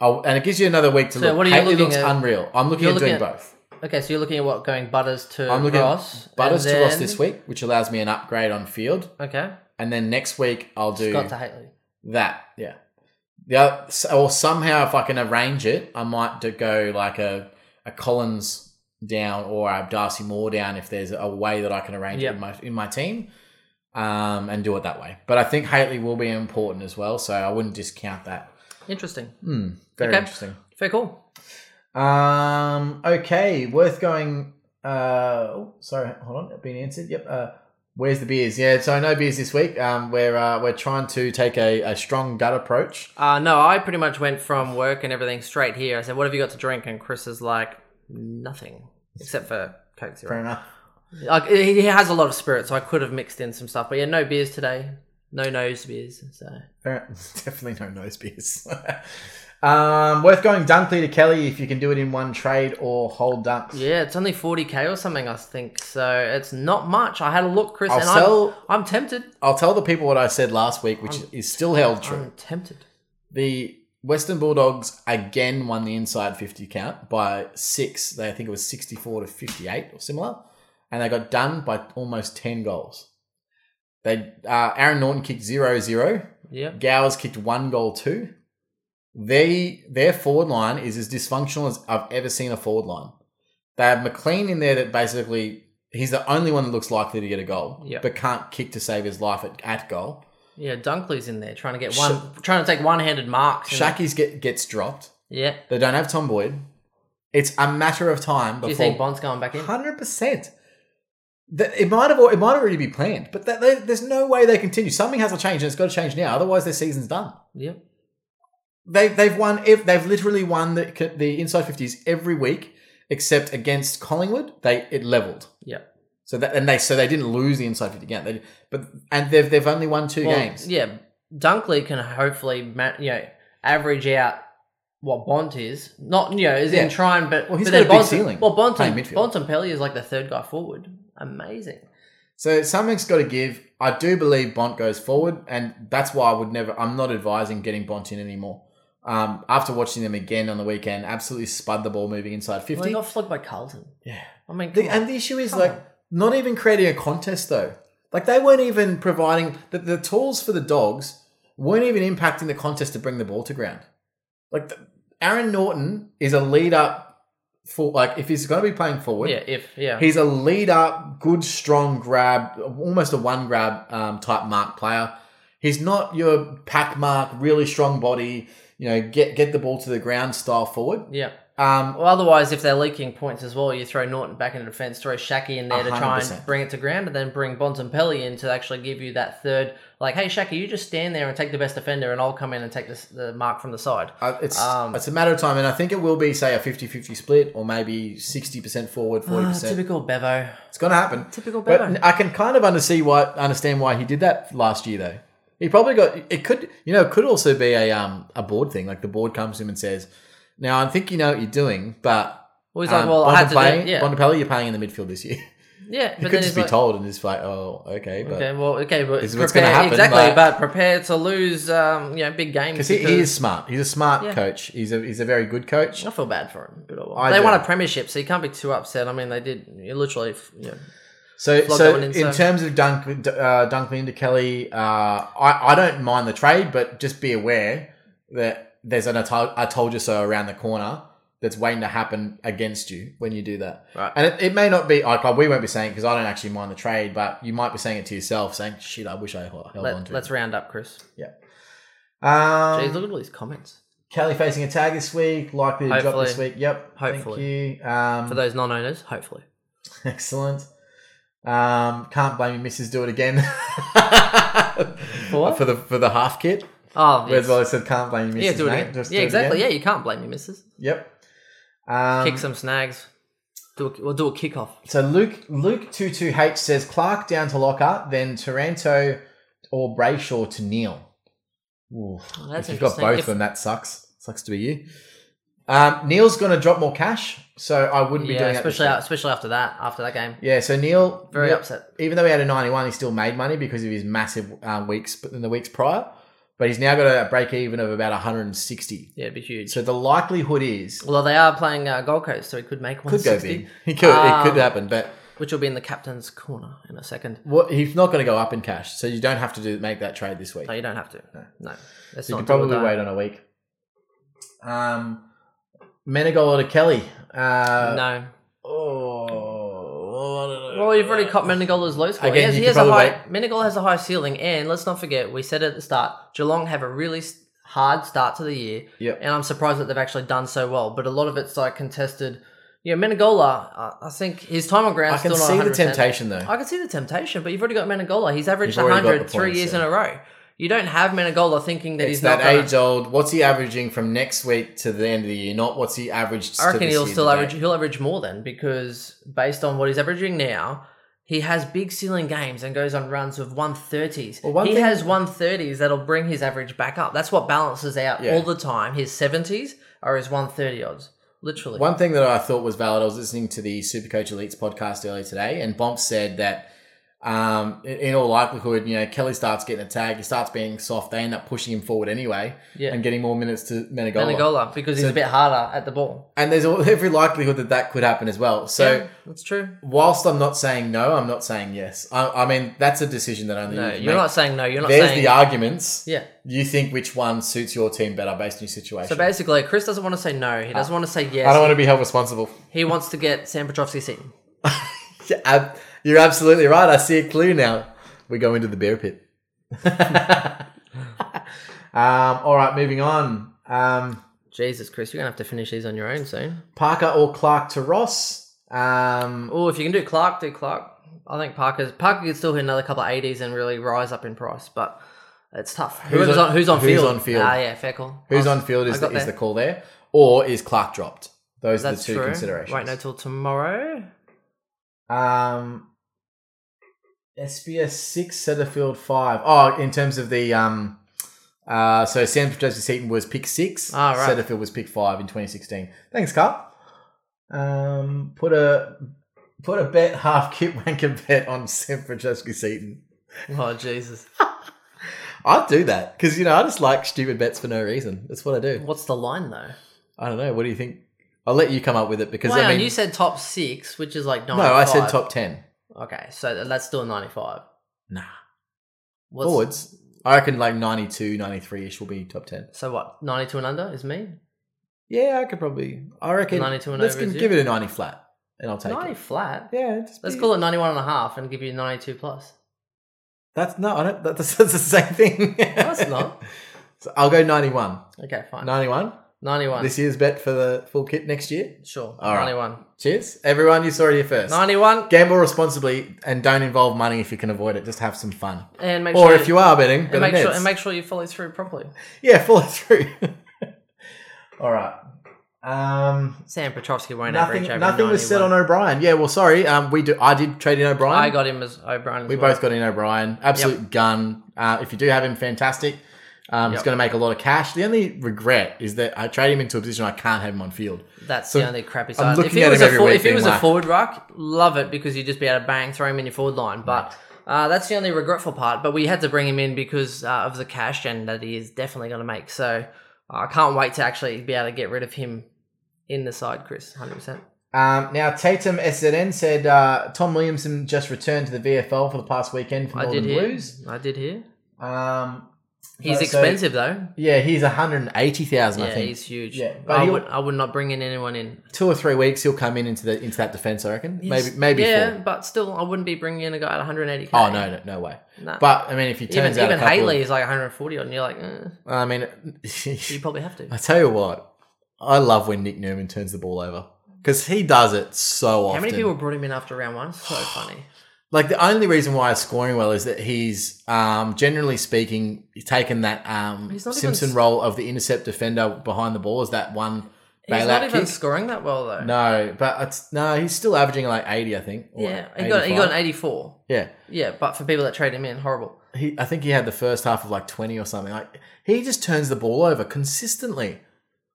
Oh, and it gives you another week to So look. what are you Haitley looking looks at? unreal. I'm looking You're at doing looking at- both. Okay, so you're looking at what going Butters to I'm looking Ross, at Butters and to Ross then- this week, which allows me an upgrade on field, Okay, and then next week I'll do Scott to Haley. that. Yeah. The other, or somehow if I can arrange it, I might do, go like a, a Collins down or a Darcy Moore down if there's a way that I can arrange Yep. it in my in my team, um, and do it that way. But I think Haley will be important as well, so I wouldn't discount that. Interesting. Hmm. very Okay. interesting. Fair call. Um, okay, worth going. Uh, oh, sorry, hold on, it been answered. Yep. Uh, where's the beers? Yeah, so no beers this week. Um, we're uh, we're trying to take a, a strong gut approach. Uh, no, I pretty much went from work and everything straight here. I said, "What have you got to drink?" And Chris is like, "Nothing except for Coke Fair Zero." enough. Like he he has a lot of spirit, so I could have mixed in some stuff. But yeah, no beers today. No nose beers. So Fair- Definitely no nose beers. um, worth going Dunkley to Kelly if you can do it in one trade or hold dunks. yeah, it's only forty k or something, I think. So it's not much. I had a look, Chris, I'll and sell- I'm, I'm tempted. I'll tell the people what I said last week, which is still held true. I'm tempted. the Western Bulldogs again won the inside 50 count by six. They I think it was 64 to 58 or similar, and they got done by almost 10 goals. They uh, Aaron Norton kicked 0-0. Yeah. Gowers kicked one goal too. They their forward line is as dysfunctional as I've ever seen a forward line. They have McLean in there that basically he's the only one that looks likely to get a goal, Yeah. but can't kick to save his life at, at goal. Yeah, Dunkley's in there trying to get one, trying to take one-handed marks. and- Shakis get gets dropped. Yeah. They don't have Tom Boyd. It's a matter of time Do you before think Bond's going back in? Hundred percent. It might have al- it might already be planned, but that, there- there's no way they continue. Something has to change, and it's got to change now. Otherwise, their season's done. Yeah. They they've won. If they've literally won the c- the inside fifties every week, except against Collingwood, they it leveled. Yeah. So that and they so they didn't lose the inside fifty count. They, but and they've they've only won two Well, games. Yeah. Dunkley can hopefully, ma- you know, average out what Bont is. Not you know is Yeah. in trying, but Well, he's but got then a big Bont- ceiling Well, Bont playing and, midfield. Bont and Pelly is like the third guy forward. Amazing. So something's got to give. I do believe Bont goes forward, and that's why I would never. I'm not advising getting Bont in anymore. Um, after watching them again on the weekend, absolutely spud the ball moving inside Well, he fifty. got flogged by Carlton. yeah. I mean, The, come on. and the issue is Come like on. not even creating a contest though. Like they weren't even providing the, the tools for the dogs weren't even impacting the contest to bring the ball to ground. Like the, Aaron Norton is a lead up for like if he's going to be playing forward, yeah, if yeah, He's a lead up, good, strong grab, almost a one grab um, type mark player. He's not your pack mark, really strong body, you know, get get the ball to the ground style forward. yeah. Um, Well, otherwise, if they're leaking points as well, you throw Norton back into defence, throw Shaki in there to try 100%. and bring it to ground, and then bring Bontempelli in to actually give you that third. Like, hey, Shaki, you just stand there and take the best defender, and I'll come in and take this, the mark from the side. uh, it's Um, it's a matter of time, and I think it will be say a 50-50 split, or maybe sixty percent forward, forty Ah, percent. typical Bevo. It's gonna happen. Typical But Bevo. I can kind of understand why understand why he did that last year though. He probably got it could you know it could also be a um a board thing like the board comes to him and says, now I think you know what you're doing, but Well, he's Um, like, well, I had to do Bontempelli- it. Yeah, Bontempelli, you're paying in the midfield this year. yeah. You But could then just he's be like, told and just like, oh, okay. But, okay, well, okay, but This is prepare, what's gonna happen, exactly, but- but prepare to lose, um, you know, big games. Because he, he is smart. He's a smart Yeah. coach. He's a he's a very good coach. I feel bad for him, but oh well. I they do. won a premiership, so you can't be too upset. I mean, they did you literally, you know, So Flogged that so one in, so- in terms of Dunk uh, Dunkley to Kelly, uh, I I don't mind the trade, but just be aware that there's an I told, I told you so around the corner that's waiting to happen against you when you do that. Right. And it, it may not be like we won't be saying because I don't actually mind the trade, but you might be saying it to yourself, saying, "Shit, I wish I held on let, to." let's it. round up, Chris. Um, Jeez, look at all these comments. Kelly facing a tag this week, likely to drop this Hopefully. week. Yep. Hopefully. Thank you. Um, For those non-owners, hopefully. excellent. Um, can't blame you, Mrs. Do it again. For what? the for the half kit. Oh, Whereas yes. well, I said can't blame you, Mrs. yeah, do it mate. again. Just yeah, do it exactly. again. Yeah, you can't blame me, missus. Yep. Um, Kick some snags. Do a, we'll do a kickoff. So Luke Luke two two H says Clark down to Lockhart, then Taranto or Brayshaw to Neil. Ooh, that's if you've got interesting. both, If- then that sucks. Sucks to be you. Um, Neil's going to drop more cash, so I wouldn't be Yeah, doing that. this especially week. especially after that, after that game. Yeah, so Neil Very Neil- upset. Even though he had a 91, he still made money because of his massive um, weeks in the weeks prior. But he's now got a break even of about 160. Yeah, it'd be huge. So the likelihood is Although they are playing uh, Gold Coast, so it could make could go 160, big. He could, it Um, could happen, but which will be in the captain's corner in a second. what, he's not going to go up in cash. So you don't have to do make that trade this week. No, you don't have to. No, that's So you not could probably do or die. wait on a week. Um, Menegola to Kelly. Uh, No. Oh, I don't know. Well, you've already caught Menegola's low score. Again, he has, you he could has a probably high. Menegola has a high ceiling, and let's not forget we said at the start Geelong have a really s- hard start to the year. Yep. and I'm surprised that they've actually done so well. But a lot of it's like contested. Yeah, Menegola. I- I think his time on ground. I can still see not the 100%. temptation though. I can see the temptation, but you've already got Menegola. He's averaged You've already got 100 the three points, years yeah. in a row. You don't have Menegola thinking that it's he's not that gonna- age old. What's he averaging from next week to the end of the year? Not what's he averaged. I reckon to this he'll year still today. average. He'll average more then because based on what he's averaging now, he has big ceiling games and goes on runs of one thirties. Well, one he thing- has one thirties that'll bring his average back up. That's what balances out Yeah. all the time. His seventies are his one thirty odds, literally. One thing that I thought was valid. I was listening to the Supercoach Elites podcast earlier today, and Bomp said that. Um, in- in all likelihood, you know Kelly starts getting a tag. He starts being soft. They end up pushing him forward anyway, Yeah. and getting more minutes to Menegola. Menegola because he's So- a bit harder at the ball. And there's all, every likelihood that that could happen as well. So Yeah, that's true. whilst I'm not saying no, I'm not saying yes. I, I mean that's a decision that only No, you can you're make. not saying no. You're not There's saying the arguments. yeah. You think which one suits your team better based on your situation? So basically, Chris doesn't want to say no. He doesn't want to say yes. Ah. I don't want to be held responsible. He wants to get Sam Petrovsky sitting. Yeah, ab- You're absolutely right. I see a clue now. We go into the bear pit. um, all right, moving on. Um, Jesus, Chris, you're gonna have to finish these on your own soon. Parker or Clark to Ross. Um, Oh, if you can do Clark, do Clark. I think Parker's Parker could still hit another couple of eighties and really rise up in price, but it's tough. Who's Whoever's on- on, who's on who's field? on field? Ah, yeah, fair call. who's I- on field I is, got the, is the there. call there, or is Clark dropped? Those are the That's two true. considerations. Wait, no, till tomorrow. Um, SBS six, Setterfield five. Oh, in terms of the um, Uh, so Sam Joseph Seaton was pick six. Ah, right. Setterfield was pick five in 2016. Thanks, Carl. Um, put a put a bet, half kit wanker bet on San Francesco Seaton. Oh Jesus! I'd do that because you know I just like stupid bets for no reason. That's what I do. What's the line though? I don't know. What do you think? I'll let you come up with it because Well, hang I on, mean, you said top six, which is like no, ninety-five. I said top ten. Okay, so let's do a ninety-five. Nah, What's, forwards. I reckon like 92, 93 ish will be top ten. So what? Ninety-two and under is me. Yeah, I could probably. I reckon 92 and let's over is give, you? give it a ninety flat, and I'll take Ninety it. flat. Yeah, just Let's be- call it 91 and a half and give you 92 plus. That's no, I don't, that, that's, that's the same thing. That's not. So I'll go 91. Okay, fine. 91. 91. This year's bet for the full kit next year. sure. All right. 91. Cheers, everyone. You saw it here first. 91. Gamble responsibly and don't involve money if you can avoid it. Just have some fun. And make Or sure if you are betting, bet and make on sure Neds. and make sure you follow through properly. yeah, follow through. All right. Um, Sam Petrovsky won't nothing. average over Nothing was said on 91. O'Brien. Yeah. Well, sorry. Um, we do. I did trade in O'Brien. I got him as O'Brien. As We well. both got in O'Brien. Absolute gun. Uh, if you do have him, fantastic. Um, He's Yep. going to make a lot of cash. The only regret is that I trade him into a position I can't have him on field. That's So, the only crappy side. looking If he at was, him a, every for, week if he being was a like- forward ruck, love it because you'd just be able to bang, throw him in your forward line. But uh, that's the only regretful part. But we had to bring him in because uh, of the cash and that he is definitely going to make. So uh, I can't wait to actually be able to get rid of him in the side, Chris. 100%. Um, now, Tatum SNN said uh, Tom Williamson just returned to the VFL for the past weekend for I Northern did hear. Blues. I did hear. Um, He's so- expensive though. yeah, he's 180,000, I Yeah, think. he's huge. Yeah, but I he'll- would I would not bring in anyone in. Two or three weeks, he'll come in into the into that defense, I reckon. He's- maybe maybe Yeah, four. but still, I wouldn't be bringing in a guy at 180k. Oh, no, no, no way. Nah. But, I mean, if he even turns out even a couple Haley of- is like 140 on. You're like, eh, I mean, you probably have to. I tell you what, I love when Nick Newman turns the ball over because he does it so often. How many people brought him in after round one? So funny. Like the only reason why he's scoring well is that he's, um, generally speaking, he's taken that um, He's not even Simpson s- role of the intercept defender behind the ball. Is that one He's bailout not even kick? scoring that well though. no, but it's, no, he's still averaging like eighty, I think. or Yeah, he got he got 85. an 84. yeah. Yeah, but for people that trade him in, horrible. He, I think he had the first half of like twenty or something. Like he just turns the ball over consistently.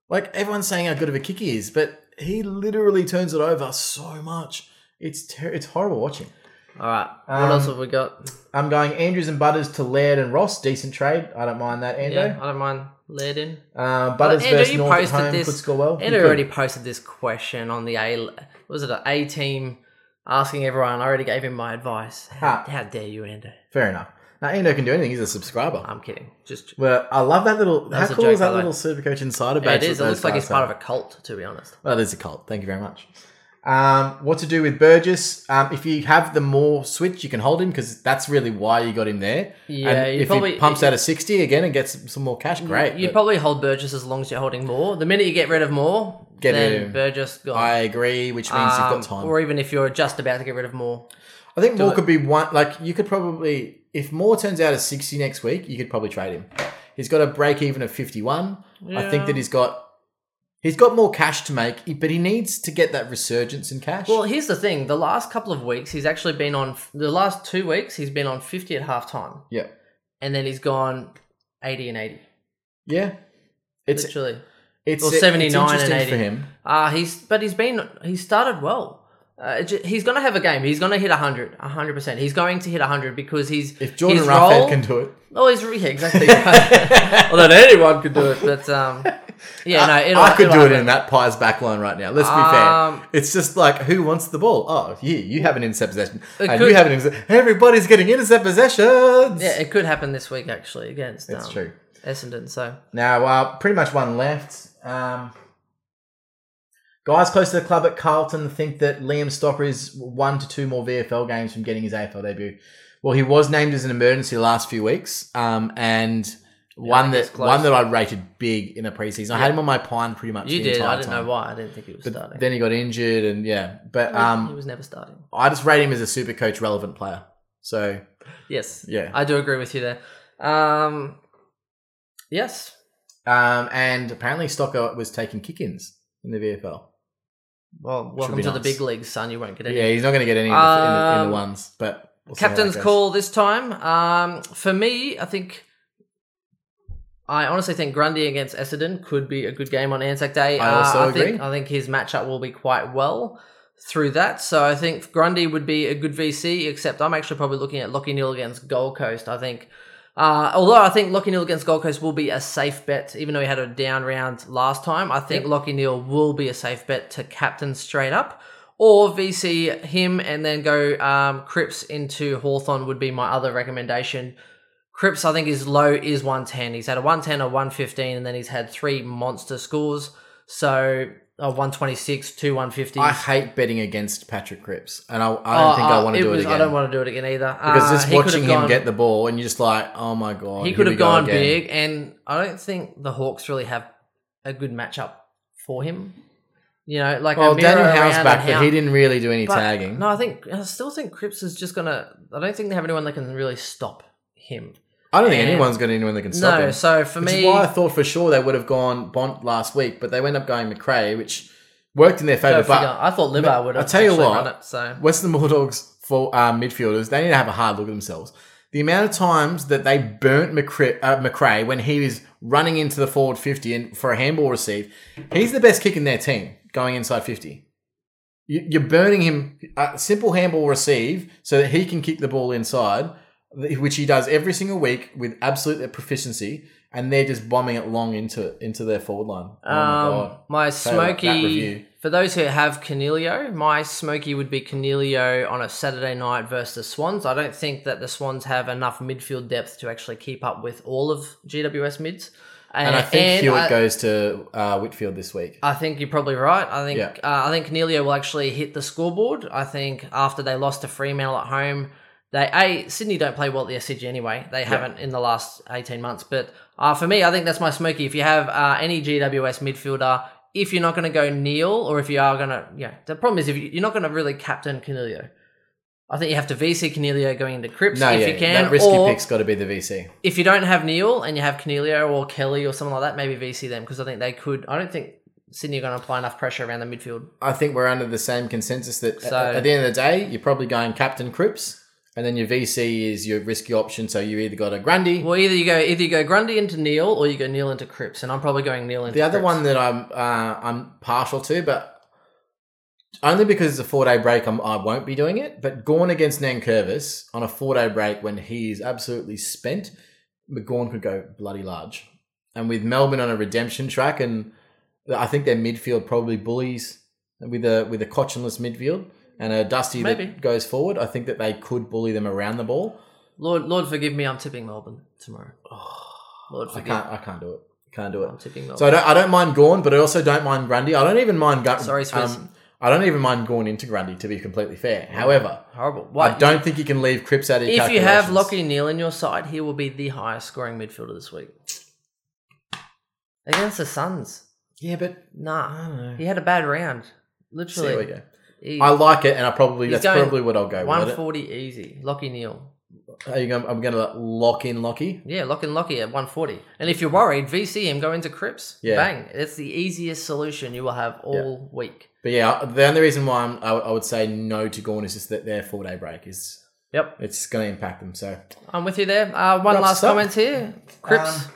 Like everyone's saying how good of a kick he is, but he literally turns it over so much. It's ter- it's horrible watching. All right, Um, what else have we got? I'm going Andrews and Butters to Laird and Ross. Decent trade. I don't mind that, Yeah, Ando. I don't mind Laird in. Uh, Butters Well, Andrew, versus you North at posted home this- could score well. Ed You could. already posted this question on the A. Was it an A team asking everyone? I already gave him my advice. How, Ah. how dare you, Ando? Fair enough. Now Ando can do anything. He's a subscriber. I'm kidding. Just well, I love that little. That how was a cool joke, is that by the little way. Supercoach insider badge? it is. It looks like he's part of a cult, to be honest. Well, there's a cult. Thank you very much. Um, what to do with Burgess? Um, if you have the more switch, you can hold him because that's really why you got him there. Yeah, and you if probably- he pumps out a sixty again and gets some more cash, great. You'd but probably hold Burgess as long as you're holding more. The minute you get rid of more, Get then rid of him. Burgess gone. I agree, which means Um, you've got time. Or even if you're just about to get rid of more. I think Moore it. could be one. Like you could probably, if Moore turns out as sixty next week, you could probably trade him. He's got a break even of fifty-one. I think Yeah. that he's got he's got more cash to make, but he needs to get that resurgence in cash. Well, here's the thing: the last couple of weeks, he's actually been on. The last two weeks, he's been on 50 at halftime, yeah, and then he's gone 80 and 80. yeah. It's Literally. it's or it's 79 and interesting 80. for him. Uh, he's but he's been he started well. Uh, it ju- he's going to have a game. He's going to hit 100, 100%. He's going to hit 100 because he's If Jordan his Ruffhead role- can do it, Oh, he's yeah, exactly. well, then anyone could do it, but um, yeah, no, it'll, I could it'll do it happen. in that Pies back line right now. Let's be Um, fair. It's just like who wants the ball? Oh, you you have an intercept possession, It and could- you have an intercept. Everybody's getting intercept possessions. Yeah, it could happen this week actually against. That's um, true. Essendon. So Now, uh, pretty much one left. Um, guys close to the club at Carlton think that Liam Stopper is one to two more VFL games from getting his AFL debut. Well, he was named as an emergency the last few weeks, um, and one think that it's close. one that I rated big in the preseason. I had him on my pine pretty much. you the did. Entire I didn't time. know why. I didn't think he was starting. But then he got injured, and yeah. But he um, was never starting. I just rate him as a super coach relevant player. So Yes. yeah. I do agree with you there. Um, yes. Um, and apparently Stocker was taking kick-ins in the VFL. Well, welcome be to the nice. big leagues, son. You won't get any. Yeah, he's not going to get any in the, in the, in Um, the ones, but we'll see how that Captain's goes. call this time. Um, for me, I think I honestly think Grundy against Essendon could be a good game on Anzac Day. Uh, I also I think, agree. I think his matchup will be quite well through that. So I think Grundy would be a good VC, except I'm actually probably looking at Lockie Neal against Gold Coast. I think, uh, although I think Lockie Neal against Gold Coast will be a safe bet, even though he had a down round last time, I think Lockie Neal will be a safe bet to captain straight up. Or VC him and then go um, Cripps into Hawthorn would be my other recommendation. Cripps, I think, is low is 110. He's had a 110, a 115, and then he's had three monster scores. So a 126, two 150s. I hate betting against Patrick Cripps, and I, I don't think I want to do it again. I don't want to do Uh, Oh, it again either. because Uh, just he could have watching him gone- get the ball, and you're just like, oh my god, He here could we have go gone again. big, and I don't think the Hawks really have a good matchup for him. You know, like Well, Amira Oh, Daniel Howe's around back, and but Howe- he didn't really do any but- tagging. No, I think I still think Cripps is just gonna. I don't think they have anyone that can really stop him. I don't think and- anyone's got anyone that can stop no, him. so for Which me, is why I thought for sure they would have gone Bont last week, but they went up going McRae, which worked in their go favour. figure. But I thought Libar would have. I'll tell you actually what. run it, so Western Bulldogs for uh, midfielders, they need to have a hard look at themselves. The amount of times that they burnt McCra- uh, McRae when he was running into the forward 50 and for a handball receive, he's the best kick in their team going inside 50. You- You're burning him a simple handball receive so that he can kick the ball inside, which he does every single week with absolute proficiency, and they're just bombing it long into into their forward line. Oh my Um, god! my Say that- that review. smoky. For those who have Cornelio, my smoky would be Cornelio on a Saturday night versus the Swans. I don't think that the Swans have enough midfield depth to actually keep up with all of GWS mids. And I think and Hewitt I- goes to uh, Whitfield this week. I think you're probably right. I think Yeah. uh, I think Cornelio will actually hit the scoreboard. I think after they lost to Fremantle at home, they a Sydney don't play well at the SCG anyway. They haven't in the last eighteen months. But uh, for me, I think that's my smoky. If you have uh, any GWS midfielder, if you're not going to go Neil, or if you are going to, yeah, the problem is if you- you're not going to really captain Cornelio. I think you have to VC Cornelio going into Crips No, if yeah, you can, that risky or pick's got to be the VC. if you don't have Neil and you have Cornelio or Kelly or someone like that, maybe VC them because I think they could. I don't think Sydney are going to apply enough pressure around the midfield. I think we're under the same consensus that So- at, at the end of the day, you're probably going Captain Cripps, and then your VC is your risky option. So you either got a Grundy. Well, either you go either you go Grundy into Neil or you go Neil into Cripps, and I'm probably going Neil into the other Cripps. one that I'm uh, I'm partial to, but only because it's a four day break, I'm, I won't be doing it. But Gorn against Nankervis on a four day break when he's absolutely spent, McGorn could go bloody large. And with Melbourne on a redemption track, and I think their midfield probably bullies with a with a cochinless midfield and a Dusty Maybe. that goes forward. I think that they could bully them around the ball. Lord, Lord forgive me, I'm tipping Melbourne tomorrow. Lord I forgive can't I can't do it. Can't do me, it. I'm tipping Melbourne. So I don't, I don't mind Gorn, but I also don't mind Grundy. I don't even mind um, Gun- Sorry, Swiss. I don't even mind Gorn into Grundy, to be completely fair. However, Horrible. Why? I don't think you can leave Cripps out of your if you have calculations. Lockie Neal in your side, he will be the highest scoring midfielder this week against the Suns. Yeah, but I don't Nah, know. he had a bad round. see, there we Literally, go. He- I like it, and I probably He's that's going probably what I'll go with. it. 140 easy. Lockie Neal. Are you going, I'm going to lock in Lockie. Yeah, lock and Lockie at 140. And if you're worried, VC him, go into Crips. Yeah. Bang. It's the easiest solution you will have all week. But yeah, the only reason why I'm, I, I would say no to Gorn is just that their four day break is Yep. it's going to impact them. So I'm with you there. Uh, one Wraps last us up. comment here. Crips. Um,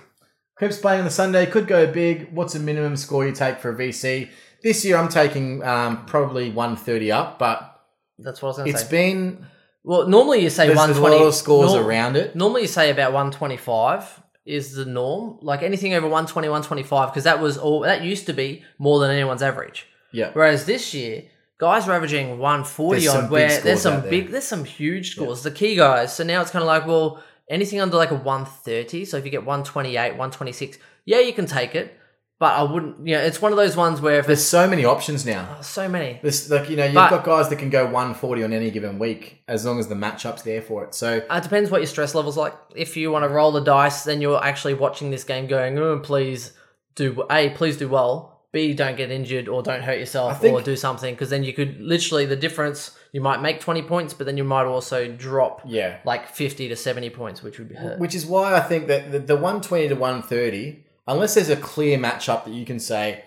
Cripps playing on the Sunday could go big. What's a minimum score you take for a VC? This year I'm taking um, probably 130 up, but That's what I was going to it's say. been well, normally you say there's, there's a 120. lot of scores nor- around it. Normally you say about 125 is the norm. Like anything over 120, 125, because that was all, that used to be more than anyone's average. Yeah, Whereas this year, guys were averaging 140 There's some odd, where big there's scores some out there. big, there's some huge scores, the key guys. So now it's kind of like, well, anything under like a 130. So if you get 128, 126, yeah, you can take it. But I wouldn't, you know, it's one of those ones where if there's there's so many options now. so many. This like you know you've But- got guys that can go 140 on any given week as long as the matchup's there for it. So Uh, It depends what your stress level's like. If you want to roll the dice, then you're actually watching this game going, oh, please do, A, please do well. B, don't get injured or don't hurt yourself think- or do something. Because then you could literally, the difference, you might make 20 points, but then you might also drop yeah, like 50 to 70 points, which would be hurt. which is why I think that the, the 120 to 130, unless there's a clear matchup that you can say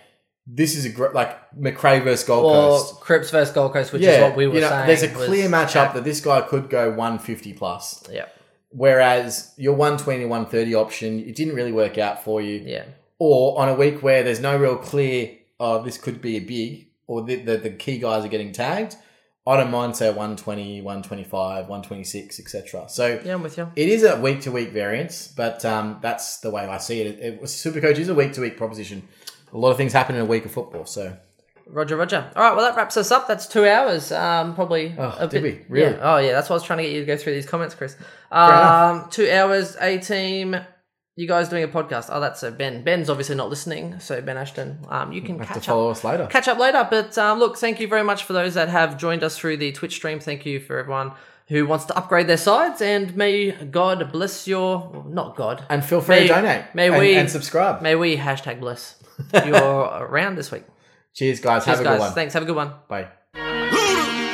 this is a great like McRae versus Gold or Coast. Crips versus Gold Coast, which is what we were you know, saying. There's a was- clear matchup that this guy could go 150 plus. Yeah. Whereas your 120, 130 option, it didn't really work out for you. Yeah. Or on a week where there's no real clear, oh, this could be a big, or the, the, the key guys are getting tagged, I don't mind, say, 120, 125, 126, etc. So Yeah, I'm with you. it is a week to week variance, but um, that's the way I see it. it, it Supercoach is a week to week proposition. A lot of things happen in a week of football. So Roger, Roger. All right, well that wraps us up. That's two hours. Um, probably. Oh, a did bit- we? Really? Yeah. Oh yeah, that's what I was trying to get you to go through these comments, Chris. enough. Um, two hours, a team. You guys doing a podcast? Oh, that's uh, Ben. Ben's obviously not listening, so Ben Ashton, um, you can have to catch up. follow us later. catch up later. But um, look, thank you very much for those that have joined us through the Twitch stream. Thank you for everyone who wants to upgrade their sides, and may God bless your well, not God. And feel free May- to donate. may and, we- and subscribe. May we hashtag bless your round this week. Cheers, guys. Cheers, have a guys. good one. Thanks. Have a good one. Bye.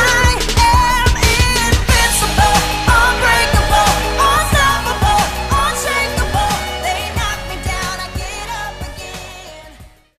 I